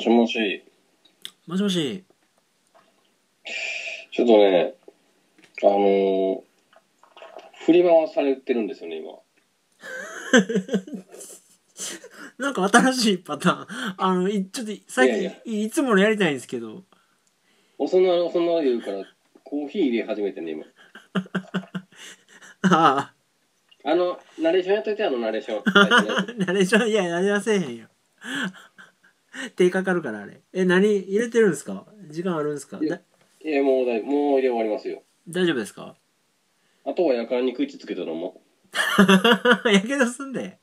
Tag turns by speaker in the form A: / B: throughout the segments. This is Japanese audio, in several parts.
A: しもし。
B: もしもし。
A: ちょっとね、あのー振り回されてるんですよね、今。
B: なんか新しいパターン。あの、いちょっと最近い
A: いやい
B: つものやりたいんですけど。
A: おそんな、おそんな言うから、コーヒー入れ始めてね、今。
B: あ
A: あの、ナレーションやっといて、あのナレーシ ョン。最初のや
B: あ、ナレーション、いや、ナレーションせえへんよ。手かかるからあれ。え、何入れてるんですか時間あるんですか
A: いや
B: だ
A: ついや、もうだい、もう入れ終わりますよ。
B: 大丈夫ですか
A: あとはやからに食いつつけたのも。
B: やけどすんで。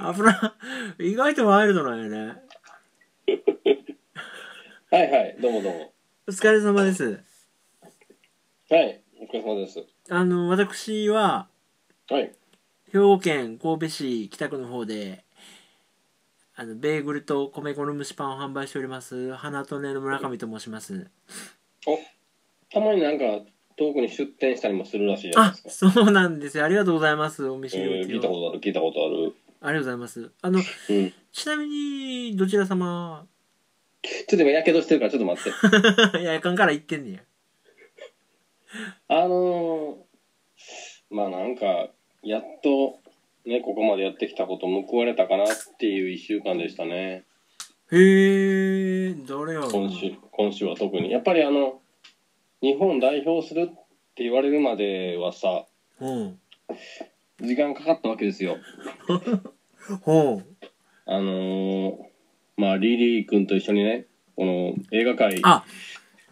B: 油、意外とワイルドなんよね。
A: はいはい、どうもどうも。
B: お疲れ様です。
A: はい、お疲れ様です。
B: あの、私は、
A: はい。
B: 兵庫県神戸市北区の方であのベーグルと米粉の蒸しパンを販売しております花とねの村上と申します
A: たまになんか、遠くに出店したりもするらしいじゃない
B: あ
A: ですか。
B: そうなんですよありがとうございますお見知り
A: え
B: お
A: ー、
B: き
A: 聞いた
B: を
A: ことある、聞いたことある。
B: ありがとうございますあの
A: うん。ちょ
B: ちなみにどちら様
A: っと今、やけどしてるから、ちょっと待って。
B: いやいかんから言ってんねや
A: あのー、まあなんか、やっと、ね、ここまでやってきたこと報われたかなっていう一週間でしたね。
B: へえ誰やろ
A: 今週、今週は特に。やっぱりあの、日本代表するって言われるまではさ、
B: ほ
A: 時間かかったわけですよ。
B: うほう
A: あのー、まあリリー君と一緒にね、この映画界や
B: あ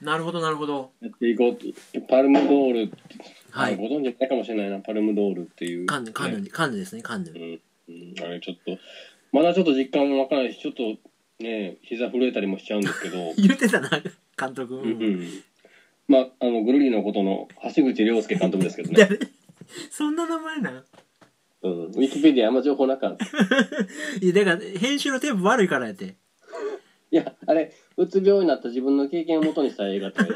B: なるほどなるほど
A: っていこうって、パルムドール、
B: はい
A: ご存知ないかもしれないな、パルムドールっていう、
B: カンヌカンヌカンヌですねカンヌ
A: うんうんあれちょっとまだちょっと実感もわからないしちょっとね膝震えたりもしちゃうんですけ ど
B: 言ってたな監督、
A: う
B: うん
A: んうんまああのぐるりのことの橋口亮介監督ですけどね、
B: 誰そんな名前なん
A: うん、ウィキペディアあんま情報なかった
B: いや、だから、編集のテープ悪いからやって。
A: いやあれうつ病になった自分の経験をもとにした映画って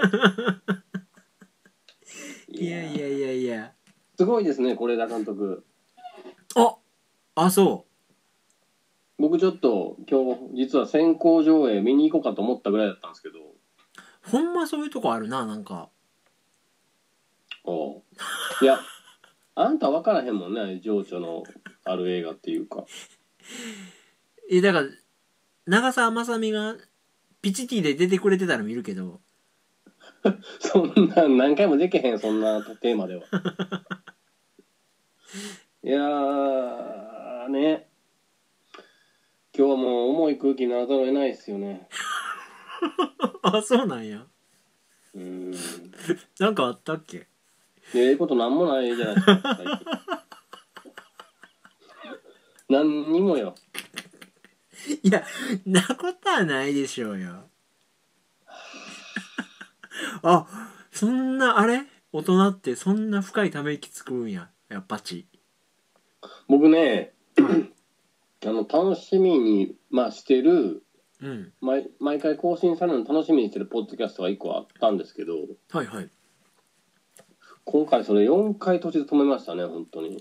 B: いやいやいやいや。
A: すごいですね是枝監督
B: ああ、そ
A: 僕ちょっと今日実は先行上映見に行こうかと思ったぐらいだったんですけど
B: う。ほんまそういうとこあるな、なんか。
A: おういやあんた分からへんもんねああいう情緒のある映画っていうか
B: え、だから、長澤まさみが、ピチティで出てくれてたら見るけど、
A: そんな何回もできへんそんなテーマではいやーね今日はもう重い空気にならざるを得ないですよね
B: あ、そうなんや。
A: うーんい
B: なんかあったっけ
A: やええことなんもないじゃないですか最近何にもよ
B: いや、なことはないでしょうよ。 あ、そんな、あれ大人ってそんな深いため息つくんや。やっぱち。
A: 僕ねあの楽しみに、まあ、してる
B: うん。
A: 毎毎回更新されるの楽しみにしてるポッドキャストが1個あったんですけど
B: はいはい。
A: 今回それ4回途中で止めましたね本当 に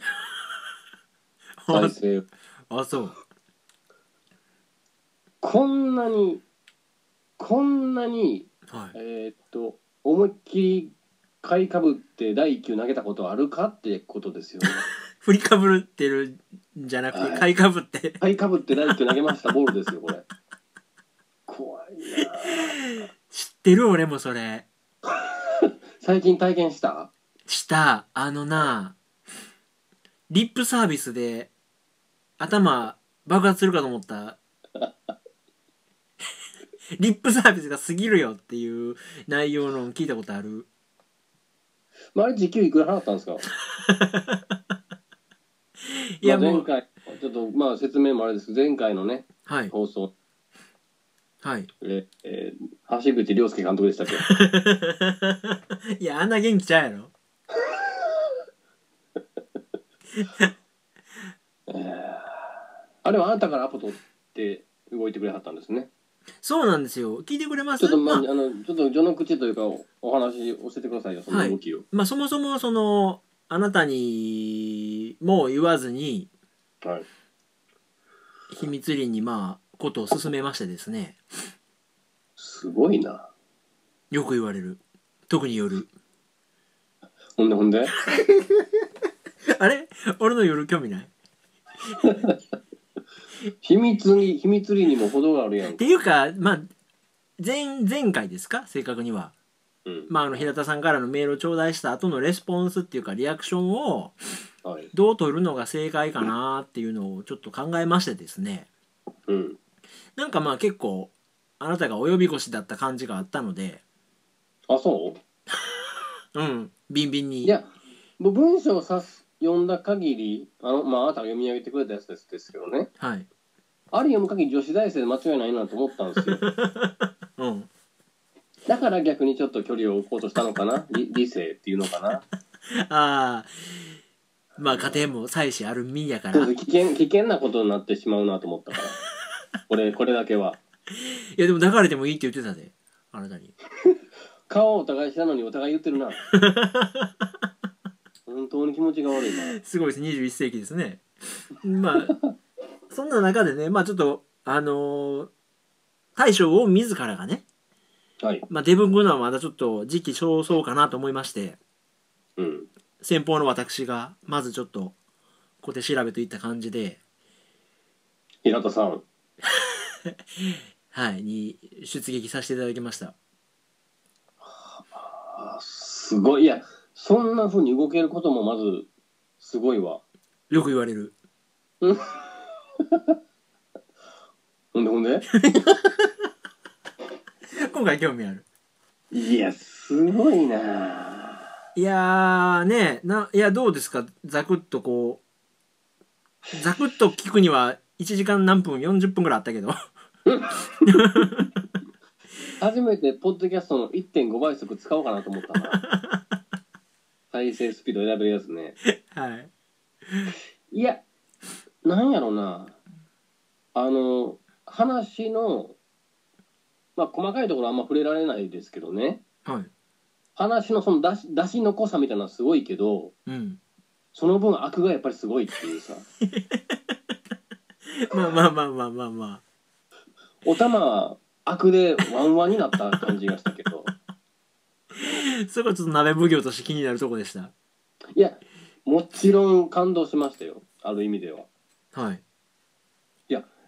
A: 再生
B: あ、そう。
A: こんなにこんなに
B: はい。
A: えーっと思いっきり買いかぶって第1球投げたことあるかってことですよ ね
B: 振りかぶってるんじゃなく
A: は
B: て
A: い
B: 買いかぶって
A: 買いかぶって第1球投げましたボールですよこれ怖いな
B: 知ってる俺もそれ
A: 最近体験した
B: したあのなリップサービスで頭爆発するかと思った リップサービスが過ぎるよっていう内容の聞いたことある
A: まああれ時給いくら払ったんですか
B: いや
A: まあ前
B: もう
A: 回ちょっとまあ説明もあれですけど前回のね
B: はい
A: 放送
B: はい
A: で、えー橋口亮介監督でしたっ け
B: いやあんな元気ちゃうやろ
A: あれはあんたからアポ取って動いてくれはったんですね
B: そうなんですよ聞いてくれます
A: ちょっとまあ、あ
B: まあ
A: の、ちょっと序の口というかお、お話教えてくださいよ、その動きを。
B: まあそもそもそのあなたにも言わずに
A: はい。
B: 秘密裏にまあことを進めましてですね
A: すごいな。
B: よく言われる特に夜
A: ほんでほん で
B: あれ俺の夜興味ない
A: 秘密に、秘密裏にも程があるやん
B: っ
A: か。
B: ていうかまあ前前回ですか正確には、
A: うん。
B: まあ、あの平田さんからのメールを頂戴した後のレスポンスっていうかリアクションを
A: はい。
B: どう取るのが正解かなっていうのをちょっと考えましてですね
A: うん。
B: なんかまあ結構あなたがお呼び越しだった感じがあったので
A: あ、そう
B: うんビンビンに
A: いや、もう文章をさす読んだ限り、あの、まあ、あなたが読み上げてくれたやつですですけどね。
B: はい
A: あれ読む限り女子大生で間違いないなと思ったん ですよ。
B: うん
A: だから逆にちょっと距離を置こうとしたのかな理理性っていうのかな
B: ああまあ家庭も妻子ある身やか
A: ちょ
B: ら
A: っと危険危険なことになってしまうなと思ったから。これ、これだけは。
B: いやでも抱かれてもいいって言ってたであなたに
A: 顔をお互いしたのにお互い言ってるな。本当に気持ちが悪いな。
B: すごいです21世紀ですねま あそんな中でねまあちょっとあのー大将を自らがね、
A: はい。
B: まあ、デブングのはまだちょっと時期尚早かなと思いまして
A: うん。
B: 先方の私がまずちょっと小手調べといった感じで、
A: 平田さん、
B: はい、に出撃させていただきました
A: あすごい。いや、そんな風に動けることもまず、すごいわ。
B: よく言われる
A: ほんでほんで
B: 今回興味ある
A: いや、すごいない
B: やーねないやどうですかザクッとこうザクッと聞くには1時間何分40分ぐらいあったけど
A: 初めて、ポッドキャストの1.5倍速使おうかなと思ったな。再生スピード選べるやつね。
B: はい
A: いや、なんやろな。あの、話の、まあ、細かいところあんま触れられないですけどね。
B: はい
A: 話のその出し、出しの濃さみたいなのはすごいけど、
B: うん
A: その分悪がやっぱりすごいっていうさ。
B: まあまあまあまあまあま
A: お玉は悪でワンワンになった感じがしたけど。
B: あそこはちょっと鍋奉行として気になるとこでした
A: いや、もちろん感動しましたよ。ある意味では。
B: はい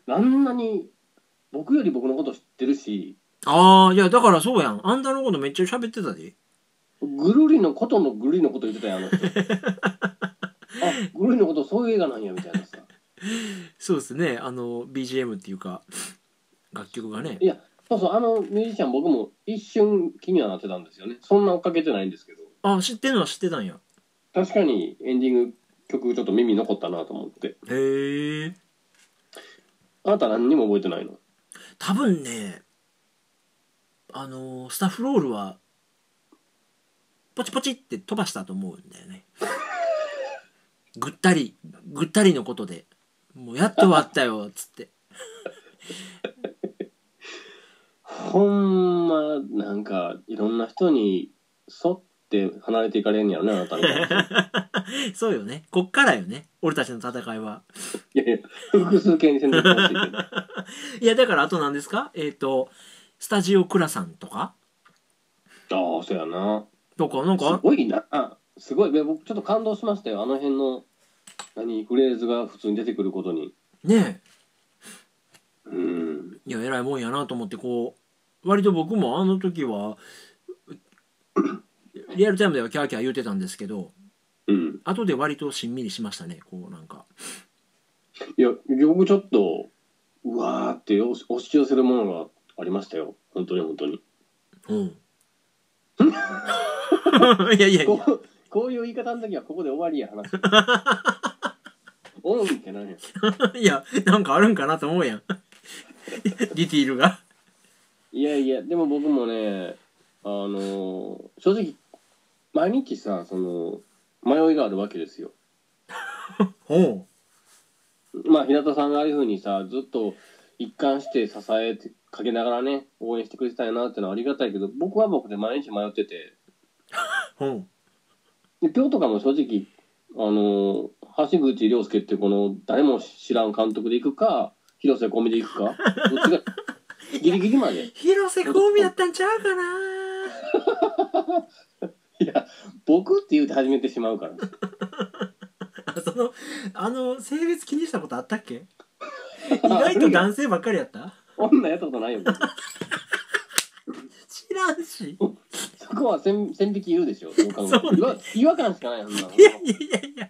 A: あんなに、僕より僕のこと知ってるし、
B: ああいやだからそうやんあんたのことめっちゃ喋ってたで
A: ぐるりのことのぐるりのこと言ってたやん、あの人。あ、ぐるりのことそういう映画なんや、みたいなさ。
B: そうですねあの BGM っていうか楽曲がね
A: いや、そうそう、あのミュージシャン、僕も一瞬気にはなってたんですよね。そんな追っかけてないんですけど、
B: あ知ってんのは知ってたんや
A: 確かにエンディング曲、ちょっと耳に残ったなと思って。
B: へえ
A: あなた何にも覚えてないの
B: 多分ねあのースタッフロールはポチポチって飛ばしたと思うんだよねぐったりぐったりのことでもうやっと終わったよっつって
A: ほんま、なんか、いろんな人に沿って離れていかれんやろね、あなたみたい な。
B: そうよねこっからよね俺たちの戦いはい
A: やいや、複数形にせんとってほしいけど。
B: いやだからあと何ですかえっ、とスタジオクラさんとか
A: ああ、そうやな。
B: とかなん
A: す
B: か
A: ごいな。あすごい。で僕、ちょっと感動しましたよ。あの辺の、何、フレーズが普通に出てくることに。
B: ね
A: うん。
B: えいや偉いもんやなと思ってこう割と僕もあの時はリアルタイムではキャーキャー言うてたんですけど
A: うん。
B: 後で割としんみりしましたねこうなんか
A: いや、僕ちょっと、うわーって押し押し寄せるものがありましたよ。本当に本当に。
B: うん いやいやい
A: こ
B: や
A: うこういう言い方の時はここで終わりや話。オンって何や。
B: いやなんかあるんかなと思うやん ディティールが
A: いやいや、でも僕もね、あのー正直、毎日さ、その、迷いがあるわけですよ。
B: ほ
A: まあ、平田さんがああいうふうにさ、ずっと一貫して支えて、かけながらね、応援してくれてたよなってのはありがたいけど、僕は僕で毎日迷ってて、
B: うほう
A: で今日とかも正直、あのー橋口亮 介ってこの誰も知らん監督で行くか広瀬込みで行くかどっちがギリギリまで。
B: 広瀬香美だったんちゃうかな
A: いや、僕って言うて始めてしまうから。
B: あそのあの性別気にしたことあったっけ意外と男性ばっかりやった
A: 女やったことないよ。僕
B: 知らんし
A: そこは線線引き言うでしょ。どう考えて
B: そ
A: も
B: うね
A: 違和違和感しかないよ。そんなの
B: いやいやいやいや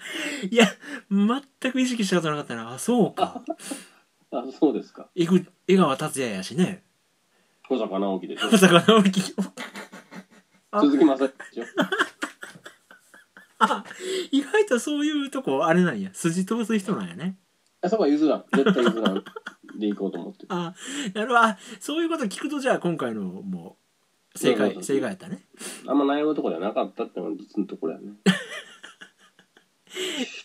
B: いや全く意識したことなかったなあそうか
A: あ、そうですか。
B: 江口江川達也やしね
A: 小坂直樹でし ょ
B: 小。坂直樹あ
A: 鈴木雅之でしょ。
B: あ意外とそういうとこあれなんや筋通す人なんやね
A: あそこは譲らん。絶対譲らん。で行こうと思って。
B: あなるほどあそういうこと聞くとじゃあ今回のもう正
A: そうそう
B: 解
A: そう
B: 正解やったね
A: あんま悩むとこではなかったってのが実のところやね。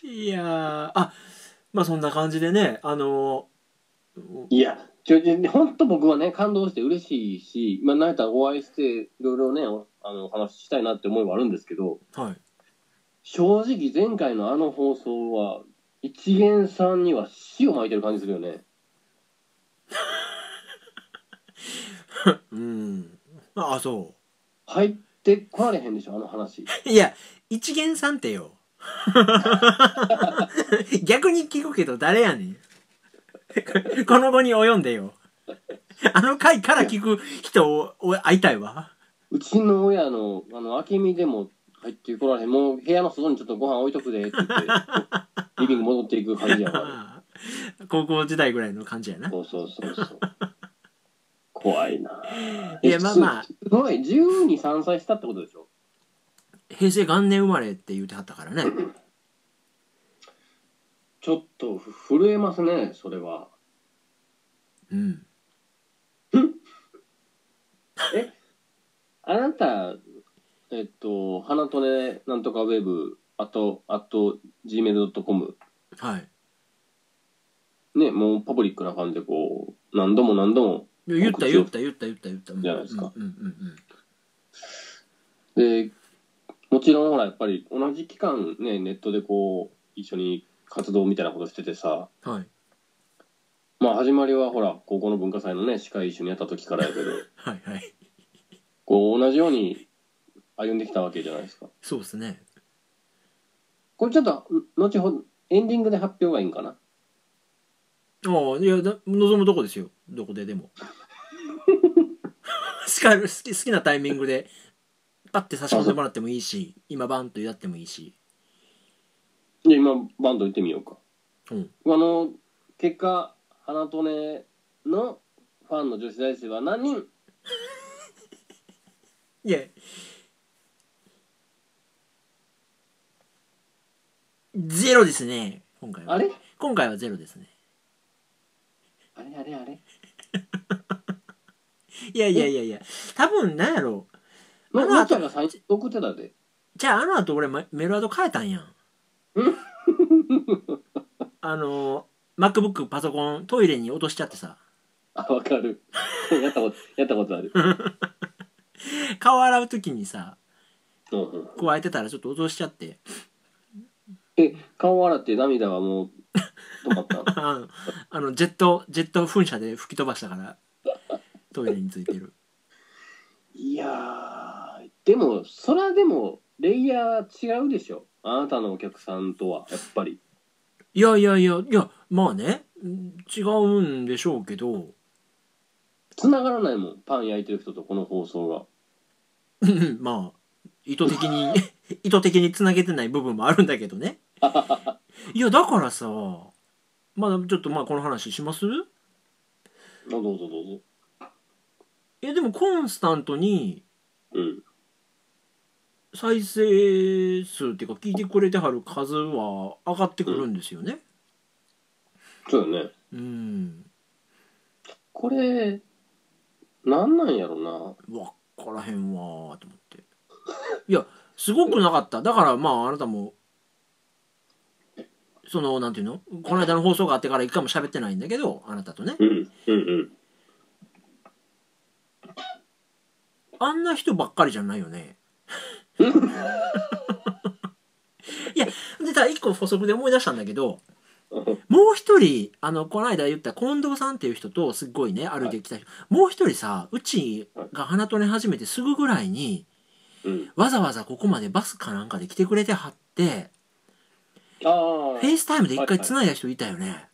B: いやーあまあそんな感じでねあのー
A: いや、ちょ、ちょほんと僕はね、感動して嬉しいし、まあ、なんやったらお会いして、いろいろね、おあの、お話ししたいなって思いはあるんですけど、
B: はい
A: 正直前回のあの放送は、一元さんには塩撒いてる感じするよね。
B: うんああそ
A: 入ってこられへんでしょ、あの話。
B: ういや一元さんってよ 逆に聞くけど誰やねんこの後に及んでよあの回から聞く人をお会いたいわ
A: うちの親の、あの、明美でも入ってこられへん。もう部屋の外にちょっとご飯置いとくで、って言って、リビング戻っていく感じやわ。
B: ああ高校時代ぐらいの感じやな
A: そうそうそうそう。怖いなぁ。
B: いやまあまあ
A: すすごい、12、3歳したってことでしょ
B: 平成元年生まれって言うてはったからね
A: ちょっと震えますね、それは。
B: うん
A: あなた、えっと、花とね、なんとかウェブ、あと、あと、gmail.com、
B: はい
A: ね、もうパブリックな感じで、こう、何度も何度も、
B: いや言った言った言った言った言った
A: じゃないですか
B: うんうんうん
A: で、もちろんほら、やっぱり同じ期間ね、ネットでこう、一緒に活動みたいなことしててさ、
B: うんはい
A: まあ始まりはほら、高校の文化祭のね、司会一緒にやった時からやけど、
B: はいはい
A: こう、同じように歩んできたわけじゃないですか。
B: そうですね
A: これちょっと、後ほど、エンディングで発表がいいんかな
B: ああいやだ望むとこですよどこででも しか好き好きなタイミングでパッて差し込んでもらってもいいし今バンとやってもいいし
A: じゃあ今バンド行ってみようか、
B: うん
A: あの結果花とねのファンの女子大生は何人
B: いやゼロですね今回
A: あ
B: は
A: れ
B: 今回はゼロですね
A: あれあれあれ
B: いやいやいやいや多分なんやろ
A: ま
B: あの
A: あちゃんが最初送ってたで
B: じゃああの後俺メメールアド変えたんやん
A: うん
B: あの MacBook パソコントイレに落としちゃってさ
A: あわか るやったことやったことある
B: 顔洗う時にさ
A: うんうん
B: 加えてたらちょっと落としちゃって
A: え顔洗って涙はもう止まったの
B: あのあのジェットジェット噴射で吹き飛ばしたからトイレについてる
A: いやーでもそれはでもレイヤーは違うでしょあなたのお客さんとはやっぱり
B: いやいやいやいやまあねうん違うんでしょうけど
A: 繋がらないもんパン焼いてる人とこの放送が
B: うんまあ意図的に 意図的につなげてない部分もあるんだけどねいやだからさまあちょっとまあこの話します
A: あどうぞどうぞ
B: いやでもコンスタントに
A: うん
B: 再生数っていうか聞いてくれてはる数は上がってくるんですよね
A: そうよね。
B: うん
A: これ、なんなんやろ
B: 分からへんわーと思っていやすごくなかっただからまああなたもそのなんていうのこの間の放送があってから一回も喋ってないんだけどあなたとね
A: な。うん、うん、うん。
B: あんな人ばっかりじゃないよね。いやでただ一個補足で思い出したんだけどもう一人あのこの間言った近藤さんっていう人とすっごいね歩いてきた人、もう一人さうちが花とね始めてすぐぐらいに
A: うん。
B: わざわざここまでバスかなんかで来てくれてはって
A: ああ。
B: フェ
A: フ
B: イスタイムで一回つないだ人いたよね、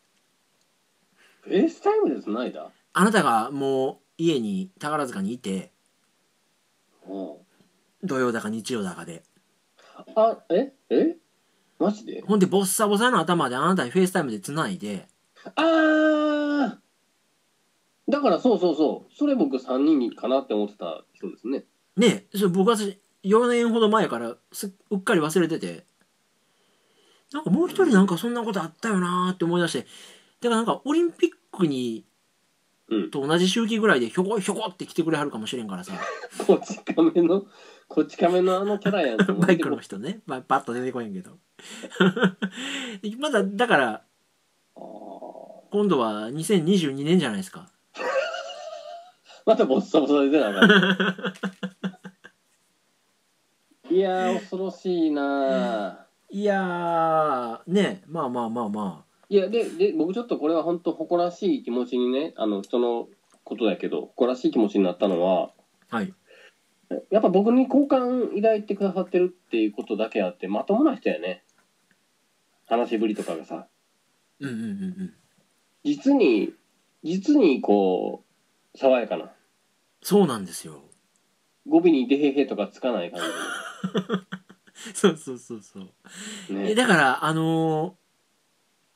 A: ェイスタイムで繋いだ
B: あなたがもう家に宝塚にいて
A: うん。
B: 土曜だか日曜だかで
A: あ、ええマジで
B: ほんでボッサボサの頭であなたにフェイスタイムでつないで
A: ああだからそうそうそう。それ僕3人かなって思ってた人です ね。
B: ねえそれ僕は私4年ほど前からすうっかり忘れててなんかもう一人なんかそんなことあったよなーって思い出してだからなんかオリンピックに
A: うん
B: と同じ周期ぐらいでひょこひょこって来てくれはるかもしれんからさ
A: こち亀の、こち亀のあのキャラやん と思っ
B: バ
A: て
B: イクの人ね、まあ、パッと出てこへんけど まだだから
A: あ
B: 今度は2022年じゃないですか
A: ーまたボッサボサ出てなか った。いやー、恐ろしいない
B: やーねえまあまあまあまあ
A: ーいや、で、で、僕ちょっとこれは本当誇らしい気持ちにね、あの、人のことだけど、誇らしい気持ちになったのは、
B: はい
A: やっぱ僕に好感抱いてくださってるっていうことだけあって、まともな人やね。話しぶりとかがさ。
B: うんうんうんうん
A: 実に、実にこう、爽やかな。
B: そうなんですよ
A: 語尾にでへへとかつかない感
B: そうそうそうそう
A: じ。
B: え
A: ね。
B: だからあのー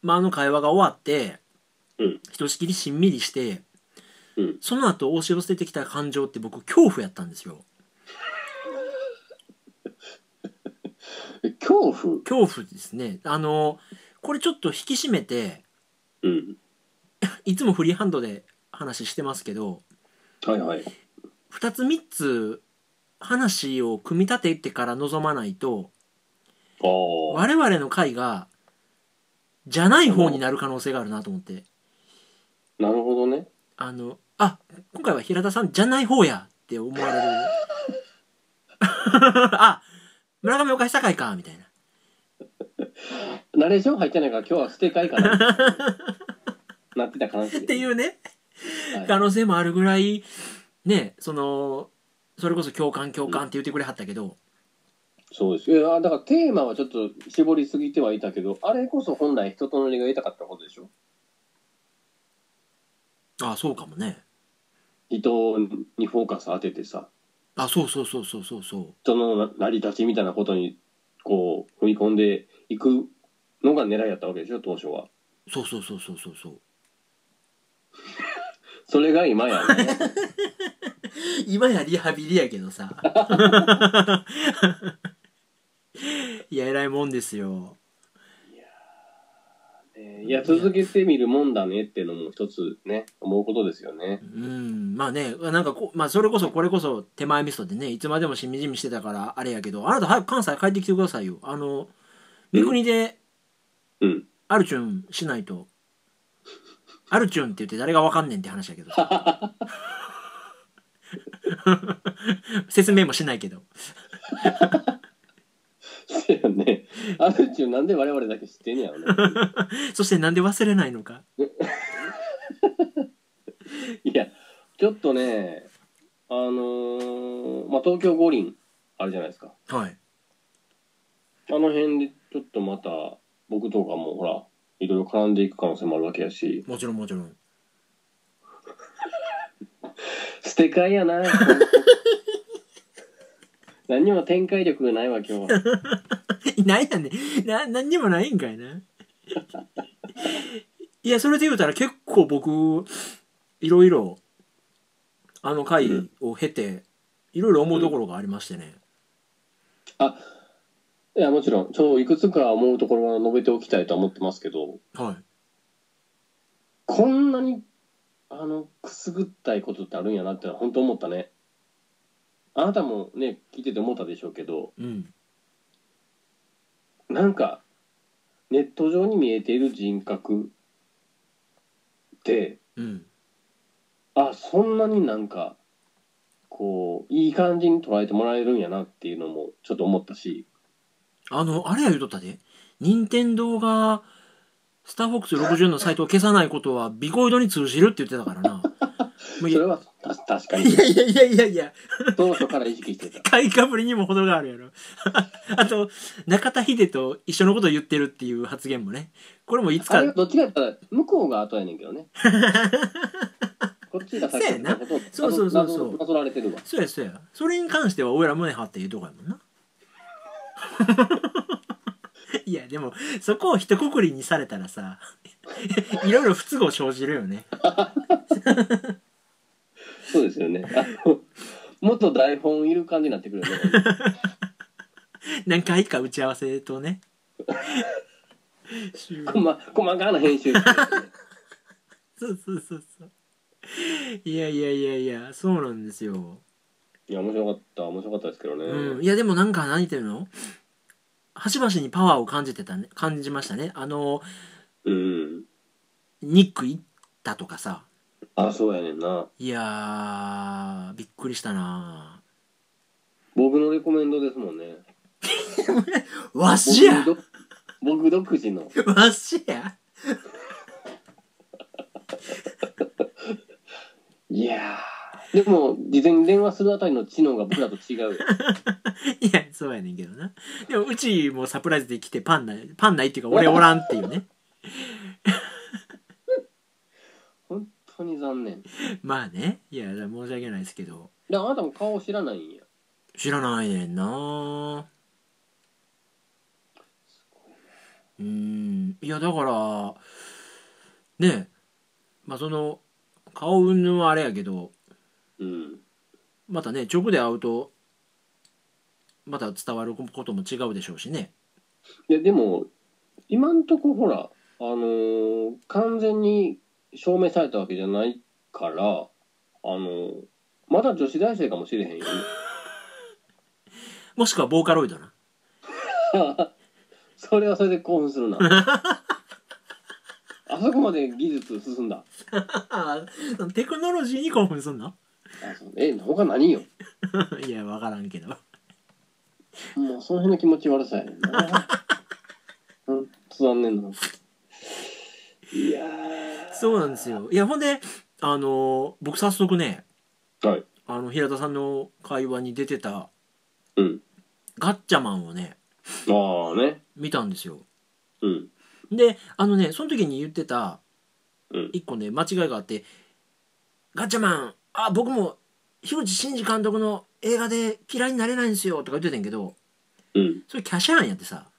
B: まあ、あの会話が終わって、
A: うん
B: ひとしきりしんみりして、
A: うん
B: その後押し寄せてきた感情って僕恐怖やったんですよ
A: 恐怖
B: 恐怖ですねあのーこれちょっと引き締めて
A: うん。
B: いつもフリーハンドで話してますけど
A: はいはい。
B: 2つ3つ話を組み立ててから臨まないと
A: ああ。
B: 我々の会がじゃない方になる可能性があるなと思って
A: なるほどね。
B: あのあ今回は平田さんじゃない方やって思われる あ村上お菓子社会かみたいな
A: ナレーション入ってないから今日は捨て替えか な。なってた感じ。。
B: っていううね可
A: は
B: 能性もあるぐらいねそのそれこそ共感共感って言ってくれはったけど、
A: い、そうです。いや、だからテーマはちょっと絞りすぎてはいたけど、あれこそ本来人となりが得たかったことでしょ
B: あそうかもね
A: 人にフォーカス当ててさ
B: あそうそうそうそうそうそ
A: 人の成り立ちみたいなことにこう踏み込んでいくのが狙いやったわけでしょ当初は
B: うそうそうそうそうそうそう
A: それが今やね
B: 今やリハビリやけどさい や偉いもんですよ
A: えーいや続けてみるもんだねってのも一つね思うことですよね
B: うんまあねなんかこ、まあ、それこそこれこそ手前味噌でねいつまでもしみじみしてたからあれやけどあなた早く関西帰ってきてくださいよあの三国で
A: うん
B: アルチュンしないとアルチュンって言って誰がわかんねんって話やけど 説明もしないけど
A: そうやねあるちゅうなんで我々だけ知ってんねやろね
B: そしてなんで忘れないのか
A: いやちょっとねあのーまあ東京五輪あるじゃないですか
B: はい
A: あの辺でちょっとまた僕とかもほらいろいろ絡んでいく可能性もあるわけやし
B: もちろんもちろん
A: 捨て替えやな何にも展開力がないわ今日は
B: ないやねな何にもないんかいないやそれで言うたら結構僕いろいろあの回を経ていろいろ思うところがありましてね、
A: いやもちろんちょいくつか思うところは述べておきたいとは思ってますけど
B: はい
A: こんなにあのくすぐったいことってあるんやなってのは本当思ったねあなたもね聞いてて思ったでしょうけど
B: うん
A: なんかネット上に見えている人格って
B: うん
A: あそんなになんかこういい感じに捉えてもらえるんやなっていうのもちょっと思ったし
B: あのあれや言うとったで任天堂がスターフォックス64のサイトを消さないことはビコイドに通じるって言ってたから な。もうい
A: そ
B: や
A: れはた確か
B: い
A: に
B: やいやいやいやいや、
A: 当初から意識して た
B: 買いかぶりにも程があるやろ。 あと、中田秀と一緒のことを言ってるっていう発言もね。これもいつ
A: あれ
B: か
A: はどっちかやったら向こうが後やねんけ どねこっちが先にことを
B: そうやなそうそうそうそう
A: なぞなぞられてるわ
B: そうやそうや。それに関しては、俺ら胸張って言うとこやもんな。 いや、でも、そこを一括りにされたらさ、 いろいろ不都合生じるよね。
A: そうですよねあのもっと台本いる感じになってくるよ ね
B: 何回か打ち合わせ とね。収録
A: こま細かな編集してる
B: そうそうそうそう。いやいやいやいや、そうなんですよ。
A: いや面白かった面白かったですけどね、
B: うん、いやでもなんか何言ってるの端々にパワーを感じてたね感じましたねあの
A: うん、
B: ニック行ったとかさ
A: あそうやねんない
B: やーびっくりしたな
A: 僕のレコメンドですもんね
B: わ
A: 僕
B: しや
A: ど僕独自の
B: わしや
A: いやーでも事前に電話するあたりの知能が僕らと違 うよ
B: いやそうやねんけどなでもうちもサプライズで来てパンないパンないっていうか俺おらんっていうね
A: 本当に残念
B: まあねいや申し訳ないですけど
A: であなたも顔知らないんや
B: 知らないねんなうーんいやだからねえまあその顔うんぬんはあれやけど
A: うん
B: またね直で会うとまた伝わることも違うでしょうしね
A: いやでも今んとこほらあのー完全に証明されたわけじゃないからあのーまだ女子大生かもしれ へんよね
B: もしくはボーカロイド な
A: それはそれで興奮する なあそこまで技術進んだ
B: テクノロジーに興奮すんの
A: あそうえ他何よ
B: いや分からんけど
A: もうその辺の気持ち悪さやねん なうん残念なのいや
B: そうなんですよいやほんであの僕早速ね
A: はい
B: あの平田さんの会話に出てた
A: うん
B: ガッチャマンをね
A: ああね
B: 見たんですよ
A: うん
B: であのねその時に言ってた
A: うん
B: 一個ね間違いがあって「ガッチャマンあ僕も樋口真嗣監督の映画で嫌いになれないんですよ」とか言ってたんやけど
A: うん
B: それキャシャーンやっ てさ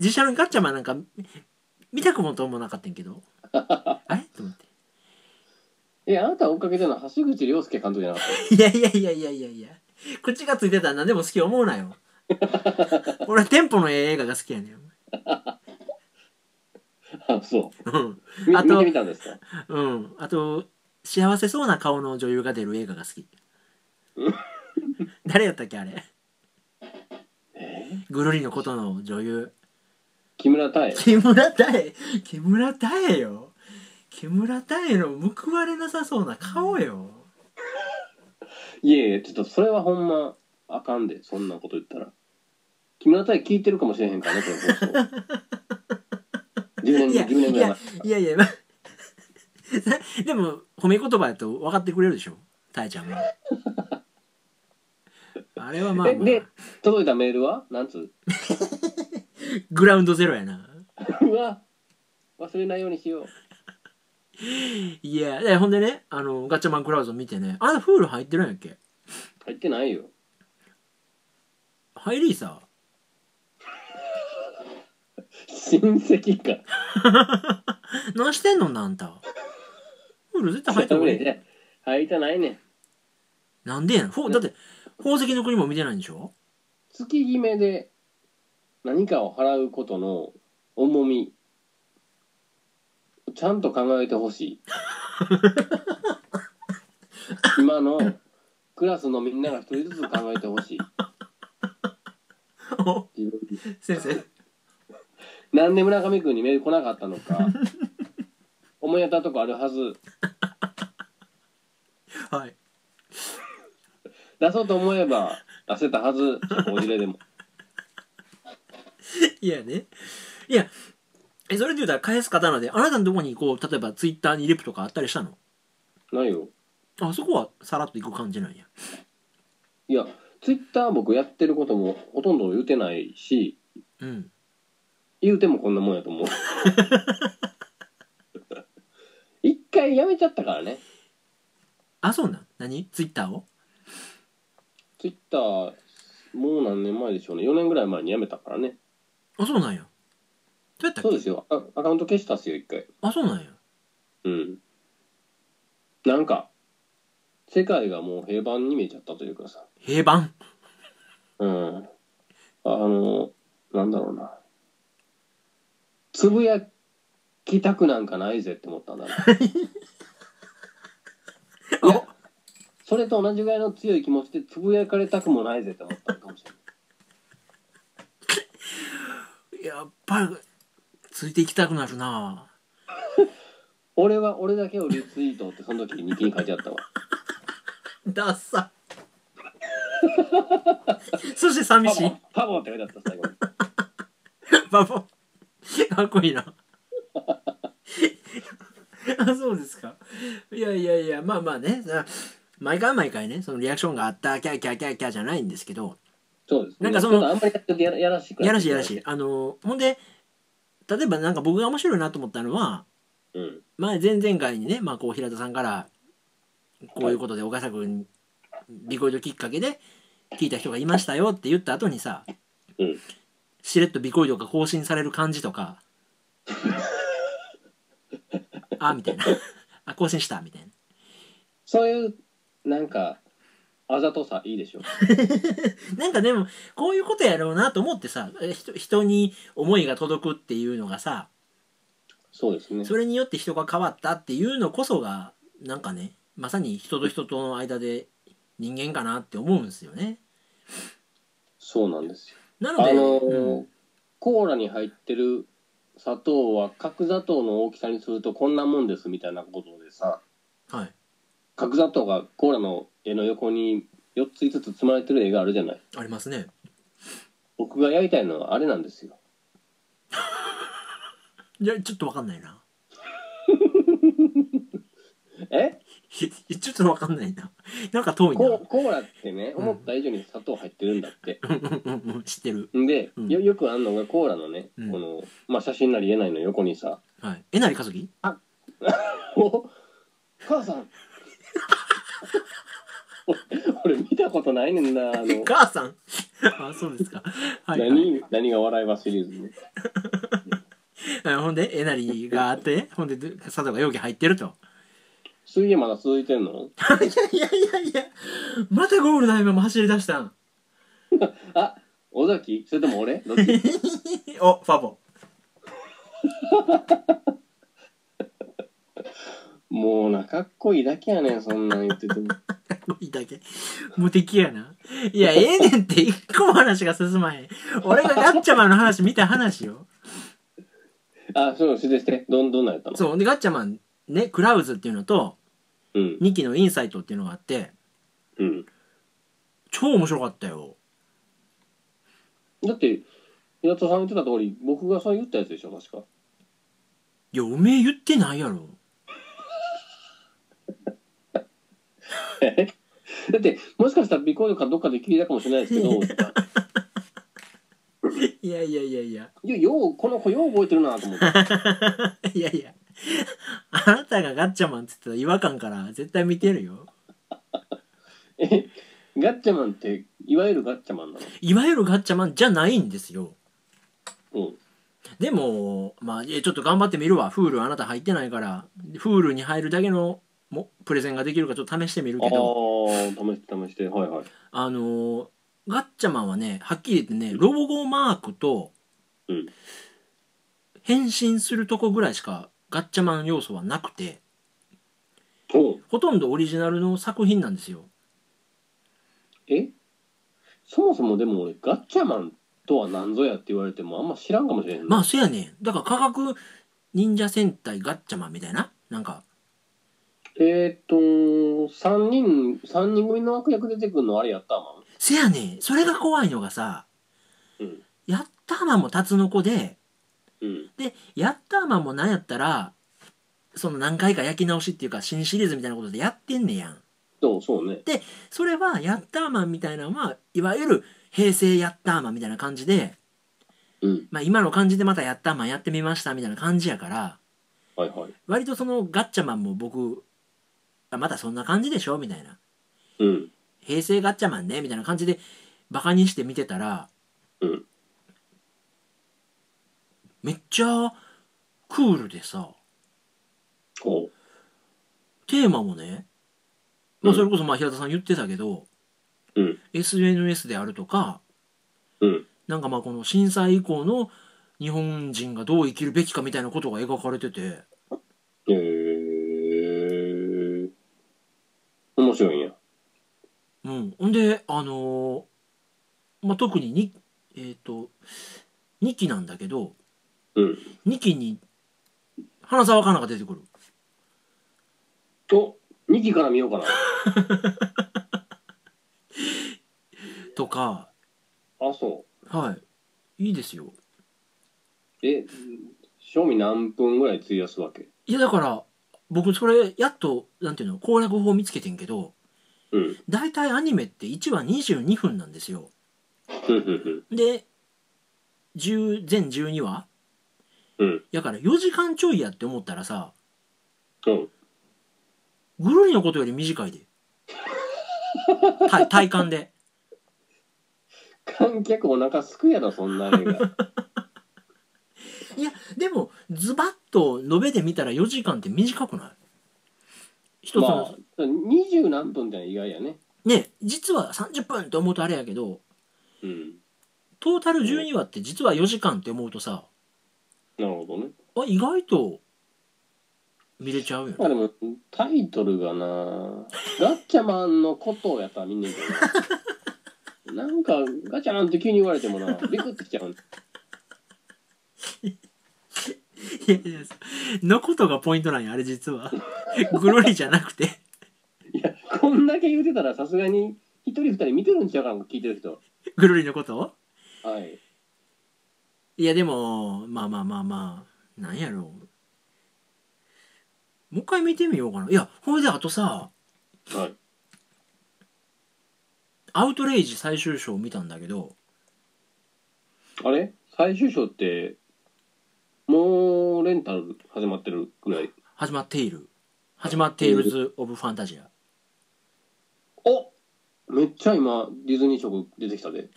B: 自社のガッチャマンなんか見たくもともなかったんやけどあれと思って
A: えあなた追っかけてるのは橋口亮介監督じゃなかった
B: いやいやいやいやいやいや口がついてたら何でも好き思うなよ俺はテンポのええ映画が好きやねん
A: あそ
B: うん
A: うみ
B: あと
A: 見てみたんですか
B: うんあと幸せそうな顔の女優が出る映画が好き
A: うん
B: 誰やったっけあれ
A: え
B: ぐるりのことの女優
A: 木村太
B: 木村太江木村太江よ木村太江の報われなさそうな顔よ
A: いやいやちょっとそれはほんまあかんでそんなこと言ったら木村太聞いてるかもしれへんからねこれ放 送10年
B: いや
A: 10年ぐらい前
B: いやいやまあ でも褒め言葉やと分かってくれるでしょ太江ちゃんは あれはまあ、
A: え
B: ま
A: で
B: あ、
A: 届いたメールはなんつう
B: グラウンドゼロやな
A: うわ忘れないようにしよう
B: いやでほんでねあのガッチャマンクラウズを見てねあれフール入ってるんやっけ
A: 入ってないよ
B: 入りさ
A: 親戚か
B: 何してんのなあんたフール絶対入った方 がいい
A: 入りたないねん
B: なんでやんほだって宝石の国も見てないんでしょ
A: 月決めで何かを払うことの重みちゃんと考えてほし い今のクラスのみんなが一人ずつ考えてほしい
B: お
A: 自分で
B: 先生
A: なんで村上君にメール来なかったのか思い当たるとこあるはず
B: はい
A: 出そうと思えば出せたはずそこおじれでも
B: いやねいやえそれで言うたら返す方なのであなたのとこにこう例えばツイッターにリプとかあったりしたの
A: ないよ。
B: あそこはさらっといく感じなんや
A: いや、ツイッター僕やってることもほとんど言うてないし、
B: うん
A: 言うてもこんなもんやと思う。一回やめちゃったからね。
B: あそうなん何ツイッターを
A: ツイッター、もう何年前でしょうね。4年ぐらい前にやめたからね。
B: あそうなんやどうやったっ
A: そう
B: け
A: ですよ。あアカウント消したっすよ、一回。
B: あそうなんや
A: うん。なんか、世界がもう平凡に見えちゃったというかさ。
B: 平板
A: うん。あの、なんだろうな。つぶやきたくなんかないぜって思ったんだ な。いやそれと同じぐらいの強い気持ちでつぶやかれたくもないぜって思ったのかもしれない。
B: やっぱりついていきたくなるな
A: 俺は俺だけをリツイートってその時日記に書いてあったわ。
B: ダッ サそして寂しい
A: パボって書いてあった最後に。
B: バボかっこいいなあそうですかいやいやいやまあまあねさ毎回毎回ねそのリアクションがあったキャーキャーキャーキャーじゃないんですけど
A: そうです、
B: なんかその
A: ちょっとあんまりやってるとやらやらしく
B: やらしいやらし
A: い。
B: いあのほんで例えばなんか僕が面白いなと思ったのは
A: うん。
B: 前前々回にね、まあ、こう平田さんからこういうことで岡崎君リコイドきっかけで聞いた人がいましたよって言った後にさ、
A: うん
B: しれっとビコイドが更新される感じとかあみたいなあ更新したみたいな
A: そういう、なんか、あざとさいいでしょ。
B: なんかでもこういうことやろうなと思ってさえ人人に思いが届くっていうのがさ
A: そうですね。
B: それによって人が変わったっていうのこそがなんかねまさに人と人との間で人間かなって思うんですよね。
A: そうなんですよ。
B: なの
A: あ
B: で、
A: のー
B: うん
A: コーラに入ってる砂糖は角砂糖の大きさにするとこんなもんですみたいなことでさ
B: はい、
A: 角砂糖がコーラの絵の横に4つ5つ積まれてる絵があるじゃない
B: ありますね。
A: 僕がやりたいのはあれなんですよ
B: いや、ちょっとわかんないな。
A: え
B: ちょっとわかんないな。なんか遠いな。
A: ココーラってね
B: うん
A: 思った以上に砂糖入ってるんだって、
B: うんうんうんうん、知ってる。
A: ん、で
B: うん
A: よよくあるのがコーラのね、
B: うん
A: この、まあ、写真なり絵なりの横にさ
B: はい。えなりかずき
A: 「お母さん 俺俺見たことないねんなあの
B: 母さん あ、そうですか。はい、はい。
A: 何何が笑いはシリーズね
B: あほんで、えなりがあって、ほんで、で佐藤が容器入ってると。
A: 水泳まだ続いてんの
B: いやいやいや、またゴールの合間も走り出したん。
A: あ尾崎それとも俺どっ ち
B: お、ファボ。
A: もうなかっこいいだけやねんそんなん言ってても
B: いいだけ。無敵やな。いや、ええねんって、一個も話が進まへん。俺がガッチャマンの話見た話よ。
A: あそうしてしてどんどんなんやったの
B: そうでガッチャマンねクラウズっていうのと
A: うん
B: 2期のインサイトっていうのがあって
A: うん
B: 超面白かったよ
A: だって平田さん言ってた通り僕がそう言ったやつでしょ確か
B: いやおめえ言ってないやろ
A: だってもしかしたらビコイドかどっかで聞いたかもしれないですけ ど
B: いやいやいやいや
A: いやようこの子よう覚えてるなと思って
B: いやいやあなたがガッチャマンって言ってた違和感から絶対見てるよ
A: えガッチャマンっていわゆるガッチャマンなの
B: いわゆるガッチャマンじゃないんですよ
A: うん
B: でもまあえちょっと頑張ってみるわフールあなた入ってないからフールに入るだけのもプレゼンができるかちょっと試してみる
A: ああ
B: けど
A: 試して試してはいはい
B: あのーガッチャマンはねはっきり言ってねロゴマークと
A: うん
B: 変身するとこぐらいしかガッチャマン要素はなくて
A: おう
B: ほとんどオリジナルの作品なんですよ
A: えそもそもでも俺ガッチャマンとは何ぞやって言われてもあんま知らんかもしれへんな
B: まあそやねんだから科学忍者戦隊ガッチャマンみたいななんか
A: えーっと3人三人組の悪役出てくるのあれやったーマン
B: せやねんそれが怖いのがさ、
A: うん
B: やったーマンもタツノコで
A: うん。
B: でヤッターマンもなんやったらその何回か焼き直しっていうか新シリーズみたいなことでやってんねやん
A: そう、そうね。
B: それはヤッターマンみたいなのはいわゆる平成ヤッターマンみたいな感じで、
A: うん。
B: まあ、今の感じでまたヤッターマンやってみましたみたいな感じやから
A: はいはい。
B: 割とそのガッチャマンも僕あまたそんな感じでしょみたいな
A: うん。
B: 平成ガッチャマンねみたいな感じでバカにして見てたら、
A: うん
B: めっちゃクールでさ
A: こ
B: テーマもね、ま
A: う
B: あ、
A: ん
B: それこそまあ平田さん言ってたけど、
A: う。うん。
B: SNS であるとか
A: うん。
B: なんかまあこの震災以降の日本人がどう生きるべきかみたいなことが描かれてて
A: えー。面白いんや。
B: うんほんであのーまあ、特ににえっ、と2期なんだけど
A: うん。
B: 2期に花澤香菜が出てくる
A: と、2期から見ようかな。
B: とか
A: あ、そ
B: はいいいですよ
A: う。え、賞味何分ぐらい費やすわけ
B: いやだから僕それやっとなんていうの攻略法見つけてんけど
A: うん。
B: 大体アニメって1話22分なんですよ
A: うんうん
B: で10全12話
A: うん。うん。
B: やから4時間ちょいやって思ったらさ
A: うん。
B: ぐるりのことより 短いで体体感で
A: 観客お腹すくやろ、そんな映画。
B: いやでもズバッと述べてみたら4時間って短くない一つの、
A: まあ、二十何分ってのは意外やね。
B: ね実は30分って思うとあれやけど
A: うん。
B: トータル12話って実は4時間って思うとさ
A: なるほどね。
B: あ意外と見れちゃうよ
A: まあ
B: ね
A: でも、タイトルがな、ガッチャマンのことやったら見んねんけ どな。なんか、ガチャマンって急に言われてもな、ビクってきちゃう。
B: いやいやのことがポイントなんやあれ実 はぐるりじゃなくて
A: いや、こんだけ言うてたらさすがに、一人二人見てるんちゃうかな、聞いてる人。
B: ぐるりのこと
A: はい。
B: いやでもまあまあまあまあなんやろうもう一回見てみようかないやほいであとさ
A: はい。
B: アウトレイジ最終章見たんだけど
A: あれ最終章って、もう、レンタル始まってるぐらい。
B: 始まっている始まっているズ・オブ・ファンタジア
A: おめっちゃ今、ディズニー色出てきたで。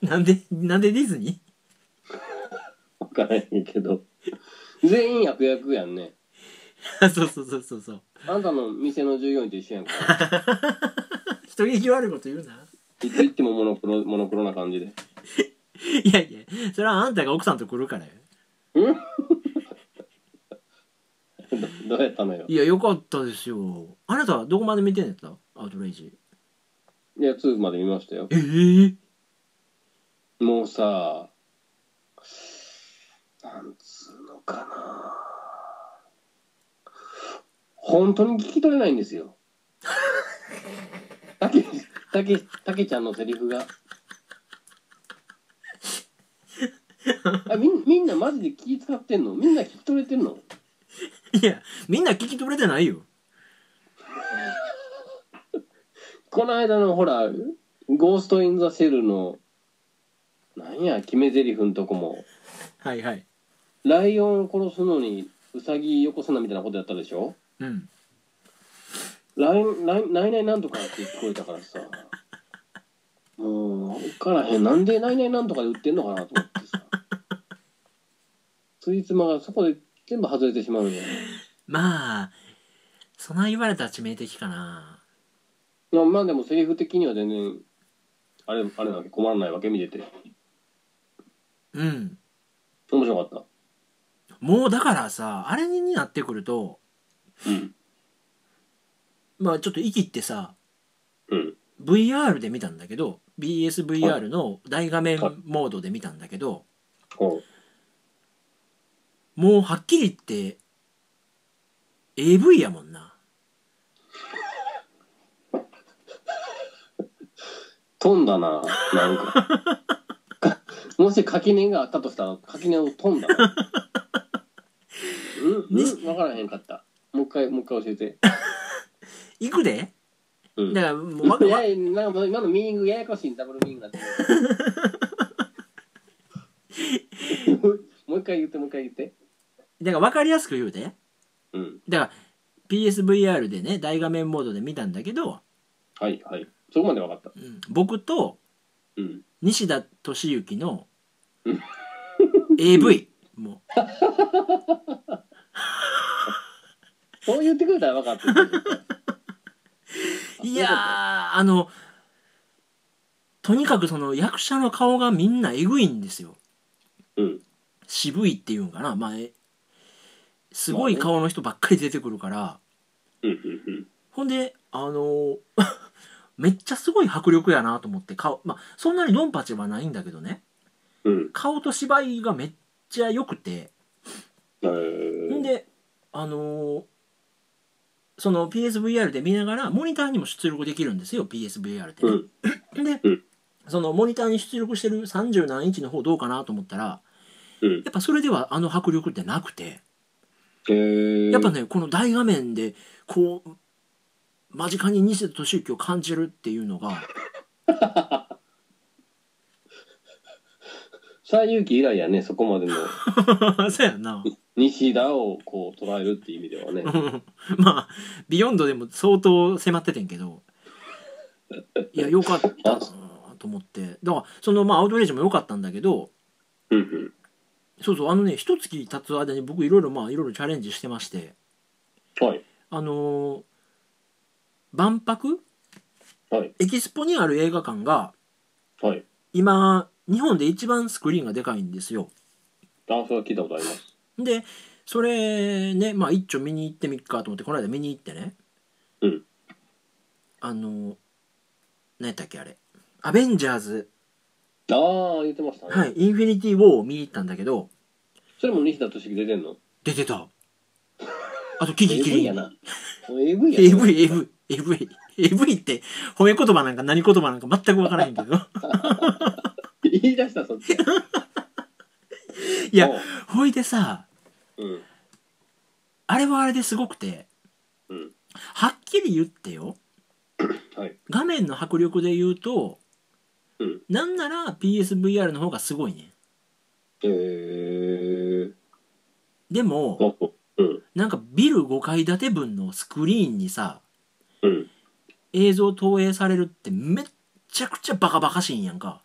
B: なんでなんでディズニー
A: わからへんけど。全員役役やんね。
B: あ そうそうそうそうそう
A: あんたの店の従業員と一緒やんか。
B: 人聞き悪いこと言うない
A: つ行ってもモノクロ、モノクロな感じで。
B: いやいやそれはあんたが奥さんと来るからよ
A: どどうやったのよ。
B: いやよかったですよあなたはどこまで見てんやったアウトレイジ
A: いや、2まで見ましたよ。
B: ええ
A: もうさ、なんつうのかな。本当に聞き取れないんですよ。たけ、たけ、たけちゃんのセリフが。あみんみんなマジで気使ってんのみんな聞き取れてんの
B: いやみんな聞き取れてないよ
A: この間のほら、ゴースト・イン・ザ・セルの、なんや、決め台詞のとこも、
B: はいはい
A: ライオンを殺すのに、ウサギよこすなみたいなことやったでしょ
B: うん
A: ライン、ライン、ナイナイなんとかって聞こえたからさ、もう、分からへん、なんでナイナイなんとかで売ってんのかなと思ってさ、ついつまがそこで全部外れてしまうよ。
B: まあそんな言われたら致命的かな
A: まあ、まあでも、セリフ的には全然、あれ、あれだけ困らないわけ見てて。
B: うん
A: 面白かっ
B: もうだからさあれになってくると
A: た。うん。
B: まあちょっと息ってさ
A: うん。
B: VR で見たんだけど BSVR の大画面
A: はい
B: モードで見たんだけど
A: ほ
B: もうはっきり言って AV やもんな
A: 飛んだな、なんか。もし垣根があったとしたら垣根を飛んだ うん、うん、分からへんかったもう一回もう一回教えて、
B: 行くで
A: うん
B: だからもうわ
A: や
B: わ
A: やなんか今のミーニングややこしいダブルミーニングだってる もう一回言ってもう一回言って
B: だから分かりやすく言うて
A: うん
B: だから PSVR でね大画面モードで見たんだけど、
A: はいはいそこまで分かった
B: うん僕と
A: うん
B: 西田敏行の
A: うん
B: AV も
A: そう言ってくれたら分かった
B: ういやーあのとにかくその役者の顔がみんなえぐいんですよ
A: うん
B: 渋いっていうんかなまあえすごい顔の人ばっかり出てくるから
A: うんうんうん
B: ほんであの ーめっちゃすごい迫力やなと思って顔まあそんなにドンパチはないんだけどね
A: うん
B: 顔と芝居がめっちゃ良くて
A: え
B: ほん
A: ー
B: であのーその PSVR で見ながらモニターにも出力できるんですよ PSVR って
A: う
B: ね、
A: ん
B: で、
A: うん
B: そのモニターに出力してる30何インチの方どうかなと思ったら
A: うん
B: やっぱそれではあの迫力ってなくて
A: えー
B: やっぱねこの大画面でこう間近に西田敏行を感じるっていうのが
A: 西遊記以来やねそこまでの
B: そうやんな
A: 西田をこう捉えるっていう意味ではね
B: うんまあ「ビヨンド」でも相当迫っててんけどいやよかったなと思ってだからそのまあアウトレイジも良かったんだけど
A: うんうん
B: そうそうあのね一月経つ間に僕いろいろまあいろいろチャレンジしてまして
A: はい
B: あのー万博、
A: はい
B: エキスポにある映画館が
A: はい
B: 今日本で一番スクリーンがでかいんですよ
A: あそれは聞いたことあります
B: でそれねまあ一丁見に行ってみっかと思ってこの間見に行ってね
A: うん
B: あの何やったっけあれ「アベンジャーズ」
A: ああ言ってましたね、
B: はい「インフィニティ・ウォー」を見に行ったんだけど
A: それも西田敏行出てんの
B: 出てたあとキキキ
A: AV
B: リ
A: や
B: ン
A: な AV やな
B: AVAVAV AV って褒め言葉なんか何言葉なんか全く分からへんけど
A: 言い出したそっち
B: いやほいでさ
A: うん
B: あれはあれですごくて
A: うん
B: はっきり言ってよ
A: はい
B: 画面の迫力で言うと
A: うん
B: なんなら PSVR の方がすごいね
A: えー、
B: でも
A: あうん
B: なんかビル5階建て分のスクリーンにさ
A: うん
B: 映像投影されるってめっちゃくちゃバカバカしいんやんか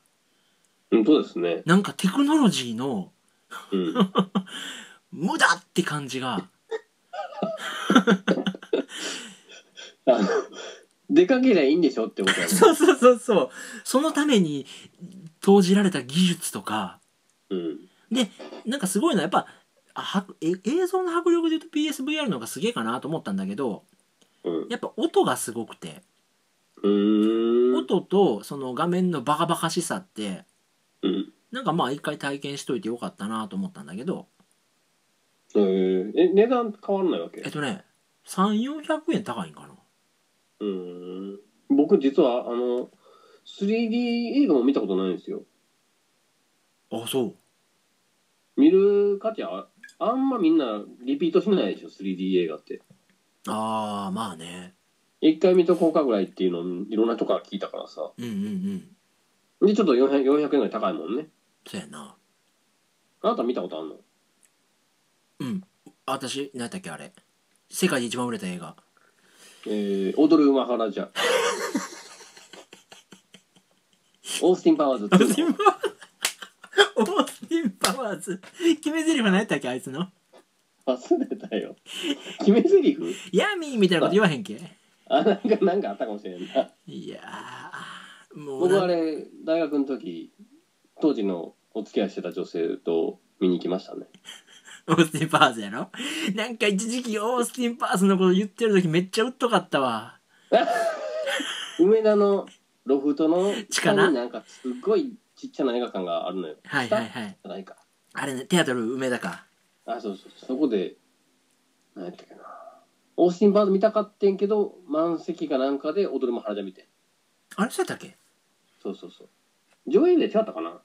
A: うんそうですね
B: なんかテクノロジーの
A: うん
B: 無駄って感じが
A: あの出かけりゃいいんでしょってことやね
B: そうそうそうそうそのために投じられた技術とか
A: うん
B: なんかすごいのはやっぱあはえ映像の迫力で言うと PSVR の方がすげえかなと思ったんだけど
A: うん
B: やっぱ音がすごくて
A: うーん
B: 音とその画面のバカバカしさって
A: うん
B: なんかまあ一回体験しといてよかったなと思ったんだけど
A: えー、え値段変わらないわけ
B: えっとね3400円高いんかな
A: うーん僕実はあの 3D 映画も見たことないんですよ
B: あそう
A: 見る価値ああんまみんなリピートしないでしょ 3D 映画って
B: あーまあね
A: 一回見とこうかぐらいっていうのをいろんなとこから聞いたからさ
B: うんうんうん
A: でちょっと 400, 400円ぐらい高いもんね
B: そうやな
A: あなた見たことあんの
B: うんあ私何やったっけあれ世界で一番売れた映画
A: えー、踊る馬原じゃオースティン・パワーズ
B: オースティン・パワーズオースティン・パワーズ決め台詞何やったっけあいつの
A: 忘れたよ決め台詞
B: 「ヤミー」みたいなこと言わへんけ
A: あなんかなんかあったかもしれんない
B: やーもう
A: 僕
B: な
A: あれ大学の時当時のお付き合いしてた女性と見に行きましたね
B: オースティン・パワーズやろなんか一時期オースティン・パワーズのこと言ってる時めっちゃうっとかったわ
A: 梅田のロフトの
B: 地下な
A: になんかすっごいちっちゃな映画館があるのよ
B: はいはいはい
A: じゃないか
B: あれねテアトル梅田か
A: あそうそうそこで何やったっけなオースティン・バード見たかってんけど満席かなんかで踊るも原田見て
B: あれそうやったっけ
A: そうそうそう上映で違ったかな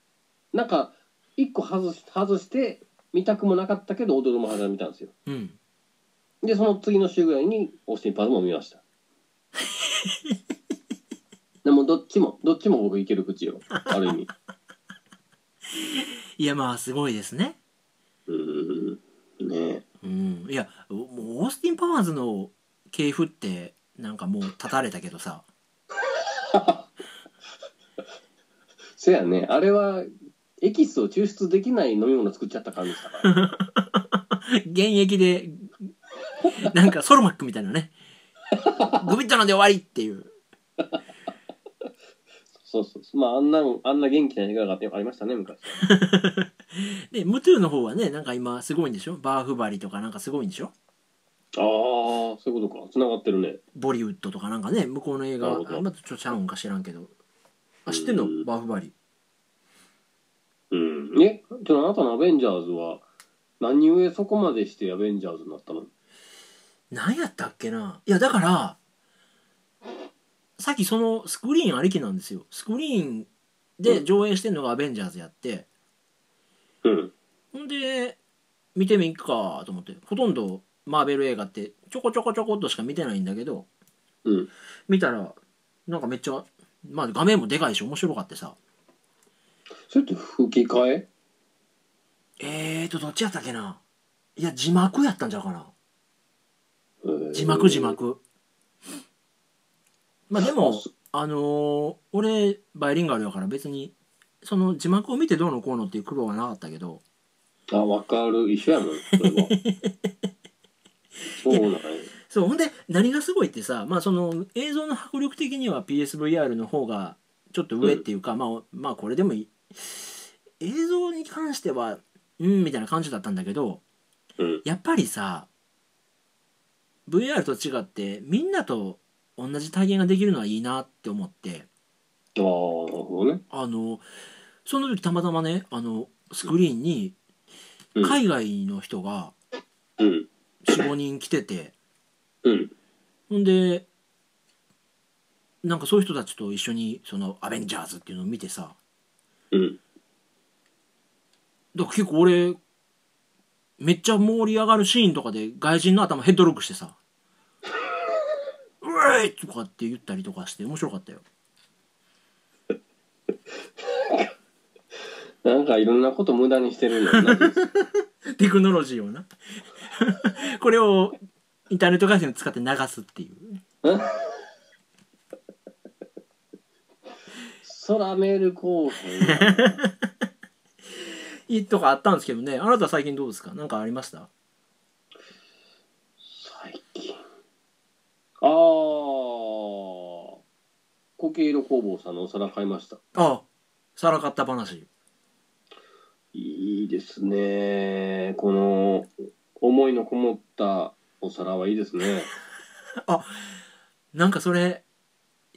A: なんか一個外し外して見たくもなかったけど「踊るも花」見たんですよ
B: うん
A: でその次の週ぐらいに「オースティン・パーズ」も見ま したでもどっちもどっちも僕いける口よある意 味
B: いやまあすごいですね
A: うーんね
B: うんいやおもうオースティン・パワーズの系譜ってなんかもう立たれたけどさ
A: えせやねあれはエキスを抽出できない飲み物作っちゃった感じでしたから
B: 現役でなんかソロマックみたいなねグビッと飲んで終わりっていう
A: そうそうそうまああんなんあんな元気な映画がありましたね昔
B: でムトゥの方はねなんか今すごいんでしょバーフバリとかなんかすごいんでしょ
A: ああそういうことかつながってるね
B: ボリウッドとかなんかね向こうの映画
A: なるほど
B: あまたちょっとちゃうんか知らんけどあ知ってんの
A: うん
B: バーフバリ
A: うんえじゃああなたのアベンジャーズは何故そこまでしてアベンジャーズになったの
B: 何やったっけないやだからさっきそのスクリーンありきなんですよスクリーンで上映してんのがアベンジャーズやって
A: うん
B: ほんで見てみっかと思ってほとんどマーベル映画ってちょこちょこちょこっとしか見てないんだけど
A: うん
B: 見たらなんかめっちゃまあ画面もでかいし面白かってさ
A: それって吹き替え
B: えーとどっちやったっけないや字幕やったんじゃうかな
A: えー
B: 字幕字幕まあでもあのー俺バイリンガルやから別にその字幕を見てどうのこうのっていう苦労はなかったけど
A: あわかる一緒やもんそれはそうなんや
B: そうほんで何がすごいってさ、まあ、その映像の迫力的には PSVR の方がちょっと上っていうか、まあ、まあこれでもいい映像に関してはうんみたいな感じだったんだけど
A: うん
B: やっぱりさ VR と違ってみんなと同じ体験ができるのはいいなって思って
A: ああなるほどね
B: あのその時たまたまねあのスクリーンに
A: うん
B: 海外の人が
A: うん
B: 45人来てて
A: うん
B: ほんでなんかそういう人たちと一緒にその「アベンジャーズ」っていうのを見てさ
A: うん
B: だから結構俺めっちゃ盛り上がるシーンとかで外人の頭ヘッドロックしてさ「うえい!」とかって言ったりとかして面白かったよ。
A: なんかいろんなこと無駄にしてるんやな
B: テクノロジーをな これをインターネット回線を使って流すっていう
A: そらメールこうへんや
B: いいとかあったんですけどねあなた最近どうですか何かありました
A: 最近ああコケ色工房さんのお皿買いました
B: ああさらかった話
A: いいですねこの思いのこもったお皿はいいですね
B: なんかそれ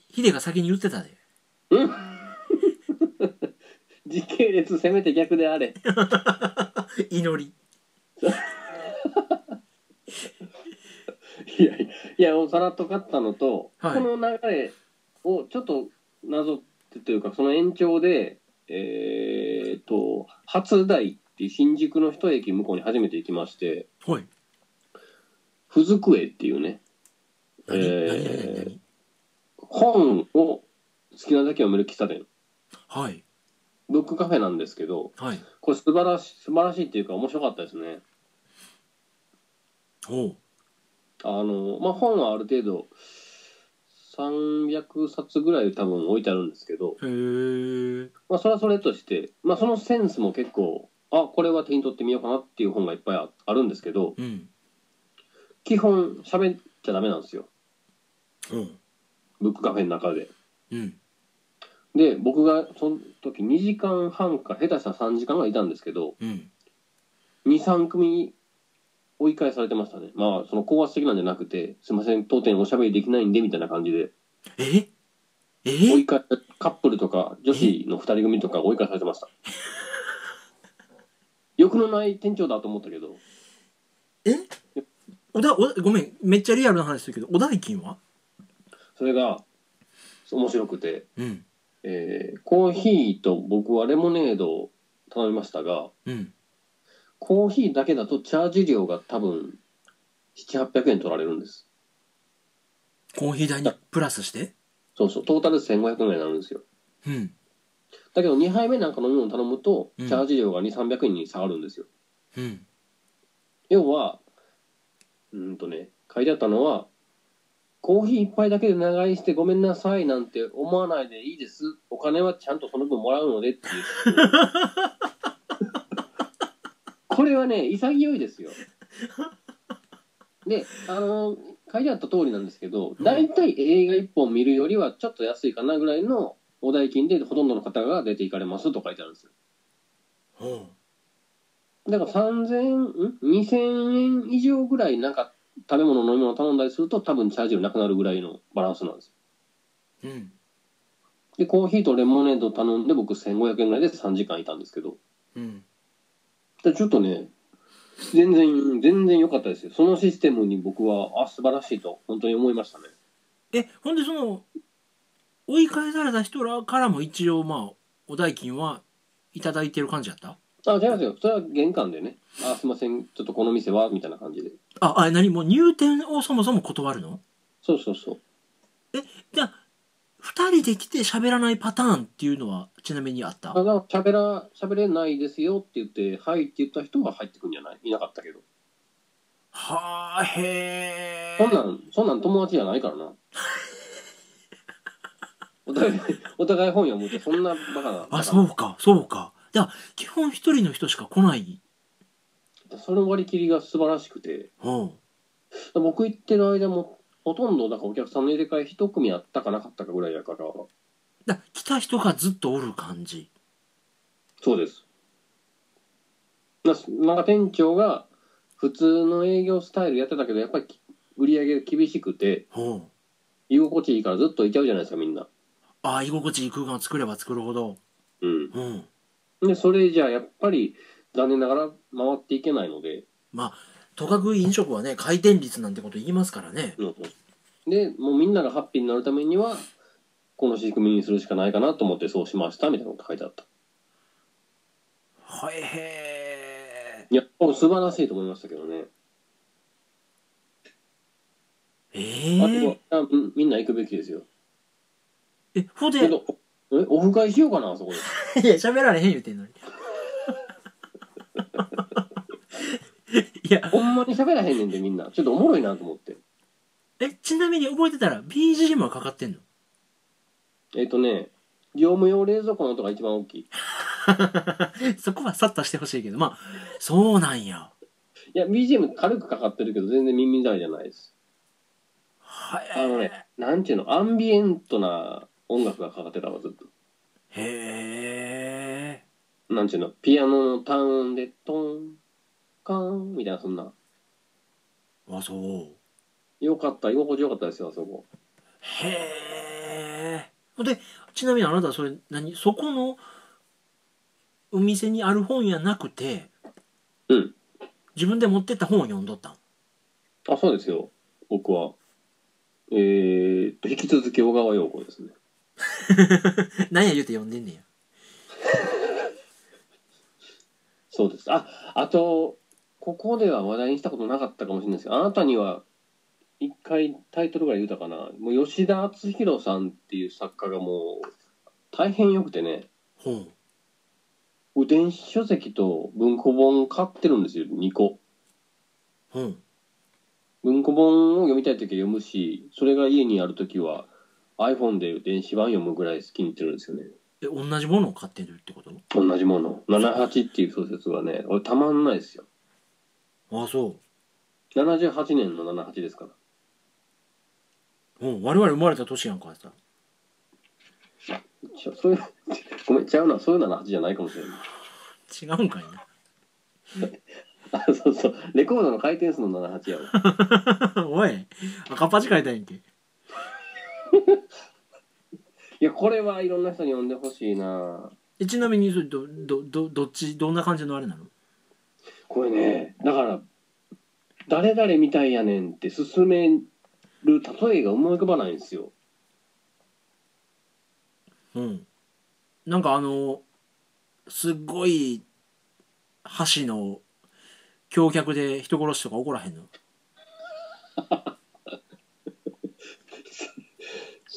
B: ヒデが先に言ってたで
A: 時系列せめて逆であれ
B: 祈り
A: いやいやお皿と買ったのと、
B: はい
A: この流れをちょっとなぞってというかその延長でえーっと初台っていう新宿の一駅向こうに初めて行きまして
B: はい
A: ふずくえっていうね
B: 何、
A: えー
B: 何何何何
A: 本を好きなだけ読める喫茶店
B: はい
A: ブックカフェなんですけど
B: はい
A: これ素晴らし素晴らしいっていうか面白かったですね
B: おう
A: あのまあ本はある程度300冊ぐらい多分置いてあるんですけど、
B: へえ
A: まあ、それはそれとして、まあ、そのセンスも結構あこれは手に取ってみようかなっていう本がいっぱいああるんですけど
B: うん
A: 基本喋っちゃダメなんですよ
B: おう
A: ブックカフェの中で
B: うん
A: で僕がその時2時間半か下手したら3時間はいたんですけど
B: うん
A: 23組追い返されてましたねまあその高圧的なんじゃなくてすいません当店おしゃべりできないんでみたいな感じで
B: ええ
A: 追い返カップルとか女子の2人組とか追い返されてました欲のない店長だと思ったけど
B: えおだおごめんめっちゃリアルな話するけどお代金は
A: それが面白くて、
B: うん
A: えーコーヒーと僕はレモネードを頼みましたが、
B: うん
A: コーヒーだけだとチャージ料が多分、7、800円取られるんです。
B: コーヒー代にプラスして
A: そうそう、トータルで1500円ぐらいになるんですよ。
B: うん
A: だけど2杯目なんか飲み物頼むと、
B: う
A: チ
B: ん
A: ャージ料が2、300円に下がるんですよ。
B: うん
A: 要は、うーんとね、書いてあったのは、コーヒー一杯だけで長居してごめんなさいなんて思わないでいいです。お金はちゃんとその分もらうのでっていう。 これはね、潔いですよ。で、あの、書いてあった通りなんですけど、
B: うん
A: だいたい映画一本見るよりはちょっと安いかなぐらいのお代金でほとんどの方が出ていかれますと書いてあるんですよ。
B: ほ
A: だから3000円、ん2000円以上ぐらいなんか食べ物、飲み物頼んだりすると多分チャージ料なくなるぐらいのバランスなんですよ。
B: ううん
A: で、コーヒーとレモネード頼んで僕1500円ぐらいで3時間いたんですけど、
B: うん
A: でちょっとね、全然、全然良かったですよ。そのシステムに僕は、あ、素晴らしいと本当に思いましたね。
B: えほんでその追い返された人らからも一応まあお代金はいただいてる感じやった
A: あ、違いますよ。それは玄関でね、あ、すいません、ちょっとこの店は、みたいな感じで。
B: ああ何もう入店をそもそも断るの
A: そうそうそう。
B: じゃあ2人で来て喋らないパターンっていうのはちなみにあった
A: ただ、喋ら、喋れないですよって言って、はいって言った人が入ってくんじゃないいなかったけど。
B: はあへえ
A: そんなん、そんなん友達じゃないから な。お互い、お互い本読むって、そんなバカな。
B: あそうかそうかだから基本一人の人しか来ない
A: その割り切りが素晴らしくて、
B: ほ
A: 僕行ってる間も、ほとんど、だからお客さんの入れ替え一組あったかなかったかぐらいやから、
B: うだから来た人がずっとおる感じ
A: そうです。ななんか店長が、普通の営業スタイルやってたけど、やっぱりき売り上げが厳しくて、
B: ほう
A: 居心地いいからずっといちゃうじゃないですか、みんな。
B: ああ居心地いい空間を作れば作るほど
A: うん。
B: うん
A: で、それじゃあ、やっぱり、残念ながら回っていけないので、
B: とかく飲食はね回転率なんてこと言いますからね
A: でもうみんながハッピーになるためにはこの仕組みにするしかないかなと思ってそうしましたみたいなこと書いてあった
B: はいへ
A: いや僕素晴らしいと思いましたけどね、
B: ええ
A: あとはあうんみんな行くべきですよ
B: えほで
A: けどえオフ会しようかなあそこで
B: いや、喋られへん言うてんの に。いや、
A: ほんまに喋らへんねんでみんなちょっとおもろいなと思って
B: え、ちなみに覚えてたら BGM はかかってんの
A: えっ、とね業務用冷蔵庫の音が一番大きいい
B: そこはさっとしてほしいけど、まあ、そうなんや。
A: や BGM 軽くかかってるけど全然耳障りじゃないです
B: は
A: あのねなんていうのアンビエントな音楽がかかってたわずっと
B: へえ。
A: なんちゅうの、ピアノの単音で、トン、カン、みたいな、そんな。
B: あ、そう。
A: よかった、居心地よかったですよ、あそこ。
B: へえ。で、ちなみにあなたはそれ、何そこのお店にある本やなくて、
A: うん。
B: 自分で持ってった本を読んどったん
A: あ、そうですよ、僕は。えーっと、引き続き小川陽子ですね。
B: 何や言うて読んでんねんや。
A: そうです。あ、あと、ここでは話題にしたことなかったかもしれないですけど、あなたには、一回タイトルぐらい言うたかな。もう吉田篤弘さんっていう作家がもう、大変良くてね、
B: 本。
A: 電子書籍と文庫本買ってるんですよ、2個。
B: 本。
A: 文庫本を読みたい時は読むしそれが家にある時は iPhone で電子版読むぐらい好きになってるんですよね
B: え、同じものを買ってるってこと
A: 同じもの78っていう小説がね俺たまんないですよ
B: ああそ
A: 78年の78ですから
B: う、うん、我々生まれた年やんかさ
A: ちょそういう ごめんちゃうなそういう78じゃないかもしれない
B: 違うんかい
A: あ そうそうレコードの回転数の78やわ
B: な おい赤パチ書いたやんけ
A: いやこれはいろんな人に読んでほしいな
B: えちなみにそれどどどどっちどんな感じのあれなの
A: これねだから誰々みたいやねんって勧める例えが思い浮かばないんですよ
B: うんなんかあのすっごい箸の橋脚で人殺しとか起こらへんの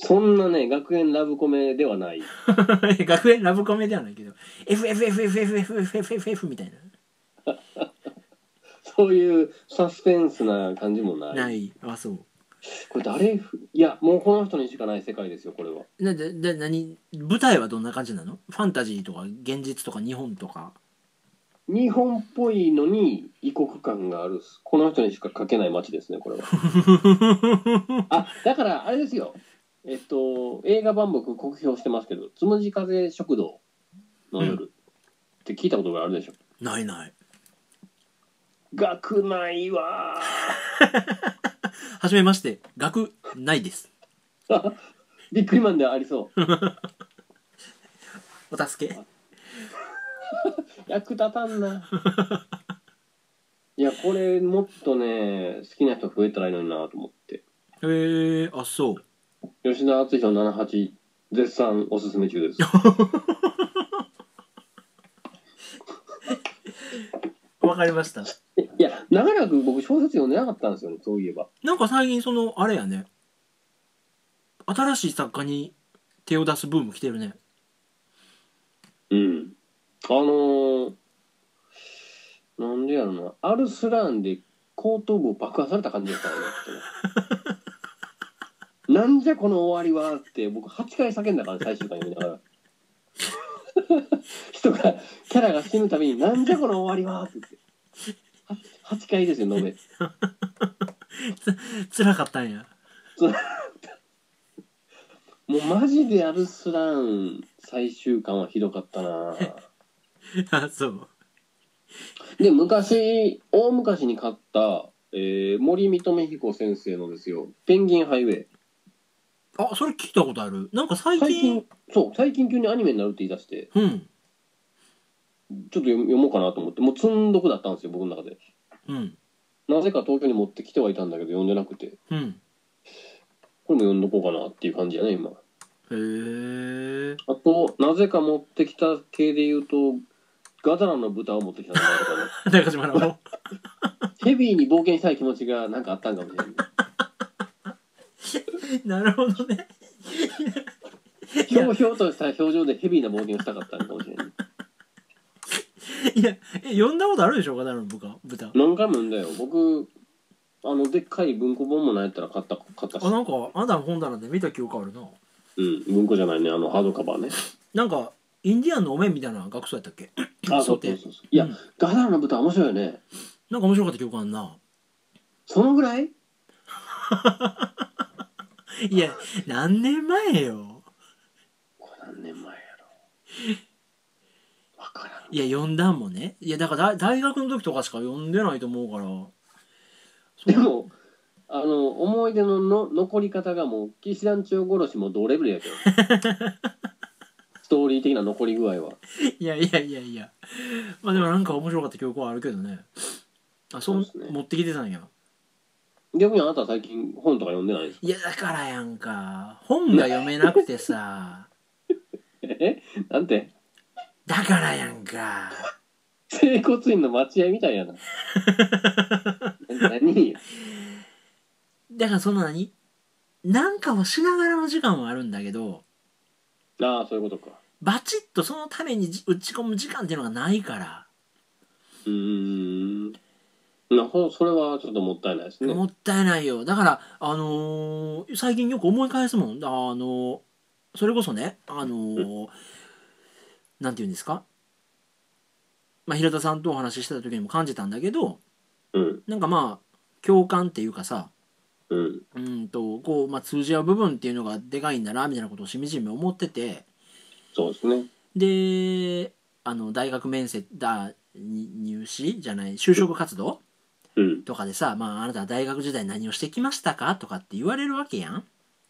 A: そんなね、学園ラブコメではない。
B: 学園ラブコメではないけど FFFFFFFFF みたい
A: そういうサスペンスな感じもな。
B: ないないあそう
A: これ誰ふいや、もうこの人にしかない世界ですよ、これは。
B: なでで何舞台はどんな感じなのファンタジーとか現実とか日本とか
A: 日本っぽいのに異国感がある。この人にしか書けない街ですね、これは。あ、だから、あれですよ。えっと、映画万博酷評してますけど、つむじ風食堂の夜、って聞いたことがあるでしょ。
B: ないない
A: 学内は、
B: はじめまして学ないです
A: ビックリマンではありそう。
B: お助け
A: 役立たんな。いや、これ、もっとね、好きな人増えたらいいのになと思って。
B: へえあそう
A: 吉田敦弘78、絶賛おすすめ中です。
B: わかりました
A: いや、長らく僕小説読んでなかったんですよね、そういえば。
B: なんか最近そのあれやね新しい作家に手を出すブーム来てるね
A: うん。あのー、なんでやろな、アルスラーンで後頭部を爆破された感じやったらね。ちょっとなんじゃこの終わりはって僕8回叫んだから最終回読みながら 人がキャラが死ぬたびに「なんじゃこの終わりは」って言っては 8, 回ですよ延べ
B: 辛かったんや
A: もうマジでアルスラーン最終巻はひどかったなぁ
B: あそう
A: で昔大昔に買った、えー森認彦先生のですよ「ペンギンハイウェイ
B: あそれ聞いたことあるなんか」最近
A: 最近そう最近急にアニメになるって言い出して
B: うん
A: ちょっと読読もうかなと思ってもう積んどくだったんですよ僕の中で
B: うん
A: なぜか東京に持ってきてはいたんだけど読んでなくて
B: うん
A: これも読んどこうかなっていう感じやね今
B: へえ
A: あとなぜか持ってきた系で言うとガダラの豚を持ってきたんだとかね
B: 中島らも
A: ヘビーに冒険したい気持ちがなんかあったんかもしれない
B: なるほどね
A: ひょうひょうとした表情でヘビーな冒険をしたかったんかもしれない
B: いやえ呼んだことあるでしょうかの豚豚
A: 何回も読んだよ僕あのでっかい文庫本もないやったら買った買ったし
B: あなんかあなたの本棚で見た記憶あるな
A: うん文庫じゃないねあのハードカバーね
B: なんかインディアンのお面みたいな学装やったっけ
A: あそ
B: そう
A: うそう
B: て
A: そうそういや、
B: うん
A: ガダラの豚面白いよね
B: なんか面白かった記憶あんな
A: そのぐらい
B: いや何年前よ
A: これ何年前やろわからん
B: いや読んだんもねいやだから大大学の時とかしか読んでないと思うから そう
A: でもあの思い出のの残り方がもう騎士団長殺しも同レベルや けどストーリー的な残り具合はい
B: やいやいやいやまあでもなんか面白かった記憶はあるけどねあそう
A: そうですね
B: 持ってきてたんや
A: 逆にあなたは最近本とか読んでないです
B: いやだからやんか本が読めなくて さ
A: えなんて
B: だからやんか
A: 整骨院の待合みたいや な何
B: だからその何なんかをしながらの時間はあるんだけど
A: ああそういうことか
B: バチッとそのためにじ打ち込む時間っていうのがないから、
A: うーんなほそれはちょっともったいないですね
B: もったいないよだからあのー最近よく思い返すもんあのーそれこそねあのーなんて言うんですか、まあ、平田さんとお話ししてた時にも感じたんだけど
A: うん
B: なんかまあ共感っていうかさ、
A: うん
B: うんとこう、まあ、通じ合う部分っていうのがでかいんだなみたいなことをしみじみ思ってて
A: そうですね
B: であの大学面接だに入試じゃない就職活動
A: うん
B: とかでさ、まあ、あなたは大学時代何をしてきましたかとかって言われるわけやん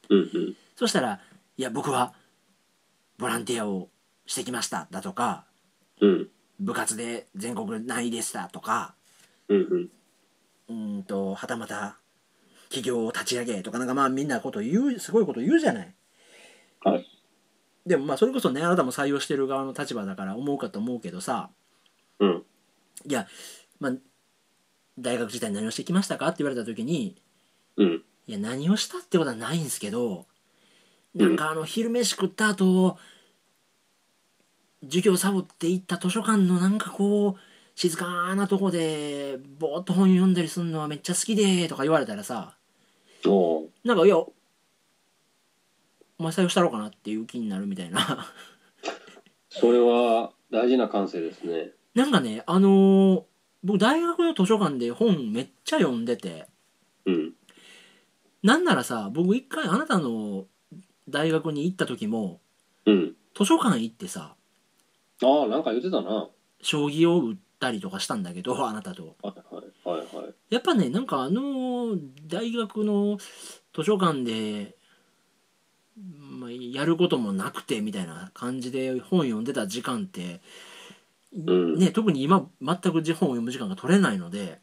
A: うんうん
B: そしたら「いや僕はボランティアをしてきました」だとか
A: うん
B: 「部活で全国何位でした」とか
A: うんうん
B: うーんとはたまた企業を立ち上げとかなんかまあみんなこと言うすごいこと言うじゃない。
A: はい
B: でもまあそれこそねあなたも採用してる側の立場だから思うかと思うけどさ
A: うん。
B: いやまあ大学時代何をしてきましたかって言われた時に
A: うん。
B: いや何をしたってことはないんですけど
A: うん
B: なんかあの昼飯食った後授業サボって行った図書館のなんかこう静かなとこでぼーっと本読んだりするのはめっちゃ好きでとか言われたらさ
A: おー
B: なんかいやお前採用したろうかなっていう気になるみたいな
A: それは大事な感性ですね。
B: なんかねあのー僕大学の図書館で本めっちゃ読んでて
A: うん。
B: なんならさ僕一回あなたの大学に行った時も
A: うん。
B: 図書館行ってさ
A: ああ、なんか言ってたな。
B: 将棋を打ったりとかしたんだけど あなたと
A: はいはいはいはい。
B: やっぱねなんかあのー大学の図書館で、まあ、やることもなくてみたいな感じで本読んでた時間って、
A: ん
B: ね、特に今全く字本を読む時間が取れないので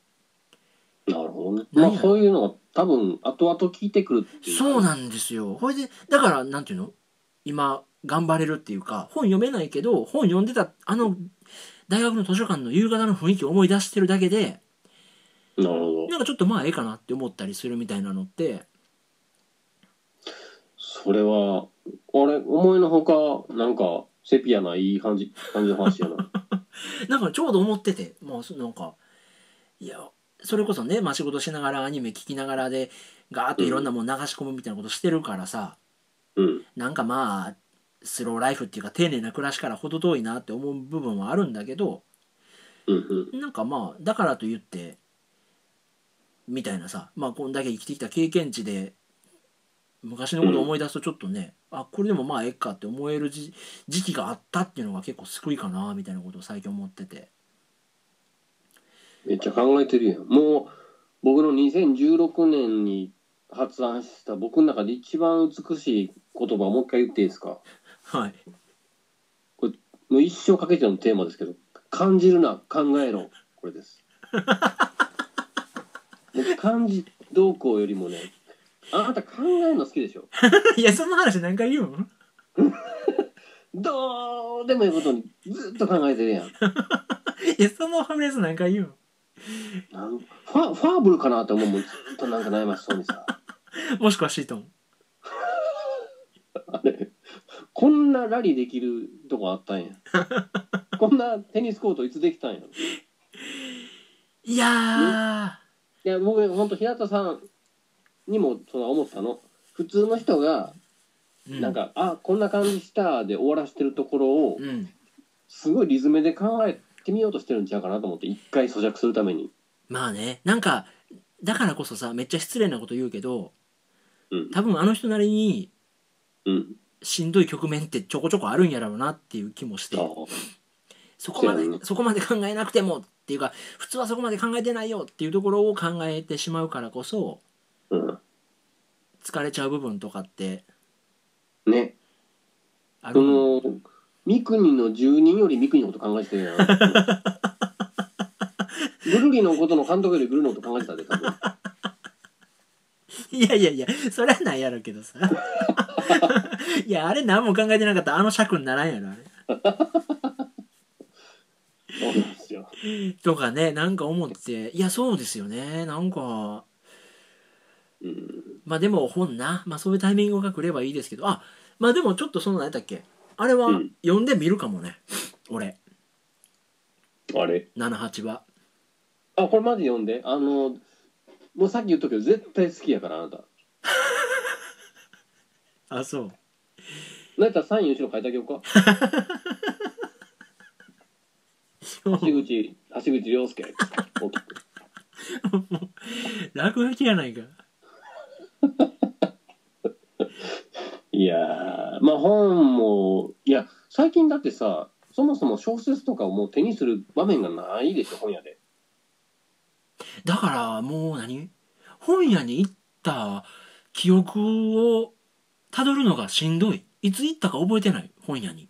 A: なるほどね。
B: な
A: ま
B: ん
A: あ
B: や
A: そういうのが多分後々聞いてくるっていう。
B: そうなんですよこれでだからなんていうの今頑張れるっていうか本読めないけど本読んでたあの大学の図書館の夕方の雰囲気を思い出してるだけで
A: なるほど。
B: なんかちょっとまあええかなって思ったりするみたいなのって
A: それは、あれ、思いのほか、なんか、セピアないい感じ、感じの話やな。
B: なんかちょうど思っててもうそなんかいやそれこそね、まあ、仕事しながらアニメ聞きながらでガーッといろんなもん流し込むみたいなことしてるからさ、
A: うん。
B: なんかまあスローライフっていうか丁寧な暮らしから程遠いなって思う部分はあるんだけど
A: うんうん。
B: なんかまあだからといってみたいなさまあこんだけ生きてきた経験値で昔のことを思い出すとちょっとね、あこれでもまあええかって思える時時期があったっていうのが結構救いかなみたいなことを最近思ってて。
A: めっちゃ考えてるやん。もう、僕の2016年に発案した僕の中で一番美しい言葉をもう一回言っていいですか。
B: はい
A: もう一生かけてのテーマですけど、感じるな、考えろ、これです。もう感じ動向よりもね、あなた考えるの好きでしょ。
B: いや、その話何回言うん
A: どうでもいいことにずっと考えてるやん。
B: いや、そのフレーズ何回言うん
A: なんファファーブルかなって思うもんずっとなんか悩ましそうにさ
B: もしくはシートン。
A: あれこんなラリーできるとこあった んやこんなテニスコートいつできたんやい
B: いやー、
A: や僕ほんと平田さんにもその思ったの普通の人が
B: う
A: なん、か「あこんな感じした」で終わらしてるところを
B: うん。
A: すごいリズムで考えてみようとしてるんちゃうかなと思って一回咀嚼するために
B: まあね、なんか、だからこそさ、めっちゃ失礼なこと言うけど、
A: うん
B: 多分あの人なりに
A: うん
B: しんどい局面ってちょこちょこあるんやろうなっていう気もして
A: あ、
B: そこま
A: そ
B: で
A: うやね、
B: そこまで考えなくてもっていうか、普通はそこまで考えてないよっていうところを考えてしまうからこそ、
A: うん
B: 疲れちゃう部分とかって
A: ね
B: ある
A: そ
B: もん
A: の三国の住人より三国のこと考えてた やんグルリのことの監督よりグルのこと考えてたで多分
B: いやいやいや、それはないやろうけどさ。 いや、あれ何も考えてなかったらあの尺にならんやろ、あれ。
A: そうなんですよ
B: とかね、なんか思って、いや、そうですよね、なんか、
A: うん
B: まあでも本な、まあそういうタイミングが来ればいいですけど、あ、まあでもちょっとその何やったっけ、あれは
A: うん
B: 読んでみるかもね、俺、
A: あれ
B: 78は。
A: あこれマジ読んであのもうさっき言ったけど絶対好きやからあなた
B: あ、そう。
A: なんやったらサイン後ろ書いてあげようか橋口橋口亮介大きく
B: 落書きやないか。
A: いやーまあ本もいや最近だってさそもそも小説とかをもう手にする場面がないでしょ本屋で
B: だからもう何本屋に行った記憶をたどるのがしんどい。いつ行ったか覚えてない、本屋に。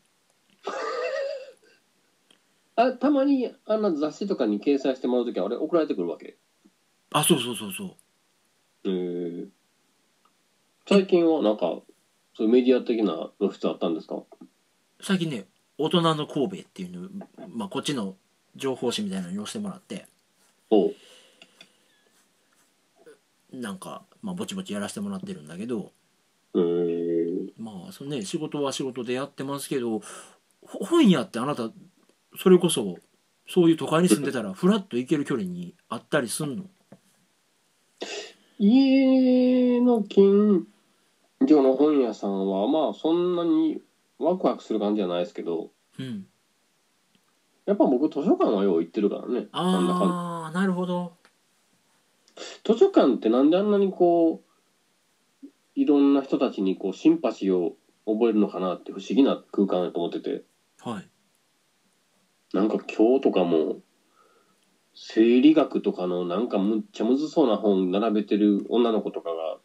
A: あたまにあんな雑誌とかに掲載してもらうときはあれ送られてくるわけ
B: あそうそうそうそう
A: へえ最近はなんかそういうメディア的な露出あったんですか
B: 最近ね「大人の神戸」っていうの、まあ、こっちの情報誌みたいなのに載せてもらって
A: おう
B: なんか、まあ、ぼちぼちやらせてもらってるんだけど
A: うーん
B: まあそのね仕事は仕事でやってますけどほ本屋ってあなたそれこそそういう都会に住んでたらフラッと行ける距離にあったりすんの
A: 家の近所の本屋さんはまあそんなにワクワクする感じじゃないですけど
B: うん
A: やっぱ僕図書館はよう行ってるからねなんだかんだ
B: ああなるほど
A: 図書館ってなんであんなにこういろんな人たちにこうシンパシーを覚えるのかなって不思議な空間だと思ってて
B: はい
A: なんか今日とかも生理学とかのなんかむっちゃむずそうな本並べてる女の子とかが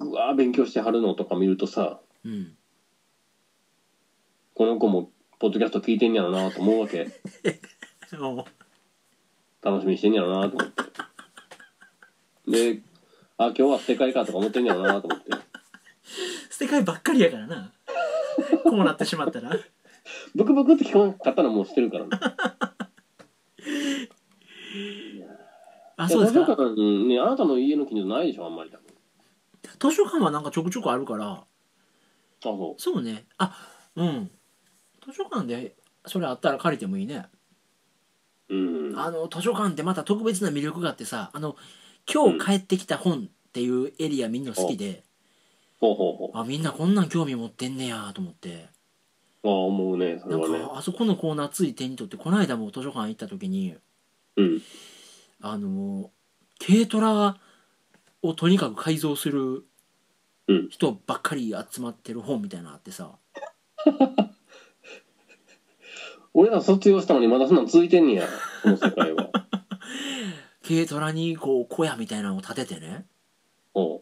A: うわー勉強してはるのとか見るとさ
B: うん
A: この子もポッドキャスト聞いてんやろなと思うわけ
B: お
A: 楽しみにしてんやろなと思ってであ今日は世界かとか思ってんやろなと思って
B: 世界ばっかりやからなこうなってしまったら
A: ブクブクって聞こえなかったらもうしてるからね
B: あそうです
A: いや図書
B: か
A: 館にね、あなたの家の近所ないでしょ、あんまり多分。
B: 図書館はなんかちょくちょくあるから
A: あ、そ
B: そうねあうん図書館でそれあったら借りてもいいね
A: う。うん。
B: あの図書館ってまた特別な魅力があってさあの今日帰ってきた本っていうエリアみんな好きで、
A: ほうほうほう。あ
B: あみんなこんなん興味持ってんねやと思って
A: あ、思うね、それ
B: なん
A: はね。
B: かあそこのコーナーつい手にとってこの間も図書館行った時に
A: うん。
B: あの軽トラをとにかく改造する
A: うん
B: 人ばっかり集まってる本みたいなのあってさ
A: 俺ら卒業したのにまだそんなん続いてんねや、この世界は。
B: 軽トラにこう小屋みたいなのを建ててね
A: おう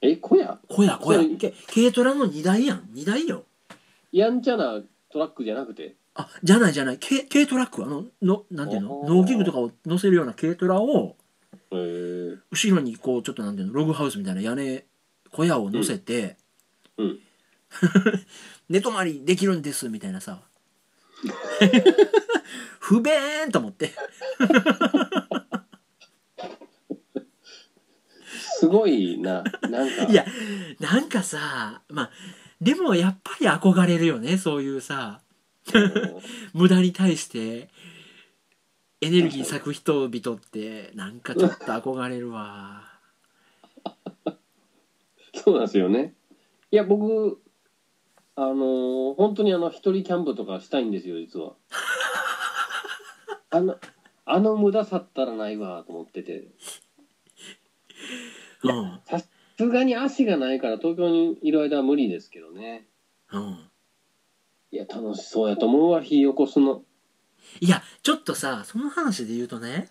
A: え、小屋
B: 小屋小屋
A: そう
B: け軽トラの荷台やん荷台よ
A: やんちゃなトラックじゃなくて。
B: あじゃないじゃない軽軽トラックあののなんていうの
A: おー
B: 農機具とかを乗せるような軽トラを
A: へえ。
B: 後ろにこうちょっとなんていうのログハウスみたいな屋根小屋を乗せて、
A: うんうん
B: 寝泊まりできるんですみたいなさ 不便と思って
A: すごいな、なんか。
B: いやなんかさまあでもやっぱり憧れるよねそういうさ無駄に対してエネルギー割く人々ってなんかちょっと憧れるわ
A: そうなんですよね。いや、僕、あのー本当にあの、一人キャンプとかしたいんですよ、実は。あの、あの無駄さったらないわ、と思ってて。いや
B: うん
A: さすがに足がないから東京にいる間は無理ですけどね。
B: うん
A: いや、楽しそうやと思うわ、火起こすの。
B: いやちょっとさその話で言うとね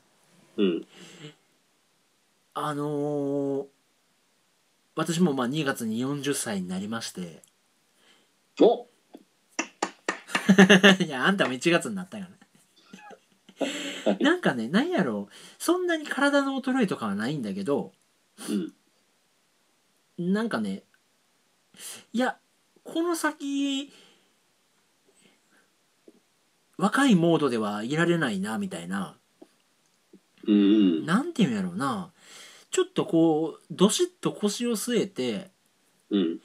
A: うん。
B: あのー私もまあ2月に40歳になりまして
A: お
B: いやあんたも1月になったよねなんかねなんやろうそんなに体の衰えとかはないんだけど
A: うん。
B: なんかねいやこの先若いモードではいられないなみたいな
A: うんうん。
B: なんていうんやろうなちょっとこうどしっと腰を据えて
A: うん。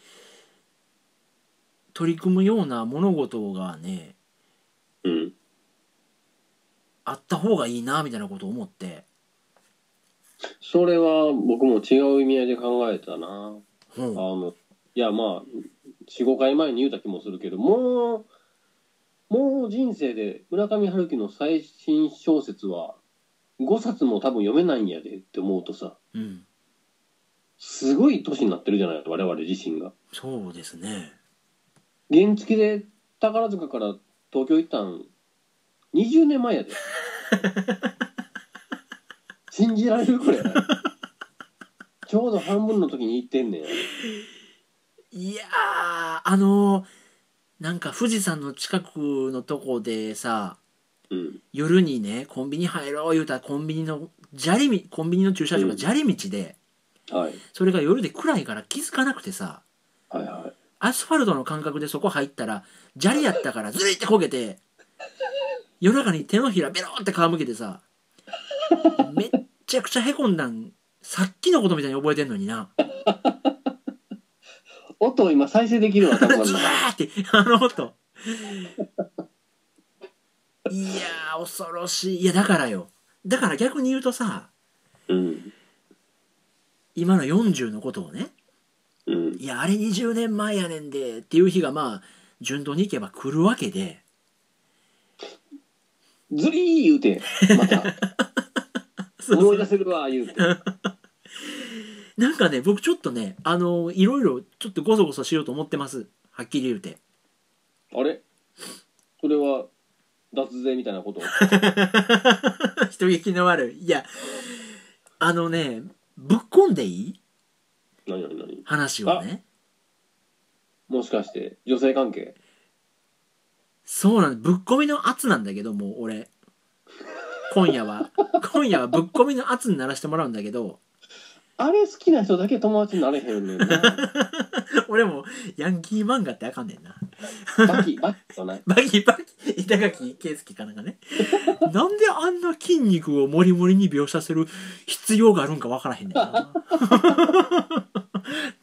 B: 取り組むような物事がね
A: うん。
B: あった方がいいなみたいなことを思って、
A: それは僕も違う意味合いで考えたな。
B: うん
A: あの、いや、まあ、4、5回前に言うた気もするけど、もう、もう人生で村上春樹の最新小説は5冊も多分読めないんやでって思うとさ、
B: うん、
A: すごい年になってるじゃない、我々自身が。
B: そうですね
A: 原付で宝塚から東京行ったん20年前や で信じられるこれちょうど半分の時に行ってんねん
B: いやーあのーなんか富士山の近くのとこでさ
A: うん
B: 夜にねコンビニ入ろう言うたらコンビニの砂利みコンビニの駐車場が砂利道で、
A: はい
B: それが夜で暗いから気づかなくてさ
A: はいはい。
B: アスファルトの感覚でそこ入ったら砂利やったからずりって焦げて夜中に手のひらベローって皮むけてさめっちゃくちゃへこんだんさっきのことみたいに覚えてんのにな
A: 音を今再生できるのは
B: ズ
A: 頭の
B: ワ
A: 中
B: ーってあの音いやー恐ろしいいやだからよだから逆に言うとさ
A: うん。
B: 今の40のことをね
A: うん。
B: いやあれ20年前やねんでっていう日がまあ順当にいけば来るわけで
A: ずりー言うて、ま た。思い出せるわ、言うて。
B: なんかね、僕ちょっとね、あのいろいろちょっとごそごそしようと思ってます。はっきり言うて。
A: あれそれは、脱税みたいなこと
B: 人聞きの悪い。いや、あのね、ぶっこんでいい
A: 何何何
B: 話をね。
A: もしかして、女性関係
B: そうなんぶっこみの圧なんだけど、もう俺。今夜 は、今夜はぶっこみの圧にならしてもらうんだけど、
A: あれ好きな人だけ友達になれへんねんな。
B: 俺もヤンキー漫画ってあかんねんな。
A: バキ、バキとない。
B: バキバキ、板垣圭介かなんかね。なんであんな筋肉をモリモリに描写する必要があるんかわからへんねんな。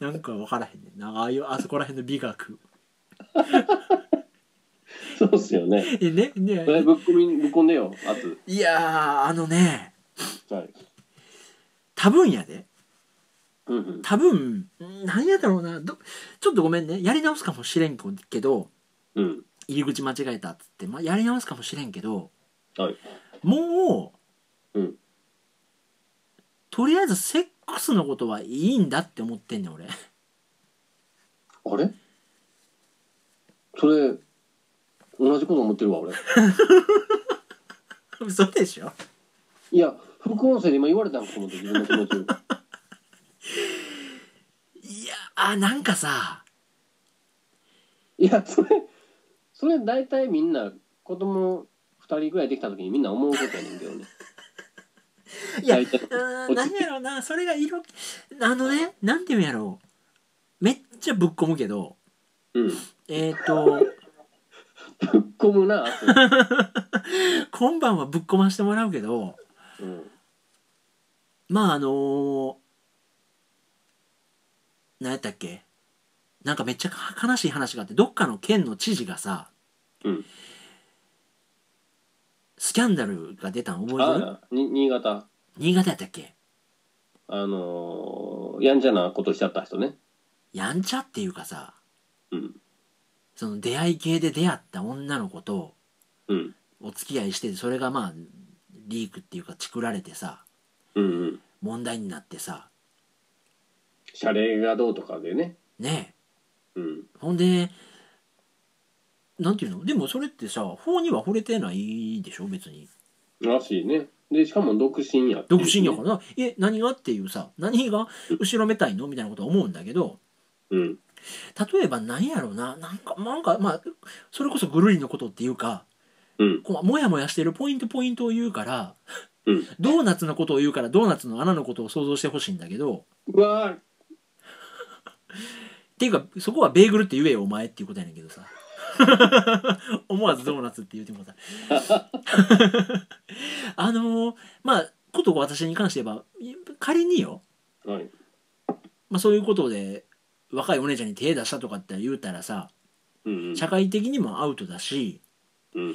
B: なんかわからへんねんな。ああいう、あそこら辺の美学。
A: そうっすよね。
B: えね、
A: それ
B: ね、
A: ぶっこみ、ぶっこんでよ、圧。
B: いやー、あのね、
A: はい。
B: 多分やで。
A: うんうん。
B: 多分、ん何やだろうな。どちょっとごめんね。やり直すかもしれんけど、
A: うん。
B: 入り口間違えたっつって、まあ、やり直すかもしれんけど、
A: はい。
B: もう、
A: うん
B: とりあえずセックスのことはいいんだって思ってんねん俺
A: あれそれ、同じこと思ってるわ、俺。
B: 嘘でしょ
A: いや、副音声で今言われたんかと思って、自分の気持 ちを。
B: いやあなんかさ
A: いや、それ、それ大体みんな、子供2人ぐらいできた時にみんな思うことやねんけどね。
B: いやう
A: 大体
B: ーん何やろうなそれが色気あのねなんていうんやろうめっちゃぶっ込むけど
A: うん。
B: えっ、ー、と
A: ぶっ込むな、圧。
B: 今晩はぶっ込ましてもらうけど
A: うん。
B: まああのー、何やったっけなんかめっちゃ悲しい話があってどっかの県の知事がさ、
A: うん。
B: スキャンダルが出たん覚えてる
A: ああ、に新潟。
B: 新潟やったっけ
A: あのーやんちゃなことしちゃった人ね。
B: やんちゃっていうかさ
A: うん。
B: その出会い系で出会った女の子と
A: うん。
B: お付き合いしてそれがまあリークっていうかチクられてさ
A: うんうん。
B: 問題になってさ
A: 謝礼がどうとかでね。
B: ね
A: うん。
B: えほんでなんていうのでもそれってさ法には惚れてないでしょ別に
A: らしいね。で、しかも独身やっていうね
B: 独身やからな「え何が?」っていうさ「何が後ろめたいの?」みたいなことは思うんだけど
A: うん。
B: 例えば何やろうななんかなんかまあそれこそぐるりのことっていうか
A: うん。
B: こうもやもやしてるポイントポイントを言うから
A: うん。
B: ドーナツのことを言うからドーナツの穴のことを想像してほしいんだけど
A: うわー
B: っていうかそこはベーグルって言えよお前っていうことやねんけどさ 思わずドーナツって言うてもさ あのーまあこと私に関して言えば仮によ、
A: はい。
B: まあ、そういうことで若いお姉ちゃんに手出したとかって言うたらさ
A: うんうん。
B: 社会的にもアウトだし、
A: うん。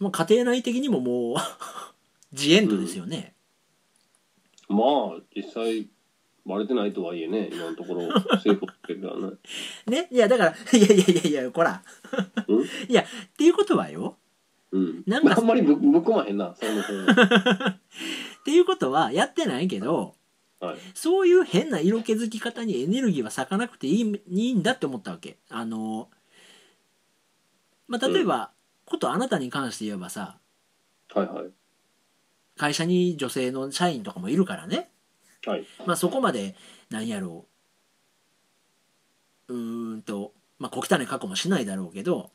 B: まあ、家庭内的にももう ジエンドですよね、
A: まあ、実際、バレてないとはいえね、今のところ、成功してるからね。
B: ねいやだからいやいやいやいやこら
A: うん
B: いやっていうことはよ
A: うん。
B: なんか
A: あんまりぶぶっ込まへんな、そのその
B: っていうことはやってないけど
A: はい。
B: そういう変な色気づき方にエネルギーは割かなくていいいいんだって思ったわけあのまあ例えば、ことあなたに関して言えばさ
A: はいはい。
B: 会社に女性の社員とかもいるからね
A: はい。
B: まあそこまでなんやろううーんとまあ小汚い格好もしないだろうけど、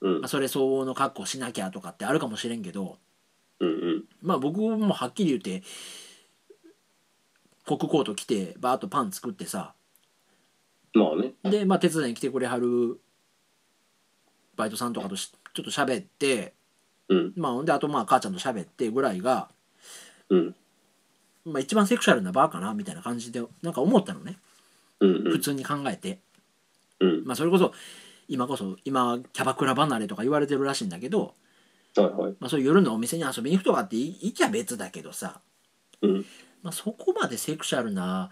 A: うん
B: まあ、。それ相応の格好しなきゃとかってあるかもしれんけど
A: うんうん。
B: まあ僕もはっきり言ってコックコート着てバーッとパン作ってさ
A: まあね。
B: で、まあ、手伝いに来てくれはるバイトさんとかとしちょっと喋って、
A: うん。
B: まあ、ほんであとまあ母ちゃんと喋ってぐらいが、
A: うん。
B: まあ、一番セクシャルなバーかなみたいな感じでなんか思ったのね
A: うん。う
B: 普
A: ん。
B: 通に考えて、
A: うん。
B: まあ、それこそ今こそ今キャバクラ離れとか言われてるらしいんだけど、
A: はいはい。
B: まあ、そういう夜のお店に遊びに行くとかっていいきゃ別だけどさ、
A: うん。
B: まあ、そこまでセクシャルな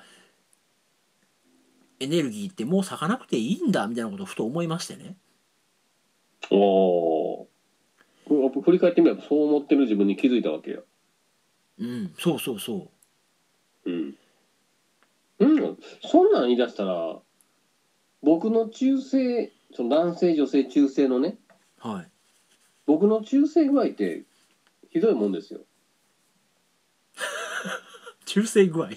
B: エネルギーってもう咲かなくていいんだみたいなことをふと思いましてね
A: おーこれやっぱ振り返ってみればそう思ってる自分に気づいたわけや。
B: うんそうそうそう
A: うん。うん。そんなん言い出したら、僕の中性、その男性、女性、中性のね、
B: はい
A: 僕の中性具合ってひどいもんですよ。
B: 中性具合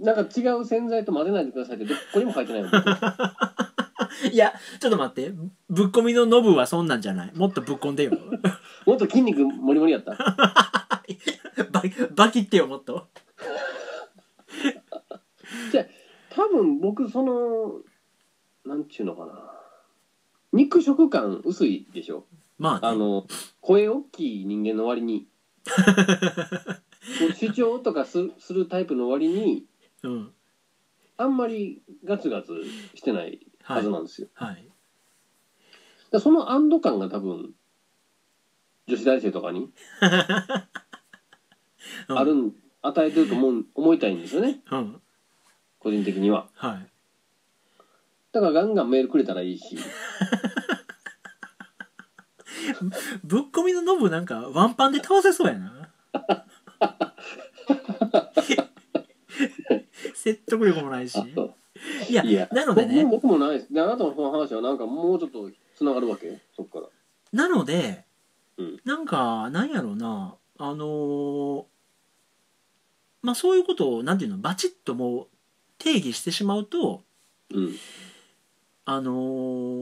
A: なんか違う洗剤と混ぜないでくださいってどっこにも書いてないもん。あ
B: いやちょっと待ってぶっ込みのノブはそんなんじゃないもっとぶっ込んでよ
A: もっと筋肉もりもりやった。
B: バキバキってよもっと
A: 多分僕その、なんちゅうのかな。肉食感薄いでしょ。
B: まあ
A: あ
B: ね
A: の、声大きい人間の割 に。こう主張とかすするタイプの割に、
B: うん
A: あんまりガツガツしてないはずなんですよ。
B: はい
A: だからその安堵感が多分、女子大生とかに
B: うん
A: あるん、与えてると思う思いたいんですよね、
B: うん
A: 個人的には。
B: はい
A: だからガンガンメールくれたらいいし、
B: ぶっ込みのノブなんかワンパンで倒せそうや な説得力もないし
A: あと、
B: いや
A: いや、
B: なのでね
A: 僕も僕もないです。であなたのその話はなんかもうちょっとつながるわけそっから。
B: なので、
A: うん
B: なんかなんやろうなあのーまあそういうことをなんていうのバチッともう定義してしまうと
A: うん。
B: あの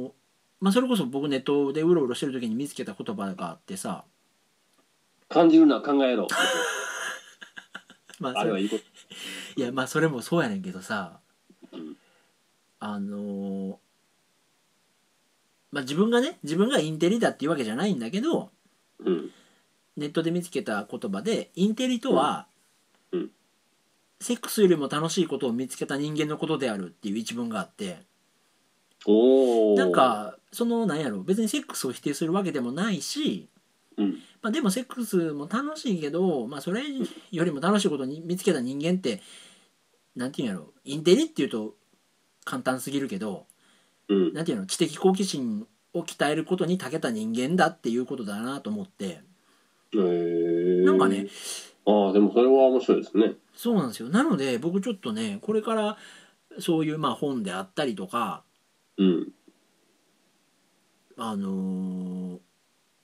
B: ーまあそれこそ僕ネットでうろうろしてる時に見つけた言葉があってさ、
A: 感じるな、考 えろ。
B: まあ、
A: あ
B: そ
A: れは
B: れ
A: いいこと。
B: いやまあそれもそうやねんけどさ、
A: うん
B: あのーまあ自分がね自分がインテリだっていうわけじゃないんだけど
A: うん。
B: ネットで見つけた言葉でインテリとは、
A: うんうん
B: セックスよりも楽しいことを見つけた人間のことであるっていう一文があって
A: おお。
B: なん、かそのなんやろ別にセックスを否定するわけでもないし、
A: うん。
B: まあ、でもセックスも楽しいけど、まあ、それよりも楽しいことに見つけた人間ってなんていうんやろインテリっていうと簡単すぎるけど
A: うん。
B: なんていうの知的好奇心を鍛えることに長けた人間だっていうことだなと思って
A: へー
B: なんかね。
A: ああ、でもそれは面白いですね。
B: そうなんですよなので僕ちょっとねこれからそういうまあ本であったりとか
A: うん。
B: あのー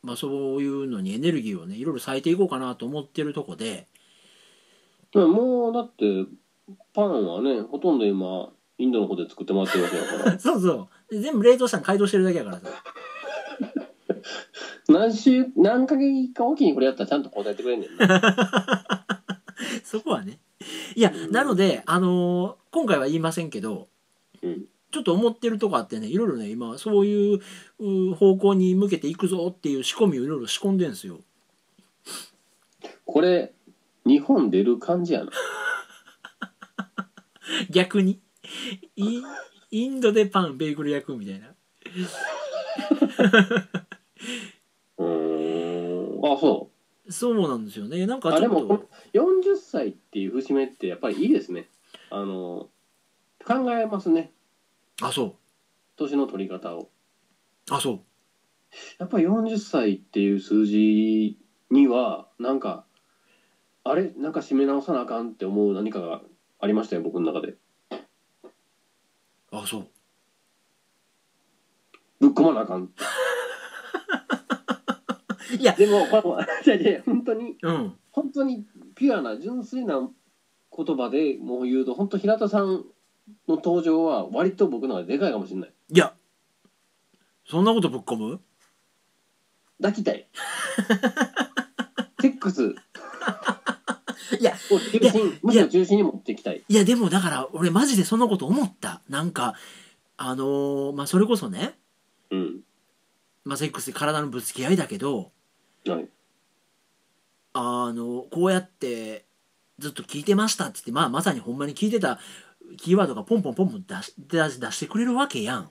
B: まあそういうのにエネルギーをねいろいろ割いていこうかなと思ってるとこで、
A: まあもうだって、パンはね、ほとんど今、インドの方で作ってもらってるわけだから
B: そうそうで全部冷凍したの解凍してるだけやからさ
A: 何週、何ヶ月かおきにこれやったらちゃんと答えてくれんねんな。
B: そこはねいや
A: うん
B: なのであのー今回は言いませんけど
A: うん。
B: ちょっと思ってるとこあってねいろいろね今そういううー方向に向けていくぞっていう仕込みをいろいろ仕込んでんすよ
A: これ、日本出る感じやな。
B: 逆にインインドでパンベーグル焼くみたいな
A: うーん。あ、そ
B: そうなんですよねなん
A: う。
B: か
A: あ、
B: ち
A: で
B: ょっ
A: も
B: と
A: この、40歳っていう節目ってやっぱりいいですね。あの、考えますね。
B: あそう
A: 年の取り方を。
B: あそう
A: やっぱり40歳っていう数字にはなんかあれなんか締め直さなあかんって思う何かがありましたよ僕の中で
B: あそう
A: ぶっ込まなあかん
B: いや
A: でもこれ いやいや本当に
B: うん
A: 本当にピュアな純粋な言葉でもう言うと本当平田さんの登場は割と僕の中ででかいかもしれない
B: いやそんなことぶっ込む
A: 抱きたいセックスを中
B: い
A: 心、むしろ中心に持っていきたい。
B: いやでもだから俺マジでそんなこと思ったなんかあのーまあそれこそね、
A: うん。
B: まあ、セックスで体のぶつけ合いだけど
A: はい。
B: あのこうやってずっと聞いてましたって言って、まあ、まさにほんまに聞いてたキーワードがポンポンポンポン出し出し出してくれるわけやん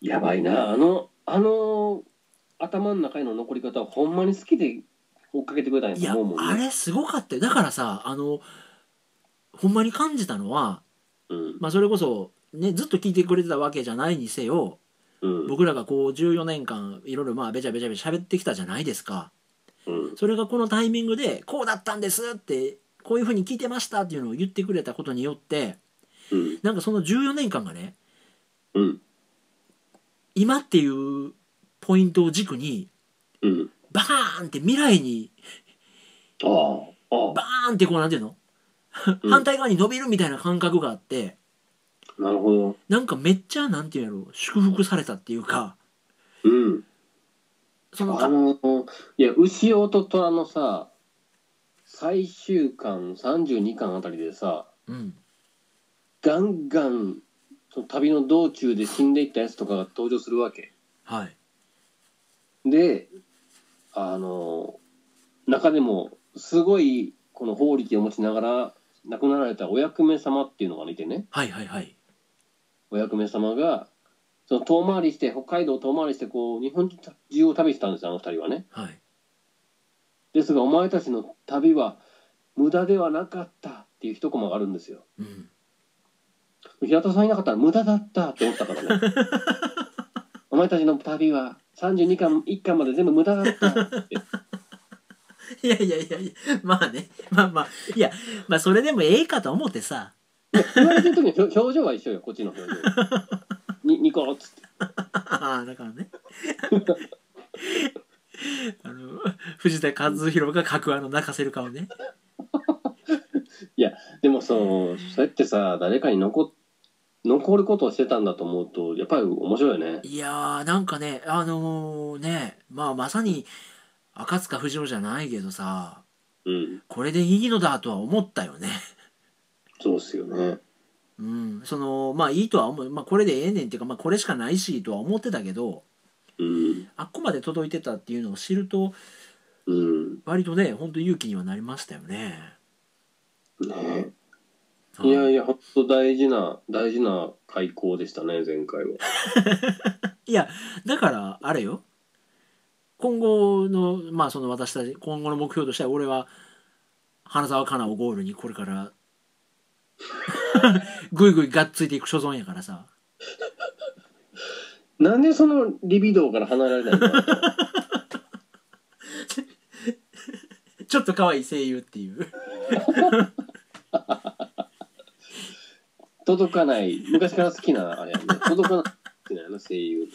A: やばいな。あの、あの、頭の中への残り方はほんまに好きで追っかけてくれたん
B: い
A: や
B: や
A: と思うも
B: あ
A: んね。
B: れすごかったよだからさあのほんまに感じたのは、
A: うん。
B: まあ、それこそ、ね、ずっと聞いてくれてたわけじゃないにせよ
A: うん。
B: 僕らがこう14年間いろいろまあべちゃべちゃべちゃ喋ってきたじゃないですか
A: うん。
B: それがこのタイミングでこうだったんですってこういうふうに聞いてましたっていうのを言ってくれたことによって
A: うん。
B: なんかその14年間がね
A: うん。
B: 今っていうポイントを軸に
A: うん。
B: バーンって未来に
A: ああ。あ
B: バーンってこうなんていうの、
A: うん
B: 反対側に伸びるみたいな感覚があって
A: あ。なるほど。
B: なんかめっちゃなんていうんやろ祝福されたっていうか
A: うん。
B: その
A: あの、いや、牛尾と虎のさ、最終巻32巻あたりでさ、
B: うん
A: ガンガン、その旅の道中で死んでいったやつとかが登場するわけ。
B: はい
A: で、あの、中でも、すごい、この法力を持ちながら、亡くなられたお役目様っていうのがいてね、
B: はいはいはい
A: お役目様が、その遠回りして、北海道を遠回りして、こう、日本中を旅したんですよ、あの二人はね。
B: はい
A: ですが、お前たちの旅は、無駄ではなかったっていう一コマがあるんですよ。
B: うん
A: 平田さんいなかったら無駄だったって思ったからねお前たちの旅は32巻1巻まで全部無駄だったって
B: いやいやいやいやまあねまあまあいやまあそれでもええかと思ってさ
A: 言われてる時の表表情は一緒よこっちの表情にニコッつって
B: ああだからね あの藤田和弘が格話の泣かせる顔ね
A: でもそうそうやってさ誰かに残残ることをしてたんだと思うとやっぱり面白いよね
B: いやーなんかねあのーねまあまさに赤塚不二夫じゃないけどさ
A: うん
B: これでいいのだとは思ったよね
A: そうっすよね
B: うんそのまあいいとは思う、まあ、これでええねんっていうか、まあ、これしかないしとは思ってたけど
A: うん
B: あっこまで届いてたっていうのを知ると
A: うん
B: 割とね本当勇気にはなりましたよね
A: ねいやい
B: や
A: や本当大事な大事な開口でしたね前回は
B: いやだからあれよ今後のまあその私たち今後の目標としては俺は花澤香菜をゴールにこれから ぐいぐいがっついていく所存やからさ
A: なんでそのリビドーから離れられないのか
B: ちょっと可愛い声優っていう
A: 届かない昔から好きなあ れやね届かない好きなあの声優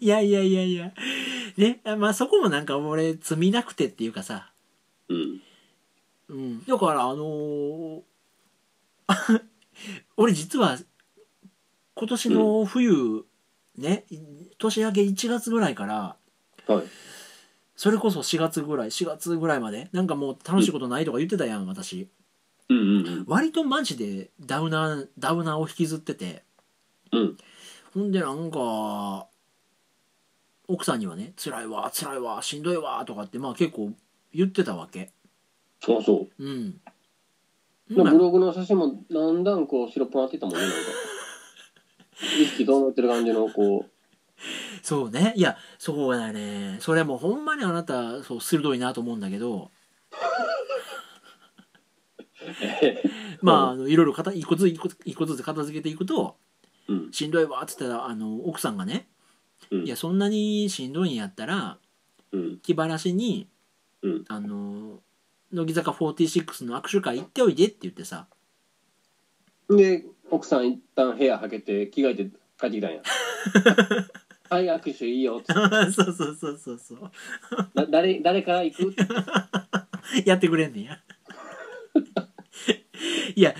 B: いやいやいやいやねまあそこもなんか俺積みなくてっていうかさ
A: うん
B: うんだからあのー 俺実は今年の冬、ね年明け1月ぐらいから
A: はい
B: それこそ4月ぐらい4月ぐらいまでなんかもう楽しいことないとか言ってたやん私
A: うんうん
B: 割とマジでダウナーダウナーを引きずってて
A: うん
B: ほんでなんか奥さんにはね「辛いわ辛いわしんどいわ」とかってまあ結構言ってたわけ
A: そうそ
B: うん
A: うなんかブログの写真もだんだんこう白っぽなっていったもんねなん か意識どうなってる感じのこ
B: そうねいやそうだねそれもほんまにあなたそう鋭いなと思うんだけど まああのいろいろ片一個ずつ一個一個ずつ片付けていくと
A: ううん
B: しんどいわっつったらあの奥さんがね
A: う
B: い
A: ん
B: やそんなにしんどいんやったら
A: うん
B: 気晴らしに、
A: うん
B: あの乃木坂46の握手会行っておいでって言ってさ
A: で奥さん一旦部屋はけて着替えて帰ってきた んやはい握手いいよっつって
B: そうそうそうそうそう
A: だ誰誰から行くって
B: やってくれんねんやいや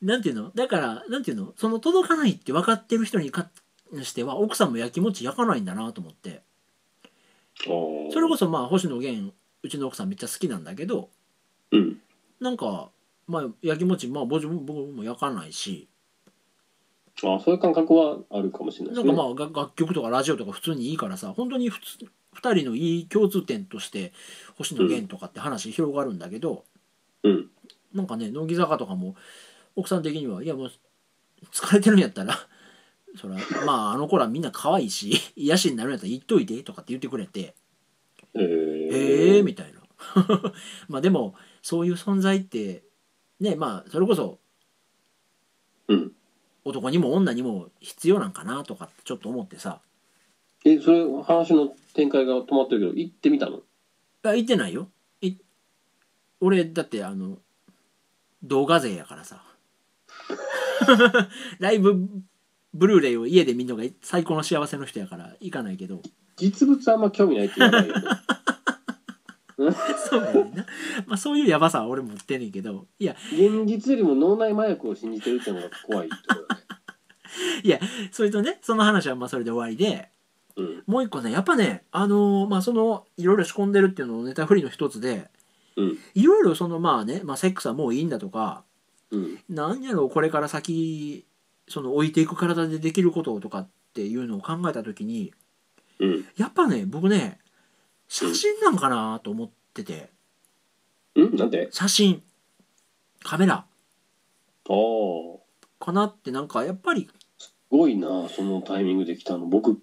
B: なんていうのだからなんていうのその届かないって分かってる人にかしては奥さんもやきもち焼かないんだなと思ってそれこそまあ星野源うちの奥さんめっちゃ好きなんだけど
A: うん
B: なんか、まあ、焼きもち、まあ、僕も僕も焼かないし、
A: あそういう感覚はあるかもしれない
B: な
A: で
B: ん
A: す
B: か
A: ね。
B: まあ、楽楽曲とかラジオとか普通にいいからさ、本当に普通2人のいい共通点として、星野源とかって話広がるんだけど、
A: うん。
B: なんかね、乃木坂とかも、奥さん的には、いやもう、疲れてるんやったら、 そら、まあ、あの子らみんな可愛いし、 癒しになるんやったら言っといて、とかって言ってくれて、
A: え
B: ええ
A: ー、
B: みたいな まあでもそういう存在ってねまあそれこそ
A: うん。
B: 男にも女にも必要なんかなとかってちょっと思ってさ
A: え、それ、話の展開が止まってるけど、行ってみたの
B: いや言ってないよい俺だってあの動画勢やからさ ライブブルーレイを家で見るのが最高の幸せの人やから行かないけど
A: 実物あんま興味ないってやばいよね。
B: そうやねんな、 まあ、そういうやばさは俺も持ってんねんけどいや
A: 現実よりも脳内麻薬を信じてるってのが怖いってことだね。
B: それとねその話はまあそれで終わりで
A: うん。
B: もう一個ねやっぱねあのーまあそのいろいろ仕込んでるっていうののネタフリの一つで
A: うん。
B: いろいろそのまあね、まあ、セックスはもういいんだとか
A: うん。
B: なんやろうこれから先その置いていく体でできることとかっていうのを考えた時に
A: うん。
B: やっぱね僕ね写真なんかなと思ってて
A: うんなんで
B: 写真カメラ
A: ああ。
B: かなってなんかやっぱり
A: すごいなそのタイミングで来たの僕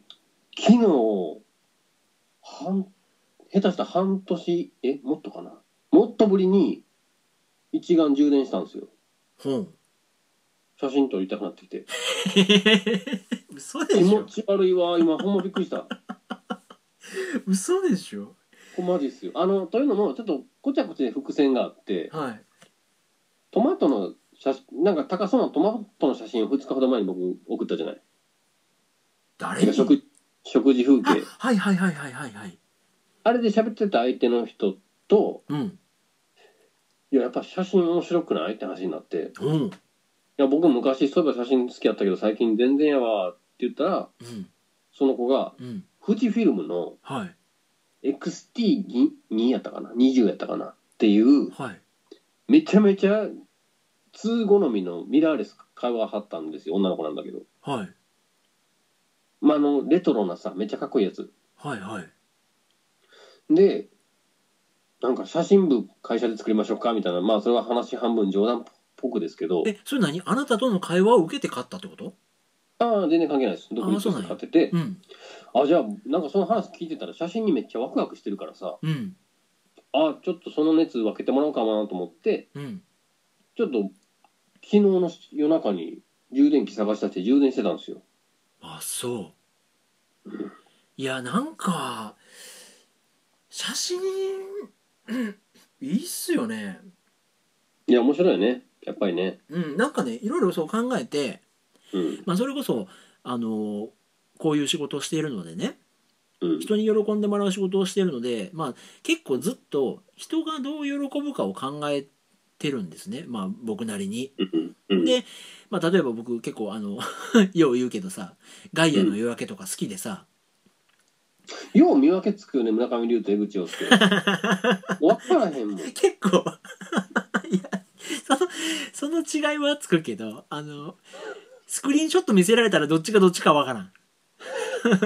A: 昨日半下手したら半年えもっとかなもっとぶりに一眼充電したんですよ
B: 本
A: 写真撮りたくなってきて
B: 嘘で
A: 気
B: し
A: 持
B: ょ
A: ち悪いわ今ほんまびっくりした
B: 嘘でしょ
A: これマジっすよあのというのもちょっとこちゃこちゃ伏線があって
B: はい
A: トマトの写真なんか高そうなトマトの写真を2日ほど前に僕送ったじゃない
B: 誰に
A: 食食事風
B: あ
A: 景
B: はいはいはいはいはいはい
A: あれで喋ってた相手の人と
B: うん
A: いややっぱ写真面白くないって話になって
B: うん
A: いや、僕も昔そういえば写真好きやったけど、最近全然やわって言ったら、
B: うん
A: その子が、
B: うん
A: 富士フィルムの
B: はい
A: XT2 やったかな ?20 やったかなっていう、
B: はい
A: めちゃめちゃ通好みのミラーレス買わはったんですよ。女の子なんだけど。
B: はい
A: まあ、あの、レトロなさ、めっちゃかっこいいやつ。
B: はいはい
A: で、なんか写真部会社で作りましょうかみたいな、まあ、それは話半分冗談っぽくですけど、
B: えそれ何あなたとの会話を受けて買ったってこと
A: ああ、全然関係ないです。独立して買ってて、
B: うん
A: あ、じゃあ、なんかその話聞いてたら写真にめっちゃワクワクしてるからさ、
B: うん
A: あちょっとその熱分けてもらおうかなと思って
B: うん
A: ちょっと昨日の夜中に充電器探したって充電してたんですよ
B: あそういやなんか写真うんいいっすよね
A: いや面白いよねやっぱりね
B: うんなんかねいろいろそう考えて、
A: うん
B: まあ、それこそあのこういう仕事をしているのでね
A: うん
B: 人に喜んでもらう仕事をしているので、まあ、結構ずっと人がどう喜ぶかを考えてるんですね、まあ、僕なりに。
A: うんうん
B: でまあ、例えば僕結構あの よう言うけどさ「ガイアの夜明け」とか好きでさ、
A: よう見分けつくよね村上龍と江口洋 介わからへんもん
B: 結構 いやそのその違いはつくけどあのスクリーンショット見せられたらどっちがどっちかわからん どっ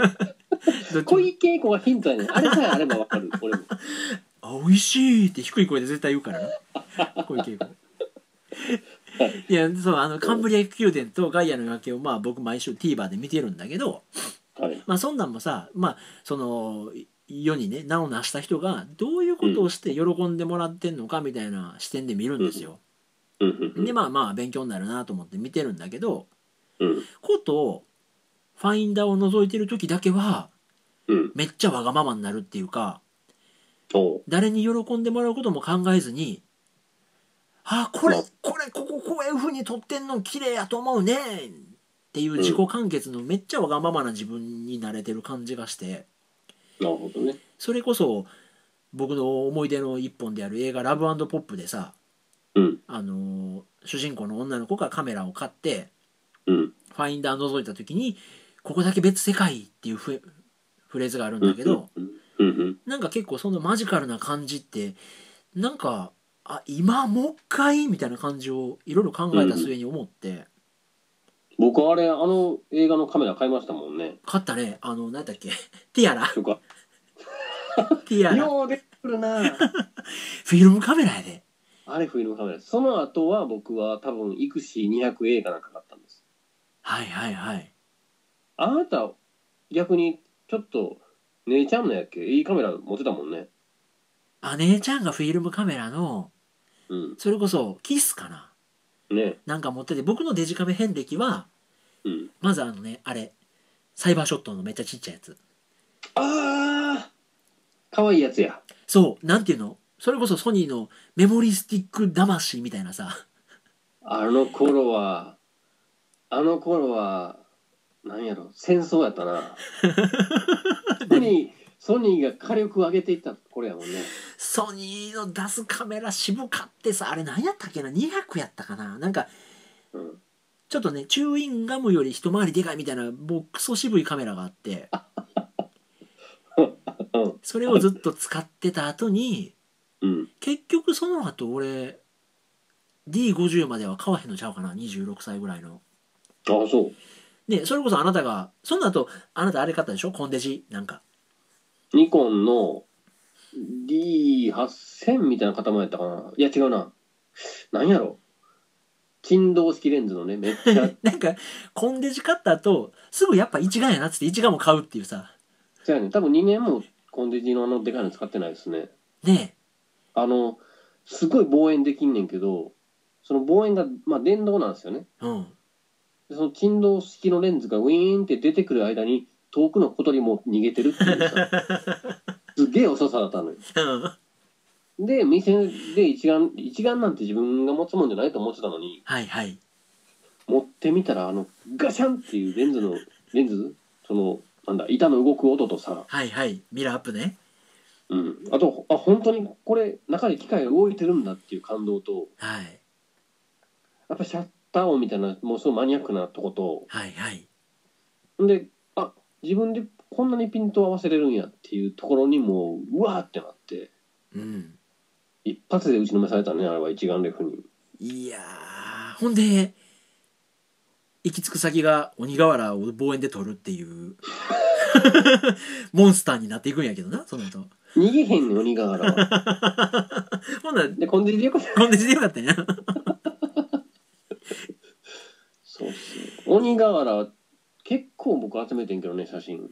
B: ちも
A: 小池栄子がヒントやねんあれさえあればわか る俺も
B: あ美味しいって低い声で絶対言うからな小池栄子いやそうあのカンブリア宮殿とガイアの夜明けをまあ僕毎週 TVer で見てるんだけど
A: はい
B: まあそんなんもさまあそのい世にね名を成した人がどういうことをして喜んでもらってんのかみたいな視点で見るんですよ。
A: うんうんうん
B: でまあまあ勉強になるなと思って見てるんだけど
A: うん
B: ことファインダーを覗いてる時だけは
A: うん
B: めっちゃわがままになるっていうか
A: おう
B: 誰に喜んでもらうことも考えずに「あこれこれこここういうふうに撮ってんの綺麗やと思うね」っていう自己完結のめっちゃわがままな自分に慣れてる感じがして
A: なるほどね
B: それこそ僕の思い出の一本である映画「ラブポップ」でさ
A: うん
B: あのー主人公の女の子がカメラを買って
A: うん
B: ファインダー覗いた時に「ここだけ別世界」っていうフレフレーズがあるんだけど、
A: うんうん
B: なんか結構そのマジカルな感じってなんかあ今もう一回みたいな感じをいろいろ考えた末に思って、
A: 僕あれ、あの映画のカメラ買いましたもんね。
B: 買ったねあの何だっけ ティアラ
A: 初回。
B: ティアラ
A: よう出てくる な
B: フィルムカメラやで
A: あれフィルムカメラです。その後は僕は多分、イクシー200映画なんか買ったんです。
B: はいはいはい
A: あなた、逆に、ちょっと、姉ちゃんのやっけいいカメラ持ってたもんね。
B: 姉ちゃんがフィルムカメラの
A: うん。
B: それこそキスかな
A: ね。
B: なんか持ってて僕のデジカメ遍歴は
A: うん。
B: まずあのねあれサイバーショットのめっちゃちっちゃいやつ
A: ああ可愛いやつや。
B: そうなんていうのそれこそソニーのメモリスティック魂みたいなさ
A: あの頃は、あの頃は、なんやろ、戦争やったな。ソニー、ソニーが火力を上げていったこれやもんね。
B: ソニーの出すカメラ渋かってさあれ何やったっけな200やったかななんか
A: うん。
B: ちょっとねチューインガムより一回りでかいみたいなもうクソ渋いカメラがあって
A: うん。
B: それをずっと使ってた後に
A: うん。
B: 結局その後俺 D50 までは買わへんのちゃうかな26歳ぐらいの
A: ああ、そう。
B: ねそれこそあなたがその後あなたあれ買ったでしょコンデジなんか
A: ニコンの D8000 みたいな塊やったかな。いや、違うな。なんやろ。振動式レンズのね、めっちゃ、
B: なんかコンデジ買った後すぐやっぱ一眼やなっつって一眼も買うっていうさ
A: そうやね。多分2年もコンデジのあのでかいの使ってないですね。
B: ね
A: あの、すごい望遠できんねんけど、その望遠が、まあ、電動なんですよね。
B: えうん
A: でその振動式のレンズがウィーンって出てくる間に、遠くの小鳥も逃げてるっていうさ、すげえ遅さだったのよ。
B: うん
A: で、店で一眼、一眼なんて自分が持つもんじゃないと思ってたのに、
B: はいはい
A: 持ってみたら、あの、ガシャンっていうレンズの、レンズその、なんだ、板の動く音とさ、
B: はいはいミラーアップね
A: うん。あと、あ、本当にこれ、中で機械が動いてるんだっていう感動と、
B: はい
A: やっぱシャッター音みたいな、もうすごいマニアックなとこと、
B: はいはい
A: んであ自分でこんなにピントを合わせれるんやっていうところにもううわーってなって
B: うん
A: 一発で打ちのめされたねあれは一眼レフに
B: いやーほんで行き着く先が鬼瓦を望遠で撮るっていう モンスターになっていくんやけどなその後
A: 逃げへんね鬼瓦 は
B: ほんなら
A: でコンデジでよかった
B: コンデジでよかったんや
A: そうっすね鬼瓦結構僕集めてんけどね写真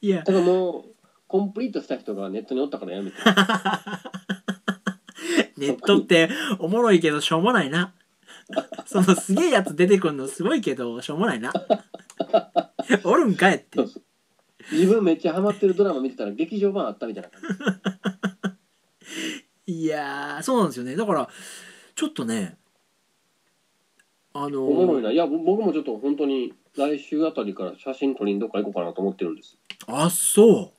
B: いや
A: ただもうコンプリートした人がネットにおったからや めて
B: ネットっておもろいけどしょうもないな。そのすげえやつ出てくんのすごいけどしょうもないな。おるんかえって
A: そう。そう自分めっちゃハマってるドラマ見てたら劇場版あったみたいな感じ
B: いやー、そうなんですよね。だから、ちょっとね、あのー
A: おもろいないやぼ僕もちょっと本当に来週あたりから写真撮りにどっか行こうかなと思ってるんです
B: あ、そ。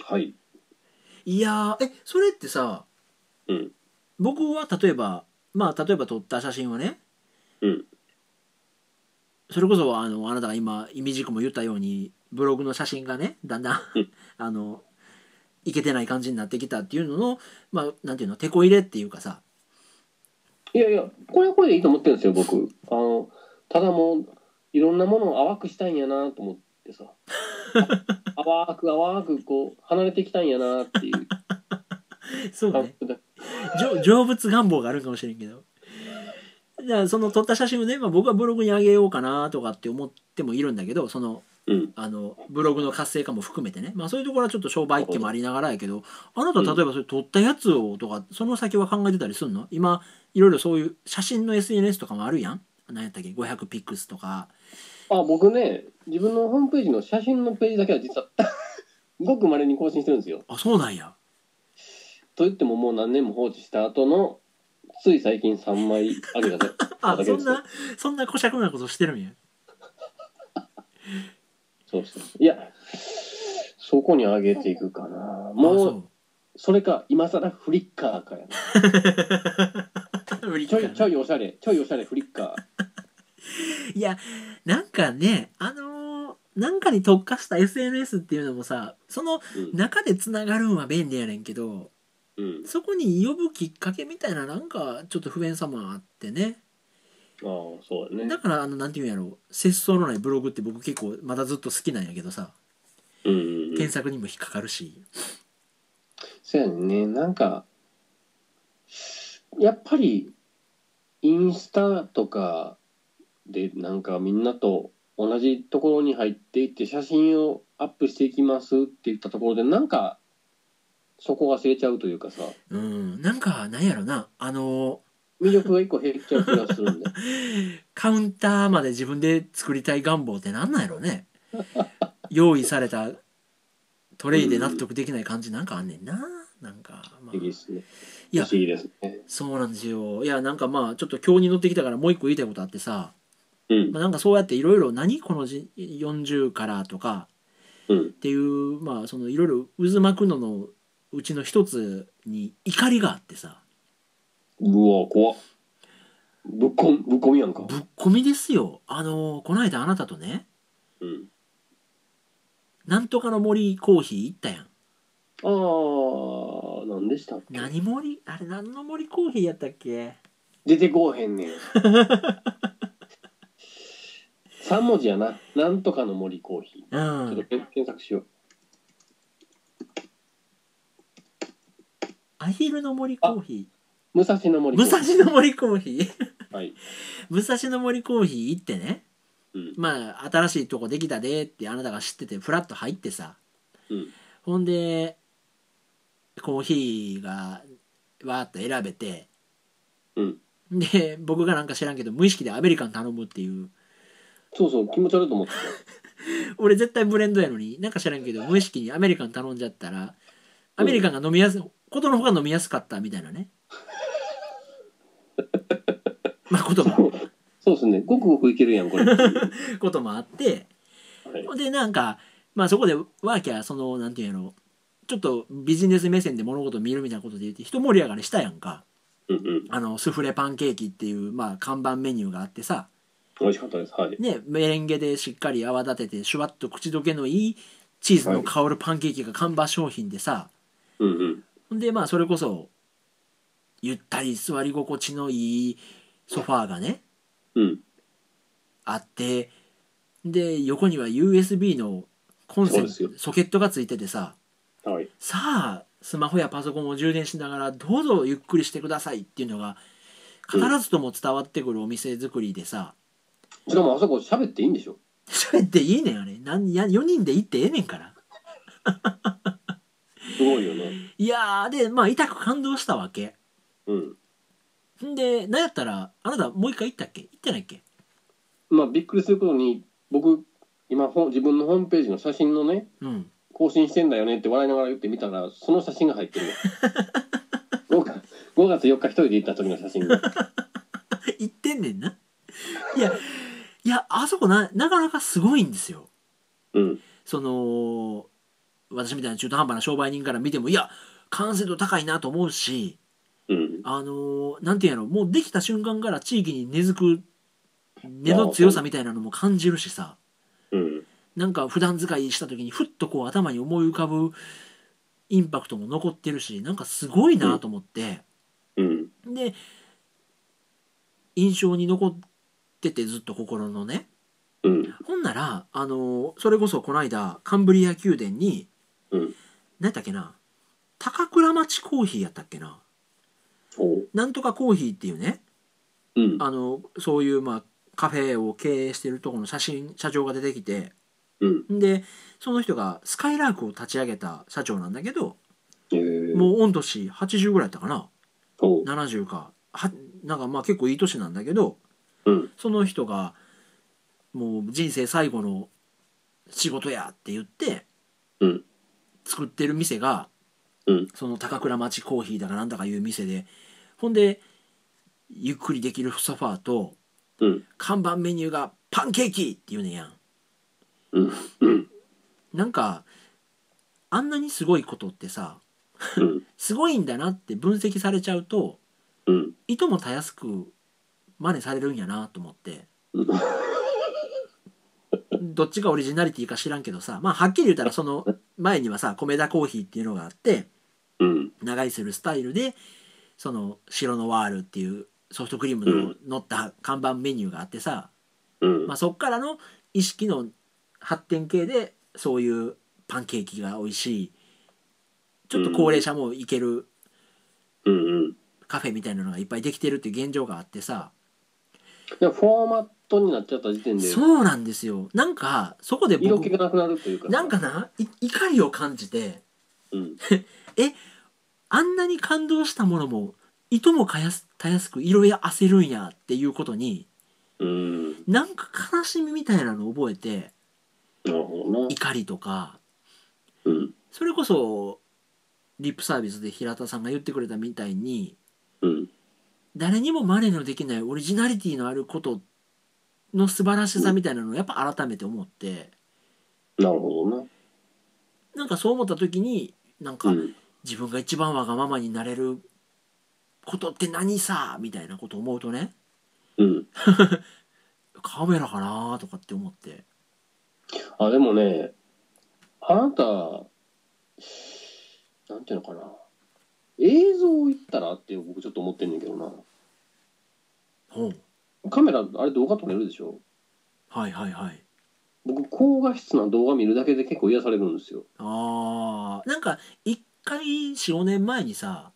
A: はいう
B: いやー、え、それってさ、
A: うん
B: 僕は例えば、まあ、例えば撮った写真はね、
A: うん
B: それこそあのあなたが今いみじくも言ったようにブログの写真がねだんだん
A: うん
B: あのいけてない感じになってきたっていうののまあなんていうの手こ入れっていうかさ
A: いやいや、これはこれでいいと思ってるんですよ、僕。あの、ただもう、いろんなものを淡くしたいんやなと思って さ。あ淡く淡くこう、離れていきたいんやなっていう
B: そう
A: 感
B: ね
A: 覚だ。
B: じょ成仏願望があるかもしれんけどだからその撮った写真をね、まあ、僕はブログに上げようかなとかって思ってもいるんだけどその
A: うん。
B: あのブログの活性化も含めてね、まあ、そういうところはちょっと商売っ気もありながらやけどあなた例えばそれ撮ったやつをとかその先は考えてたりすんの今いろいろそういう写真の SNS とかもあるやん何やったっけ500ピックスとか
A: あ、僕ね、自分のホームページの写真のページだけは実は、 ごく稀に更新してるんですよ。
B: あそうなんや
A: と言ってももう何年も放置した後の、つい最近3枚上げただけ
B: あ
A: だけ
B: そ
A: で
B: ん
A: すよ
B: なそんなこしゃくなことしてるんや
A: そうそう。いや、そこに上げていくかな。もう、
B: う
A: それか、今更フリッカーかやな。
B: 売り
A: ちょいちょいおしゃれ、ちょいおしゃれフリッカ
B: いやなんかねあのーなんかに特化した SNS っていうのもさその
A: ー。うん
B: 中でつながるんは便利やねんけど
A: うん。
B: そこに呼ぶきっかけみたいななんかちょっと不便さもあってね
A: ああ、そうだね。
B: だからあのなんていうんやろ節操のないブログって僕結構まだずっと好きなんやけどさ
A: うんうんうん
B: 検。索にも引っかかるし、
A: そうやね。なんか、やっぱり、インスタとかで、なんかみんなと同じところに入っていって、写真をアップしていきますって言ったところで、なんか、そこが忘れちゃうというかさ、
B: うん、なんかなんやろなあの
A: 魅力が一個減っちゃう気がするんだよ。
B: カウンターまで自分で作りたい願望ってなんなんや ろね用意されたトレイで納得できない感じなんかあんねんななんか、まあ
A: いいですね。不
B: いや
A: 思議ですね。
B: そうなんですよいやなんかまあちょっと今日に乗ってきたからもう一個言いたいことあってさ、
A: うん
B: ま。あ、なんかそうやっていろいろ何このじ40からとか
A: うん
B: っ。ていうまあそのいろいろ渦巻くののうちの一つに怒りがあってさ
A: うわ、怖っぶっこん、ぶっこみやんか。
B: ぶっ込みですよあのこの間あなたとね
A: うん。
B: なんとかの森コーヒー行ったやん
A: ああ、なんでしたっけ
B: 何森あれ何の森コーヒーやったっけ
A: 出てこうへん ねん。3文字やな。なんとかの森コーヒ
B: う
A: ー。ちょっ
B: ん
A: と検索しよ
B: アヒルの森コーヒ
A: う。武蔵の
B: ー
A: 森コ
B: 武
A: ーヒー。
B: 蔵の森コーヒー
A: はい。
B: 武蔵の森コーヒー行ってね
A: うん。
B: まあ新しいとこできたでってあなたが知っててフラッと入ってさ
A: うん。
B: ほんでコーヒーがわーっと選べて
A: うん。
B: で僕がなんか知らんけど無意識でアメリカン頼むっていう
A: そうそう、気持ち悪いと思ってた。
B: 俺絶対ブレンドやのになんか知らんけど無意識にアメリカン頼んじゃったらアメリカンが飲みやすことのほか飲みやすかったみたいな ねまあことも
A: そうですね。ごくごくいけるやん、 これ。はい。
B: こともあってでなんかまあそこでワーキャーそのなんていうんやろちょっとビジネス目線で物事を見るみたいなことで言って一盛り上がりしたやんか
A: うんうん。
B: あのスフレパンケーキっていう、まあ、看板メニューがあってさ、
A: 美味しかったです。はい。
B: ね、メレンゲでしっかり泡立ててシュワッと口どけのいいチーズの香るパンケーキが看板商品でさ
A: うんうん。
B: ほんでまあそれこそゆったり座り心地のいいソファーがね
A: うん。
B: あってで横には USB のコンセン
A: そうです
B: トソケットがついててさ
A: はい。
B: さあスマホやパソコンを充電しながらどうぞゆっくりしてくださいっていうのが必ずとも伝わってくるお店作りでさ
A: しかもあそこ喋っていいんでしょ
B: 喋っていいねんあれなんや4人で行ってええねんから
A: すごいよね。
B: いやーでまあ痛く感動したわけ
A: うん。
B: んでなんやったらあなたもう一回行ったっけ行ってないっけ
A: まあ、びっくりすることに、僕、今、ほん自分のホームページの写真のね、
B: うん
A: 更新してんだよねって笑いながら言ってみたらその写真が入ってるよ 5, 月5月4日一人で行った時の写真が
B: 行ってんねんないやいやあそこななかなかすごいんですよ
A: うん
B: その私みたいな中途半端な商売人から見てもいや完成度高いなと思うし
A: うん
B: あのーなんていうんやろもうできた瞬間から地域に根付く根の強さみたいなのも感じるしさ
A: うん
B: なんか普段使いした時にふっとこう頭に思い浮かぶインパクトも残ってるしなんかすごいなと思って、
A: うん
B: で印象に残っててずっと心のね
A: うん
B: ほんなら、あのーそれこそこの間カンブリア宮殿に、
A: うん
B: 何やったっけな高倉町コーヒーやったっけな
A: おう
B: なんとかコーヒーっていうね
A: うん
B: あのそういうまあカフェを経営してるところの写真社長が出てきて
A: うん
B: でその人がスカイラークを立ち上げた社長なんだけど
A: えー、
B: もう御年80ぐらいだったかな
A: おう
B: 70かはなんかまあ結構いい年なんだけど
A: うん
B: その人がもう人生最後の仕事やって言って
A: うん
B: 作ってる店が、
A: うん
B: その高倉町コーヒーだかなんだかいう店でほんでゆっくりできるソファーと
A: うん
B: 看板メニューがパンケーキって言うねんやん
A: うんうん
B: なんかあんなにすごいことってさ
A: うん
B: すごいんだなって分析されちゃうと
A: うん
B: いともたやすく真似されるんやなと思って
A: うん
B: どっちがオリジナリティか知らんけどさまあはっきり言ったらその前にはさ米田コーヒーっていうのがあって
A: うん。
B: 長居するスタイルでその白のワールっていうソフトクリームの乗った看板メニューがあってさ、
A: うん。
B: まあ、そっからの意識の発展系でそういうパンケーキが美味しいちょっと高齢者も行ける
A: うんうん。
B: カフェみたいなのがいっぱいできてるっていう現状があってさ
A: でフォーマットになっちゃった時点で、
B: そうなんですよなんかそこで
A: 色気
B: 僕
A: がなくなるというか。
B: なんか、ない怒りを感じて
A: うん。
B: あんなに感動したものもいともかやすたやすく色や焦るんやっていうことに
A: うん。
B: なんか悲しみみたいなのを覚えて
A: なるほどな。
B: 怒りとか
A: うん。
B: それこそリップサービスで平田さんが言ってくれたみたいに
A: うん。
B: 誰にも真似のできないオリジナリティのあることの素晴らしさみたいなのをやっぱ改めて思って
A: なるほどな。
B: なんかそう思った時になんか
A: うん。
B: 自分が一番わがままになれることって何さみたいなことを思うとね
A: うん。
B: カメラかなとかって思って
A: あ、でもね、あなた、なんていうのかな。映像を言ったらって僕ちょっと思ってんねんけどな。
B: ほう
A: カメラ、あれ動画撮れるでしょ
B: はいはいはい
A: 僕、高画質な動画見るだけで結構癒されるんですよ。
B: あーなんか一回45年前にさ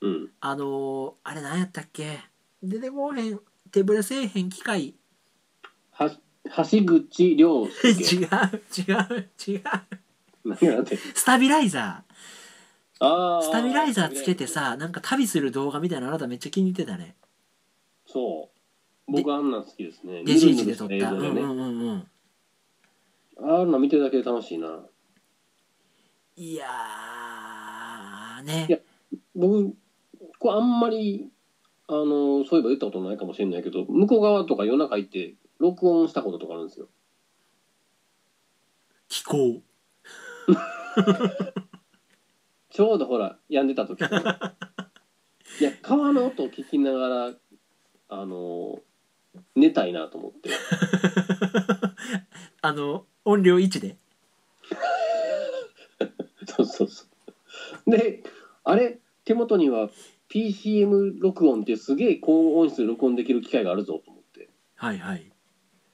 A: うん。
B: あのーあれ何やったっけ出てこうへん手ぶれせえへん機械
A: は、橋口亮
B: 違う
A: 介。
B: 違う違う
A: 何やって。
B: スタビライザー
A: ああ。
B: スタビライザーつけて。さなんか旅する動画みたいなのあなためっちゃ気に入ってたね
A: そう。僕、あんなん好きですね。
B: デジイチで撮っ
A: 見
B: た、
A: るんです
B: う
A: よ
B: ん
A: ね
B: う
A: 映像でね。
B: んうんうん
A: あんなん見てるだけで楽しいな。
B: いやーね
A: いや僕、こうあんまり、あの、そういえば言ったことないかもしれないけど、向こう側とか夜中行って、録音したこととかあるんですよ。
B: 気候
A: ちょうどほら、病んでた時いや、川の音を聞きながら、あの、寝たいなと思って。
B: あの音量1で
A: そうそうそう。で、あれ、手元には PCM 録音ってすげえ高音質で録音できる機械があるぞと思って。
B: はいはい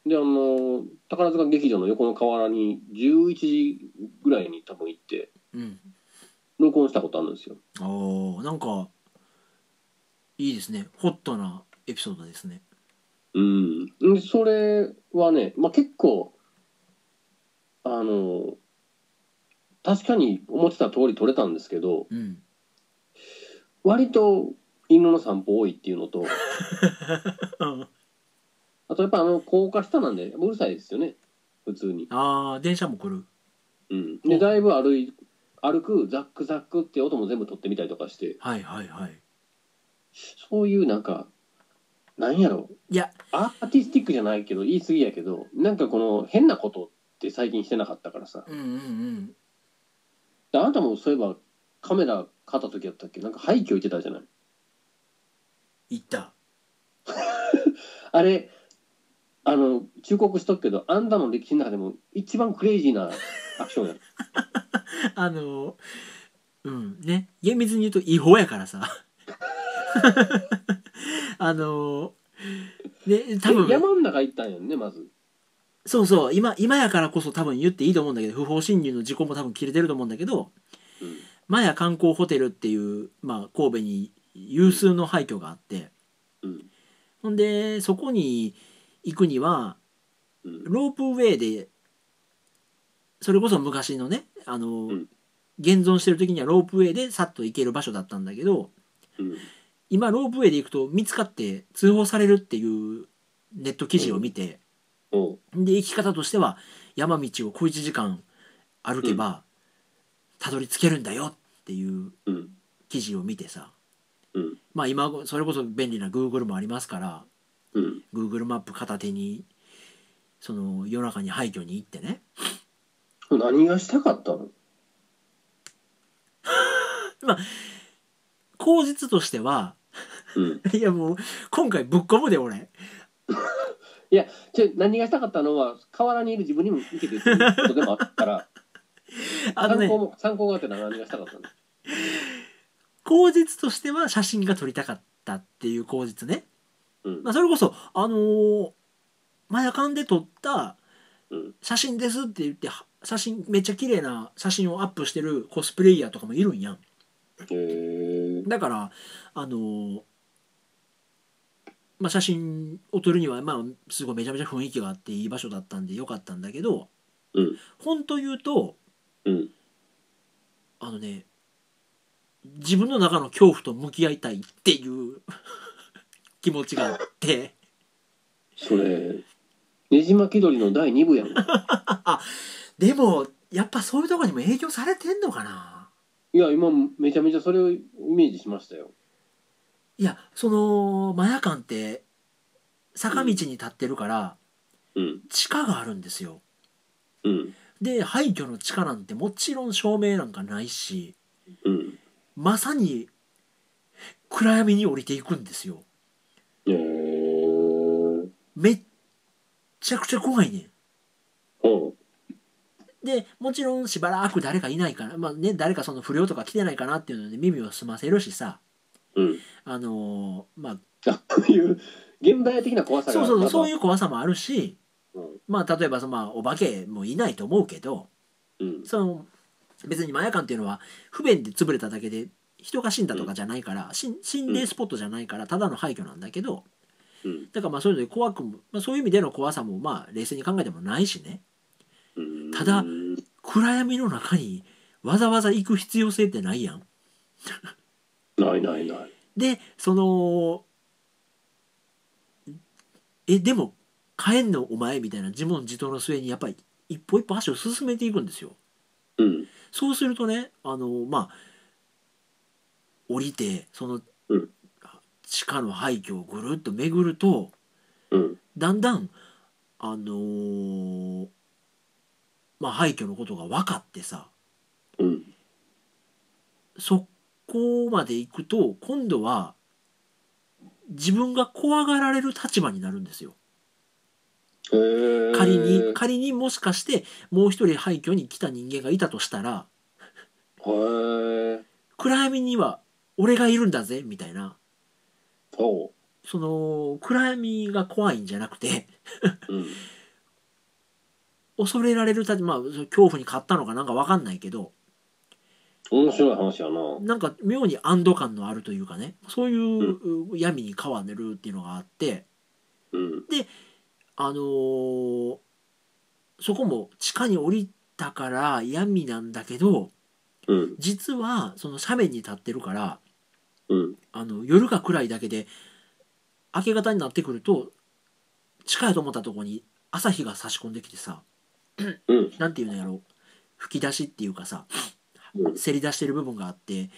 A: で、あの、宝塚劇場の横の河原に11時ぐらいに多分行って、
B: うん
A: 録音したことあるんですよ。
B: あーなんかいいですねホットなエピソードですね
A: うん。でそれはね、まあ、結構、あの、確かに思ってた通り撮れたんですけど、
B: うん
A: 割と犬の散歩多いっていうのと、
B: あ
A: あとやっぱあの、高架下なんで、うるさいですよね、普通に。
B: あー電車も来る
A: うん。で、だいぶ歩い、歩く、ザックザックって音も全部撮ってみたりとかして、
B: はいはいはい
A: そういうなんか、なんやろ、
B: いや
A: アーティスティックじゃないけど、言い過ぎやけど、なんかこの変なことって最近してなかったからさ。
B: うんうんうん
A: であなたもそういえばカメラ買った時やったっけなんか廃墟行ってたじゃない
B: 行った
A: あれあの忠告しとくけどあんたの歴史の中でも一番クレイジーなアクションや
B: あのうんね厳密に言うと違法やからさ あのね 多
A: え
B: 分
A: 山の中行ったんやんねまず
B: そうそう今今やからこそ多分言っていいと思うんだけど不法侵入の事故も多分切れてると思うんだけど
A: うん
B: マヤ観光ホテルっていう、まあ、神戸に有数の廃墟があって
A: うん
B: ほんでそこに行くには
A: うん
B: ロープウェイでそれこそ昔のねあの、
A: ん
B: 現存してる時にはロープウェイでさっと行ける場所だったんだけど
A: うん
B: 今ロープウェイで行くと見つかって通報されるっていうネット記事を見て、
A: おう
B: で行き方としては山道を小1時間歩けばたどり着けるんだよっていう
A: うん
B: 記事を見てさ
A: うん
B: まあ今それこそ便利な Google もありますから
A: うん
B: Google マップ片手にその夜中に廃墟に行ってね
A: 何がしたかったの
B: 口実としては
A: うん
B: いやもう今回ぶっ込むで俺
A: じゃ何がしたかったのは河原にいる自分にも受けてることでもあったから
B: あの
A: 参
B: ね
A: 考も参考があってな何がしたかったの
B: 口実としては写真が撮りたかったっていう口実ね、
A: うん
B: まあ、それこそあのーマヤカンで撮った
A: うん
B: 写真ですって言っては写真めっちゃ綺麗な写真をアップしてるコスプレイヤーとかもいるんやん
A: へえ
B: だからあのーまあ、写真を撮るには、まあ、すごいめちゃめちゃ雰囲気があっていい場所だったんでよかったんだけど、
A: うん
B: 本当言うと
A: うん
B: あのね自分の中の恐怖と向き合いたいっていう 気持ちがあって
A: それねじ巻き鳥の第2部やん
B: でもやっぱそういうところにも影響されてんのかない
A: や今めちゃめちゃそれをイメージしましたよ
B: いやそのマヤ館って坂道に立ってるから
A: うん
B: 地下があるんですよ
A: うん
B: で廃墟の地下なんてもちろん照明なんかないし
A: うん
B: まさに暗闇に降りていくんですよ
A: へえ
B: めっちゃくちゃ怖いねん
A: ほ
B: でもちろんしばらく誰かいないからまあね誰かその不良とか来てないかなっていうので耳を澄ませるしさ
A: ううん
B: あのーまあ
A: あこういう現代的な怖さが
B: そうそうそうそういうう怖さもあるし
A: うん
B: まあ例えばそのまあお化けもいないと思うけど
A: うん
B: その別にマヤ館っていうのは不便で潰れただけで人が死んだとかじゃないから、しん心霊スポットじゃないからただの廃墟なんだけど
A: うん
B: だからまあそういうので怖くも、まあ、そういう意味での怖さもまあ冷静に考えてもないしね
A: うん
B: ただ暗闇の中にわざわざ行く必要性ってないやん。
A: ないないない
B: でそのえでも帰んのお前みたいな自問自答の末にやっぱり一歩一歩足を進めていくんですよ。
A: うん
B: そうするとねあのまあ降りてその
A: うん
B: 地下の廃墟をぐるっと巡ると
A: うん
B: だんだんあのーまあ廃墟のことが分かってさ
A: うん
B: そこまで行くと今度は自分が怖がられる立場になるんですよ。
A: へー
B: 仮に仮にもしかしてもう一人廃墟に来た人間がいたとしたら
A: へえ
B: 暗闇には俺がいるんだぜみたいな
A: ほ
B: その暗闇が怖いんじゃなくて
A: ううん
B: 恐れられる立場まあ恐怖に勝ったのかなんか分かんないけど
A: 面白い話やな
B: なんか妙に安堵感のあるというかねそういう闇に変わるっていうのがあって
A: うん
B: あのーそこも地下に降りたから闇なんだけど
A: うん
B: 実はその斜面に立ってるから
A: うん
B: あの夜が暗いだけで明け方になってくると近いと思ったとこに朝日が差し込んできてさ
A: うん
B: なんていうのやろう吹き出しっていうかさ
A: うん
B: せり出してる部分があって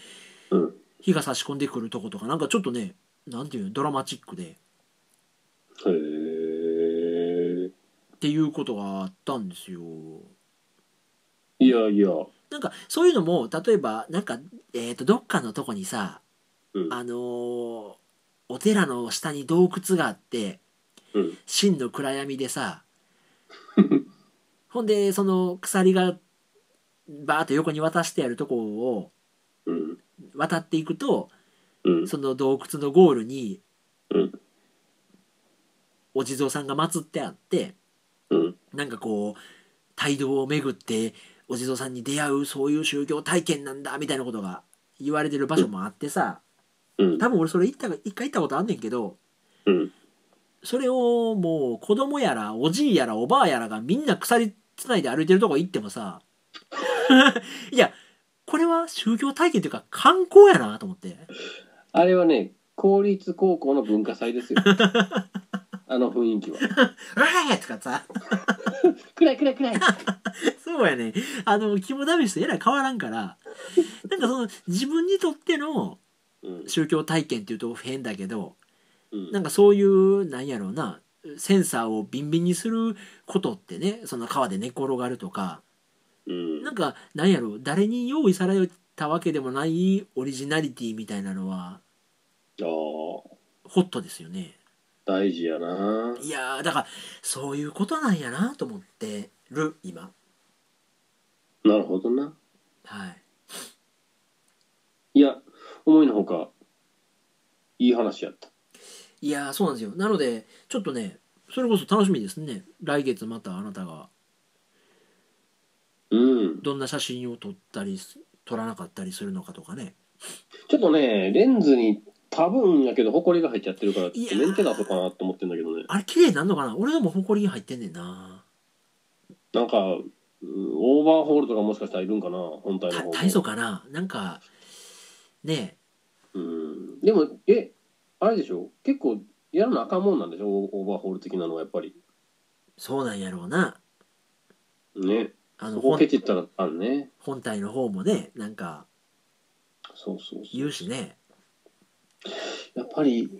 A: うん
B: 日が差し込んでくるとことかなんかちょっとねなんていうのドラマチックで
A: へえ
B: っていうことがあったんですよ。
A: いやいや
B: なんかそういうのも例えばなんか、えー、とどっかのとこにさ、
A: うん
B: あのーお寺の下に洞窟があって
A: うん
B: 真の暗闇でさ ほんでその鎖がバーッと横に渡してやるとこを
A: うん
B: 渡っていくと
A: うん
B: その洞窟のゴールに、
A: うん
B: お地蔵さんが祀ってあって
A: うん
B: なんかこう街道を巡ってお地蔵さんに出会うそういう宗教体験なんだみたいなことが言われてる場所もあってさ
A: うん
B: 多分俺それ行った一回行ったことあんねんけど
A: うん
B: それをもう子供やらおじいやらおばあやらがみんな鎖つないで歩いてるとこ行って もさいやこれは宗教体験というか観光やなと思って
A: あれはね公立高校の文化祭 ですよあの雰囲気は
B: 「うわ!」とかさ
A: 暗い暗い暗い
B: そうやね。あの、肝試しとえらい変わらんから、なんかその、自分にとっての
A: うん
B: 宗教体験っていうと変だけど、
A: うん
B: なんかそういう、なんやろうな、センサーをビンビンにすることってね、その川で寝転がるとか、
A: うん
B: なんか、なんやろう、誰に用意されたわけでもないオリジナリティみたいなのは、
A: ああ
B: ホットですよね。
A: 大事やない
B: やー、だから、そういうことなんやなと思ってる、今。
A: なるほどな
B: はい。
A: いや思いのほかいい話やった
B: いやーそうなんですよなのでちょっとねそれこそ楽しみですね来月またあなたが
A: うん
B: どんな写真を撮ったりす撮らなかったりするのかとかね
A: ちょっとねレンズに多分やけどホコリが入っちゃってるからちょっとメンテナンスかなと思ってんだけどね
B: あれ綺麗になんのかな俺でもホコリ入ってんねんな
A: なんかうんオーバーホールとかもしかしたらいるんかな本体の
B: た
A: 方も
B: 大層かななんかね
A: うんでもえあれでしょ結構やらなあかんもんなんでしょオオーバーホール的なのはやっぱり
B: そうなんやろうな
A: ね
B: あの
A: そこを
B: 本
A: ケチったらあんね
B: 本体の方もねなんか
A: そうそうそう
B: 言うしね
A: やっぱり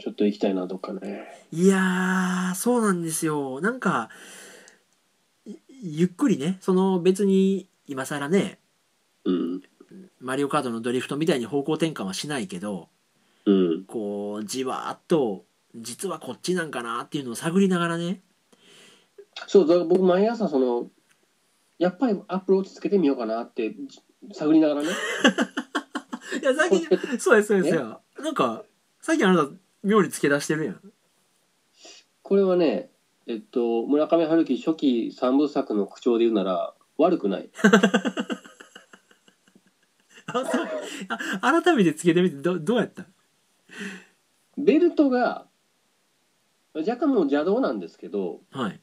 A: ちょっと行きたいなどっかね
B: いやーそうなんですよなんかいゆっくりねその別に今更ね
A: うん
B: マリオカートのドリフトみたいに方向転換はしないけど
A: うん
B: こうじわーっと実はこっちなんかなっていうのを探りながらね
A: そうだから僕毎朝そのやっぱりアップローチつけてみようかなってじ探りながらね
B: いや最近 そうですそうですよなんか最近あなた妙につけ出してるやん
A: これはねえっと村上春樹初期三部作の口調で言うなら悪くない
B: あそうあ改めてつけてみてどどうやった
A: ベルトが若干もう邪道なんですけど
B: はい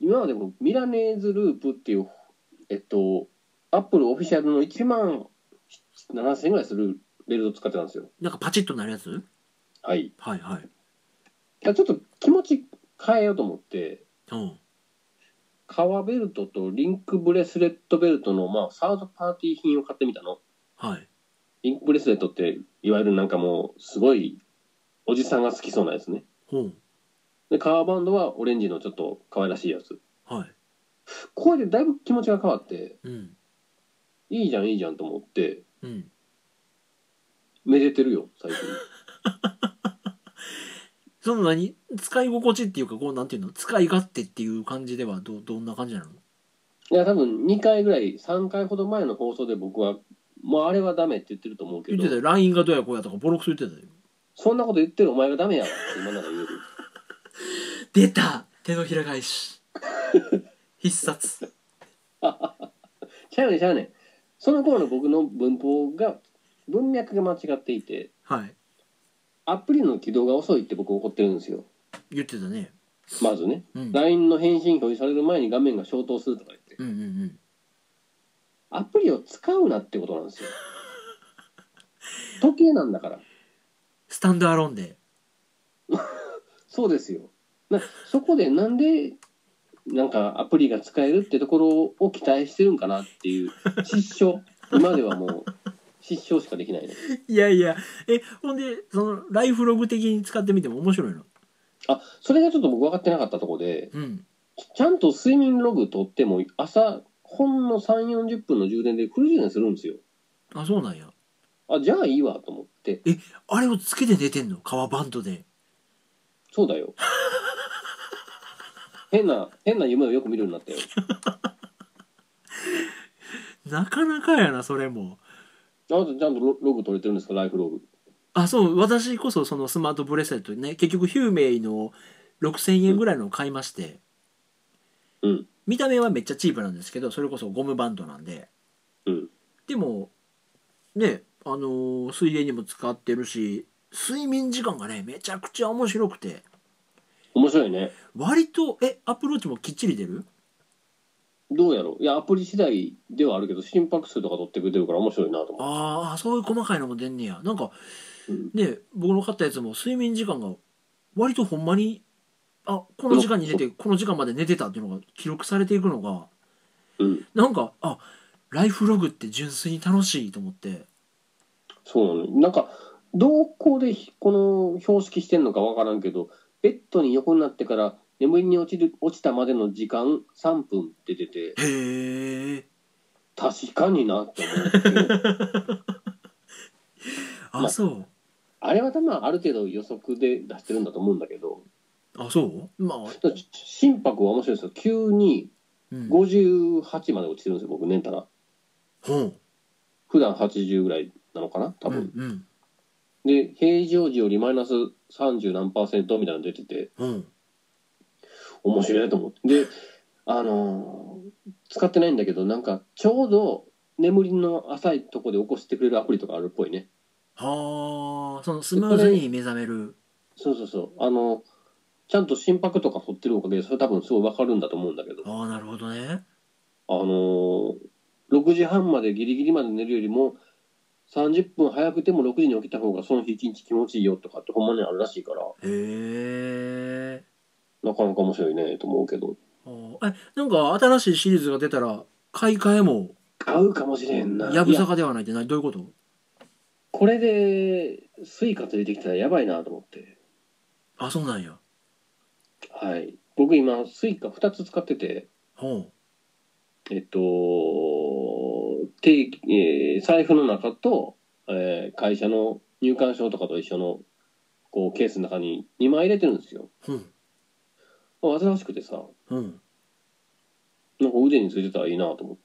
A: 今までもミラネーズループっていうえっとアップルオフィシャルの1万7000円ぐらいするベルト使ってたんですよ
B: なんかパチッとなるやつ
A: はい
B: はいはい
A: ちょっと気持ち変えようと思って
B: うん
A: 革ベルトとリンクブレスレットベルトの、まあ、サードパーティー品を買ってみたの
B: はい
A: リンクブレスレットっていわゆるなんかもうすごいおじさんが好きそうなやつね
B: うん
A: で革バンドはオレンジのちょっと可愛らしいやつ
B: はい
A: これでだいぶ気持ちが変わって
B: うん
A: いいじゃんいいじゃんと思って
B: うん
A: めでてるよ最近
B: その何使い心地っていうかこうなんていうの使い勝手っていう感じではどどんな感じなの
A: いや多分2回ぐらい3回ほど前の放送で僕はもうあれはダメって言ってると思うけ
B: 言ってた
A: ど
B: よ LINE がどうやこうやとかボロクソ言ってたよ
A: そんなこと言ってるお前がダメやわって今なら言える
B: 出た手のひら返し 必殺
A: ちゃうねんちゃうねんその頃の僕の文法が文脈が間違っていて
B: はい
A: アプリの起動が遅いって僕怒ってるんですよ
B: 言ってたね
A: まずね、
B: うん、うん
A: LINE の返信表示される前に画面が消灯するとか言って
B: うんうん
A: アプリを使うなってことなんですよ時計なんだから
B: スタンドアローンで
A: そうですよなそこでなんでなんかアプリが使えるってところを期待してるんかなっていう失笑今ではもう失笑しかできないね
B: いやいやえほんでそのライフログ的に使ってみても面白いの
A: あそれがちょっと僕分かってなかったところで
B: うん
A: ちゃんと睡眠ログ取っても朝ほんの3 4 0分の充電でフル充電するんですよ
B: あそうなんや
A: あじゃあいいわと思って
B: あれをつけて寝てんの革バンドで
A: そうだよ変な変な夢をよく見るようになったよ
B: なかなかやなそれも
A: あなたちゃんとロログ取れてるんですかライフログ
B: あそう私こそそのスマートブレスレットね結局ヒューメイの6,000円ぐらいのを買いまして、
A: うん
B: 見た目はめっちゃチープなんですけどそれこそゴムバンドなんで、
A: うん
B: でもねあのー水泳にも使ってるし睡眠時間がねめちゃくちゃ面白くて
A: 面白いね
B: 割とえアプローチもきっちり出る
A: どうやろういやアプリ次第ではあるけど心拍数とか取ってくれてるから面白いなと思
B: ああそういう細かいのも出んねやなんか
A: う、うん
B: ね僕の買ったやつも睡眠時間が割とほんまにあこの時間に寝てこの時間まで寝てたっていうのが記録されていくのが
A: うん、
B: なんかあライフログって純粋に楽しいと思って
A: そうなのなんかどこでひこの標識してんのかわからんけどベッドに横になってから眠りに落ちる落ちたまでの時間3分って出て
B: へえ
A: 確かになって思うんですけ どま
B: あそ
A: あれは多分ある程度予測で出してるんだと思うんだけど
B: うあそうまあ、
A: ちょっと心拍は面白いですよ急に
B: うん、
A: 58まで落ちてるんですよ僕年たら
B: ほう
A: 普段80ぐらいなのかな多
B: う
A: 分
B: ん、うん
A: で平常時よりマイナス30何パーセントみたいなの出てて
B: うん
A: 面白いなと思ってであのー使ってないんだけどなんかちょうど眠りの浅いとこで起こしてくれるアプリとかあるっぽいね
B: はあそのスムーズに目覚める
A: そうそうそうあのちゃんと心拍とか取ってるおかげでそれ多分すごい分かるんだと思うんだけど
B: ああなるほどね
A: あのー、6時半までギリギリまで寝るよりも30分早くても6時に起きた方がその日一日気持ちいいよとかってほんまにあるらしいから
B: へえ
A: なかなか面白いねと思うけど
B: あーえなんか新しいシリーズが出たら買い替えも
A: 合うかもしれんな
B: やぶさ
A: いや
B: かではないって何どういうこと
A: これでスイカついてきたらやばいなと思って
B: あそうなんや
A: はい僕今スイカ2つ使ってて
B: ほ
A: えっと定期、えー財布の中と、えー会社の入館証とかと一緒のこうケースの中に2枚入れてるんですよ
B: うほん
A: 新しくてさ
B: ほん
A: なんか腕についてたらいいなと思って。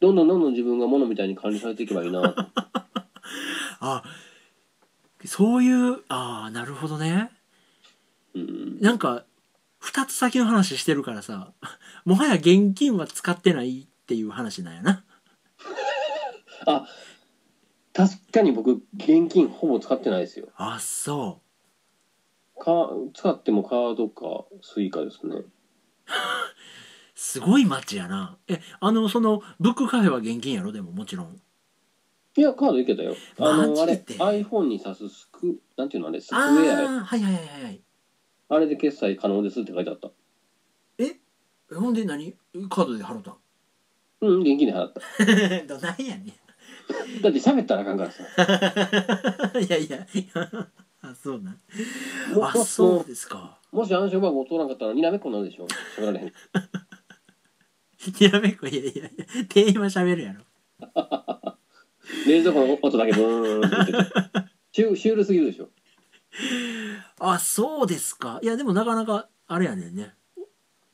A: どんどんどんどん自分が物みたいに管理されていけばいいなと。
B: あそういうああなるほどね
A: うん。
B: なんか2つ先の話してるからさ もはや現金は使ってないっていう話なんやな
A: 確かに僕、現金ほぼ使ってないですよ。
B: あそ
A: か使ってもカードかスイカですね。
B: うすごい街やなえあのそのブックカフェは現金やろでももちろん
A: いや、カードいけたよ。あの、あ
B: マ
A: れ、
B: ジで
A: iPhone に挿すスク、なんていうのあれ、スクエ
B: ああ
A: ア。
B: ーはいはいはいはい
A: あれで決済可能ですって書いてあった。
B: えほんで何カードで払ったん
A: うん、現金で払った。
B: どないやねん
A: だって喋ったらあかんからさ。
B: いやいや あそうなんあそうですか
A: もし暗証番号通らなかったら、にらめっこになるでしょ。喋られへん。
B: にらめっこいやいやいや店員は喋るやろ
A: 冷蔵庫の音だけブーン って言ってて。シュシュールすぎるでしょ。
B: あそうですかいやでもなかなかあれやねんね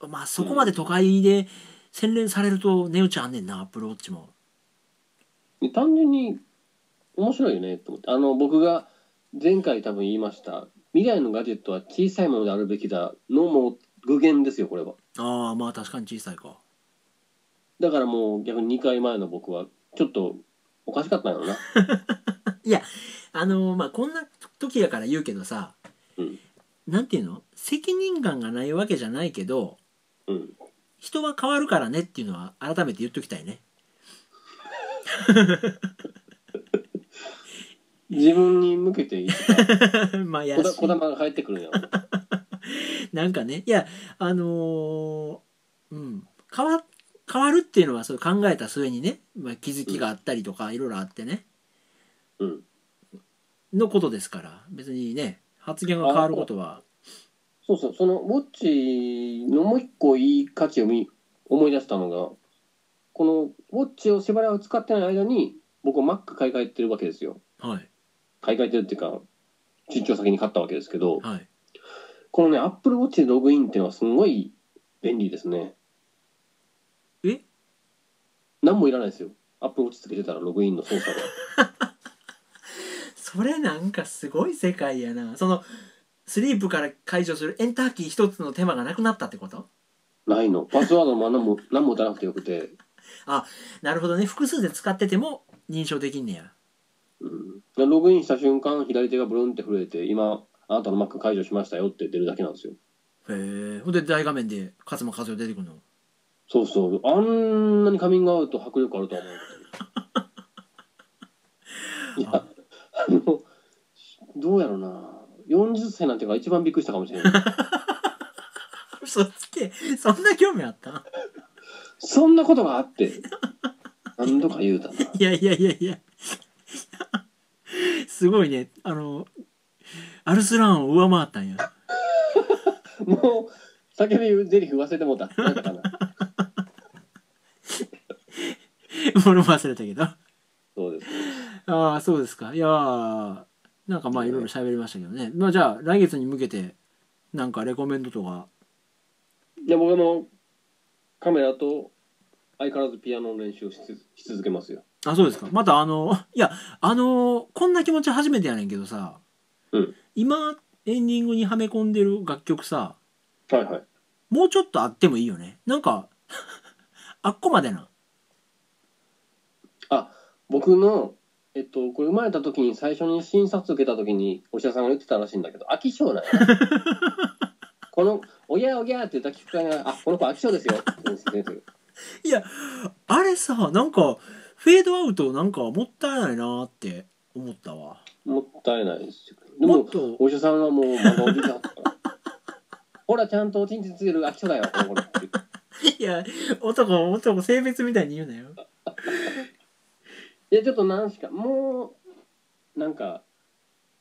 B: まあそこまで都会で洗練されると値打ちあんねんなアップルウォッチも
A: で単純に面白いよねと思ってあの僕が前回多分言いました未来のガジェットは小さいものであるべきだのもう具現ですよこれは
B: ああまあ確かに小さいか
A: だからもう逆に2回前の僕はちょっとおかしかったんや ろな
B: あのーまあこんな時やから言うけどさ、
A: うん
B: なんていうの責任感がないわけじゃないけど
A: うん
B: 人は変わるからねっていうのは改めて言っときたいね
A: 自分に向けていつか
B: まあいや
A: こだこだまが帰ってくるんやろ
B: なんかねいやあのーうん変わ変わるっていうのはそう考えた末にね、まあ、気づきがあったりとかいろいろあってね
A: うん
B: のことですから別にね発言が変わることは
A: そうそうそのウォッチのもう一個いい価値を見思い出したのがこのウォッチをしばらく使ってない間に僕は Mac 買い替えてるわけですよ
B: はい
A: 買い替えてるっていうか出張先に買ったわけですけど
B: はい
A: このね Apple Watch でログインっていうのはすごい便利ですね
B: え
A: 何もいらないですよ Apple Watch つけてたらログインの操作が
B: それなんかすごい世界やなそのスリープから解除するエンターキー一つの手間がなくなったってこと
A: ないのパスワードも何も何も打たなくてよくて、
B: なるほどね複数で使ってても認証できんねや
A: うん、でログインした瞬間左手がブルンって震えて今あなたの Mac 解除しましたよって出るだけなんですよ
B: へえほんで大画面で勝間和代出てくるの
A: そうそうあんなにカミングアウト迫力あるとは思ういや
B: あ
A: あの どうやろな40歳なんていうか一番びっくりしたかもしれない
B: 嘘つけそんな興味あった
A: そんなことがあって、何度か言うたな。
B: いやいやいやいや。すごいね。あの、アルスラーンを上回ったんや。
A: もう、先ほど言うゼリフ忘れてもうた。なんだかな。
B: 俺も忘れたけど。
A: そうです。
B: ああ、そうですか。いやーなんかまあいろいろ喋りましたけどね。まあじゃあ来月に向けて、なんかレコメンドとか。
A: いや、僕も、カメラと相変わらずピアノの練習をしつし続けますよ。
B: あそうですかまたあのいやあのこんな気持ち初めてやねんけどさ、
A: うん
B: 今エンディングにはめ込んでる楽曲さ
A: はいはい。
B: もうちょっとあってもいいよねなんかあっこまでな
A: 僕の、えっと、これ生まれた時に最初に診察受けた時にお医者さんが言ってたらしいんだけど、飽き 性なんや。この、おぎゃおぎゃって言った聞くからが、あ、この子飽き性ですよって言うんですよね。
B: あれさなんかフェードアウトなんかもったいないなーって思ったわ
A: もったいないですよ。で
B: も
A: も、
B: っと
A: お医者さんはもう、まだおぎゃだったから。ほら、ちゃんとおちんちんつける飽き性だよ、この頃って。
B: いや男男性別みたいに言うなよ
A: いや、ちょっと何しか、もう、なんか、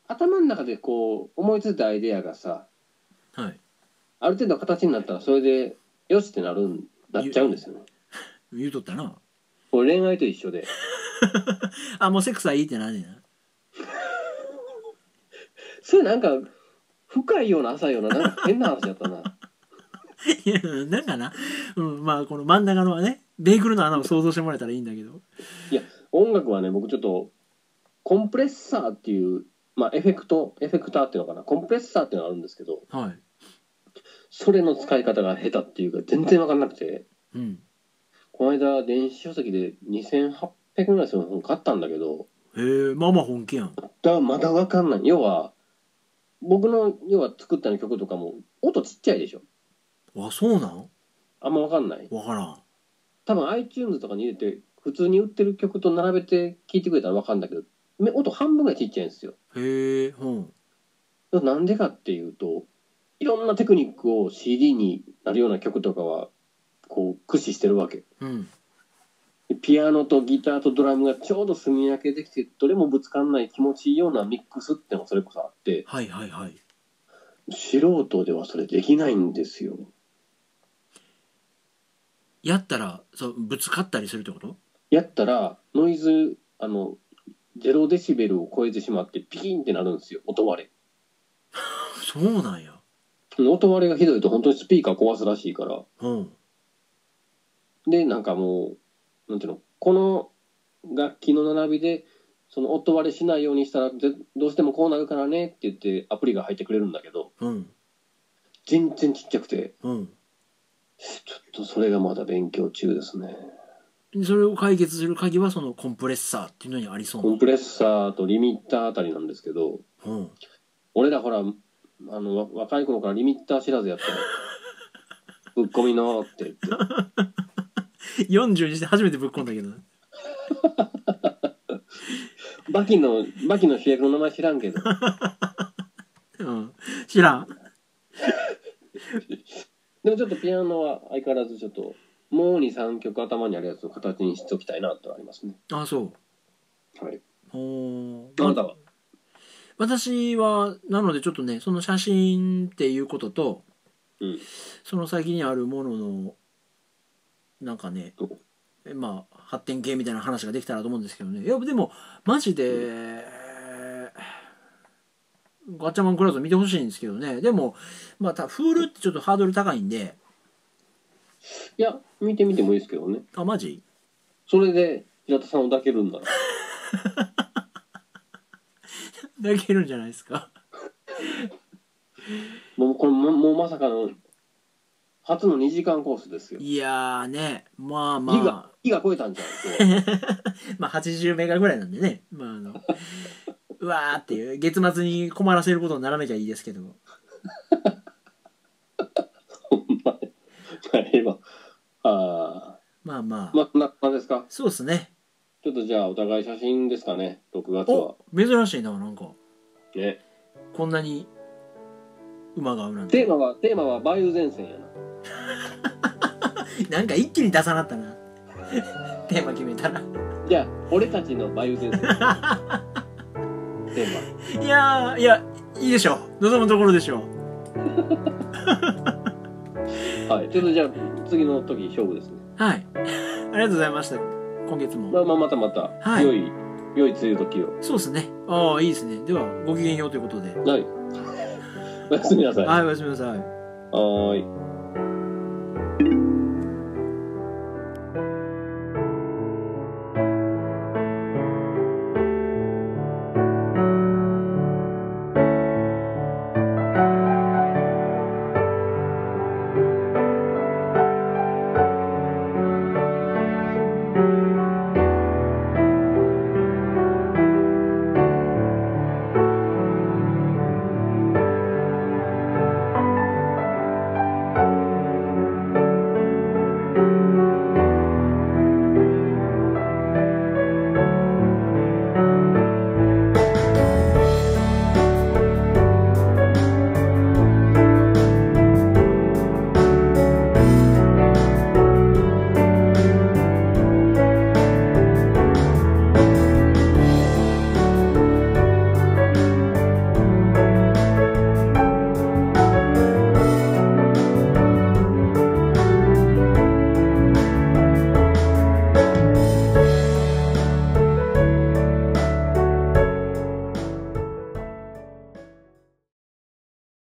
A: 頭の中でこう、思いついたアイデアがさ、
B: はい
A: ある程度形になったら、それで、よしってなるん、なっちゃうんですよね。
B: 言うとったな
A: これ恋愛と一緒で。
B: あもうセックスはいいってなんねんな
A: それなんか、深いような浅いような、なんか変な話だったな。
B: いやなん かな、うん、まあこの真ん中のはねベーグルの穴を想像してもらえたらいいんだけど
A: 音楽はね、僕ちょっと、コンプレッサーっていう、まあ、エフェクト、エフェクターっていうのかな、コンプレッサーっていうのがあるんですけど、
B: は
A: それの使い方が下手っていうか、全然わかんなくて、
B: いうん
A: この間、電子書籍で2800円ぐらいする本買ったんだけど、
B: へえまあまあ本気やん
A: だまだわかんない。要は、僕の、要は作った曲とかも、音ちっちゃいでしょ。
B: あそうなん
A: あんまわかんない。
B: わからん
A: 多分 iTunes とかに入れて普通に売ってる曲と並べて聴いてくれたら分かるんだけどめ音半分ぐらいちっちゃいんですよ
B: へえうん
A: なんでかっていうといろんなテクニックを CD になるような曲とかはこう駆使してるわけ
B: うん
A: でピアノとギターとドラムがちょうどすみ分けできてどれもぶつかんない気持ちいいようなミックスってのがそれこそあって
B: はいはいはい
A: 素人ではそれできないんですよ
B: やったらそうぶつかったりするってこと
A: やったらノイズあの0デシベルを超えてしまってピキンってなるんですよ音割れ
B: そうなんや
A: 音割れがひどいと本当にスピーカー壊すらしいから
B: うん
A: でなんかもうなんていうのこの楽器の並びでその音割れしないようにしたらぜどうしてもこうなるからねって言ってアプリが入ってくれるんだけど
B: うん
A: 全然ちっちゃくて
B: うん
A: ちょっとそれがまだ勉強中ですね
B: でそれを解決する鍵はそのコンプレッサーっていうのにありそ
A: コ
B: う
A: ンプレッサーとリミッターあたりなんですけど
B: なうん
A: 俺らほらあのわ若い頃からリミッター知らずやったらぶっ込みのって言って
B: 40にして初めてぶっこんだけど
A: バキのバキの主役の名前知らんけど
B: うん知らん
A: でもちょっとピアノは相変わらずちょっと、もう2、3曲頭にあるやつを形にしておきたいなとはありますね。
B: あそう
A: はい。
B: ほー
A: あなたは
B: 私はなのでちょっとねその写真っていうことと、
A: うん
B: その先にあるもののなんかね
A: どう
B: えまあ発展系みたいな話ができたらと思うんですけどねいやでもマジで、ガッチャマンクラウド見てほしいんですけどねでもまたフールってちょっとハードル高いんで
A: いや、見てみてもいいですけどね。
B: あマジ
A: それで、平田さんを抱けるんなら。
B: だけるんじゃないですか
A: もう、 これも、もうまさかの、初の2時間コースですよ。
B: いやーねまあま
A: ギガ
B: あ、
A: ギガ超えたんじゃん、今日
B: まあ80メガぐらいなんでね、まあ、あ のうわーっていう月末に困らせることにならなきゃいいですけど
A: ほんまに。まあ、 ええわ。あ
B: まあまあ、
A: あ。まあ、な、なんですか
B: そうですね
A: ちょっとじゃあ、お互い写真ですかね、6月は
B: お。珍しいななんか
A: ね。
B: こんなに馬が合うなん
A: テ
B: て
A: ーマは、テーマは梅雨前線やな。
B: なんか一気に出さなったなテーマ決めたらい
A: じゃあ、俺たちの梅雨前線。テーマ。
B: やーいやいいでしょう望むところでしょう
A: はい、ちょっとじゃあ次の時勝負ですね。
B: はいありがとうございました今月も、
A: まあまあまたまた、
B: はい
A: 良い良い梅雨時を。
B: そうですねああいいですねではごきげんようということで
A: はい。おやすみなさい。は
B: はいおやすみなさい
A: ーい。
C: 「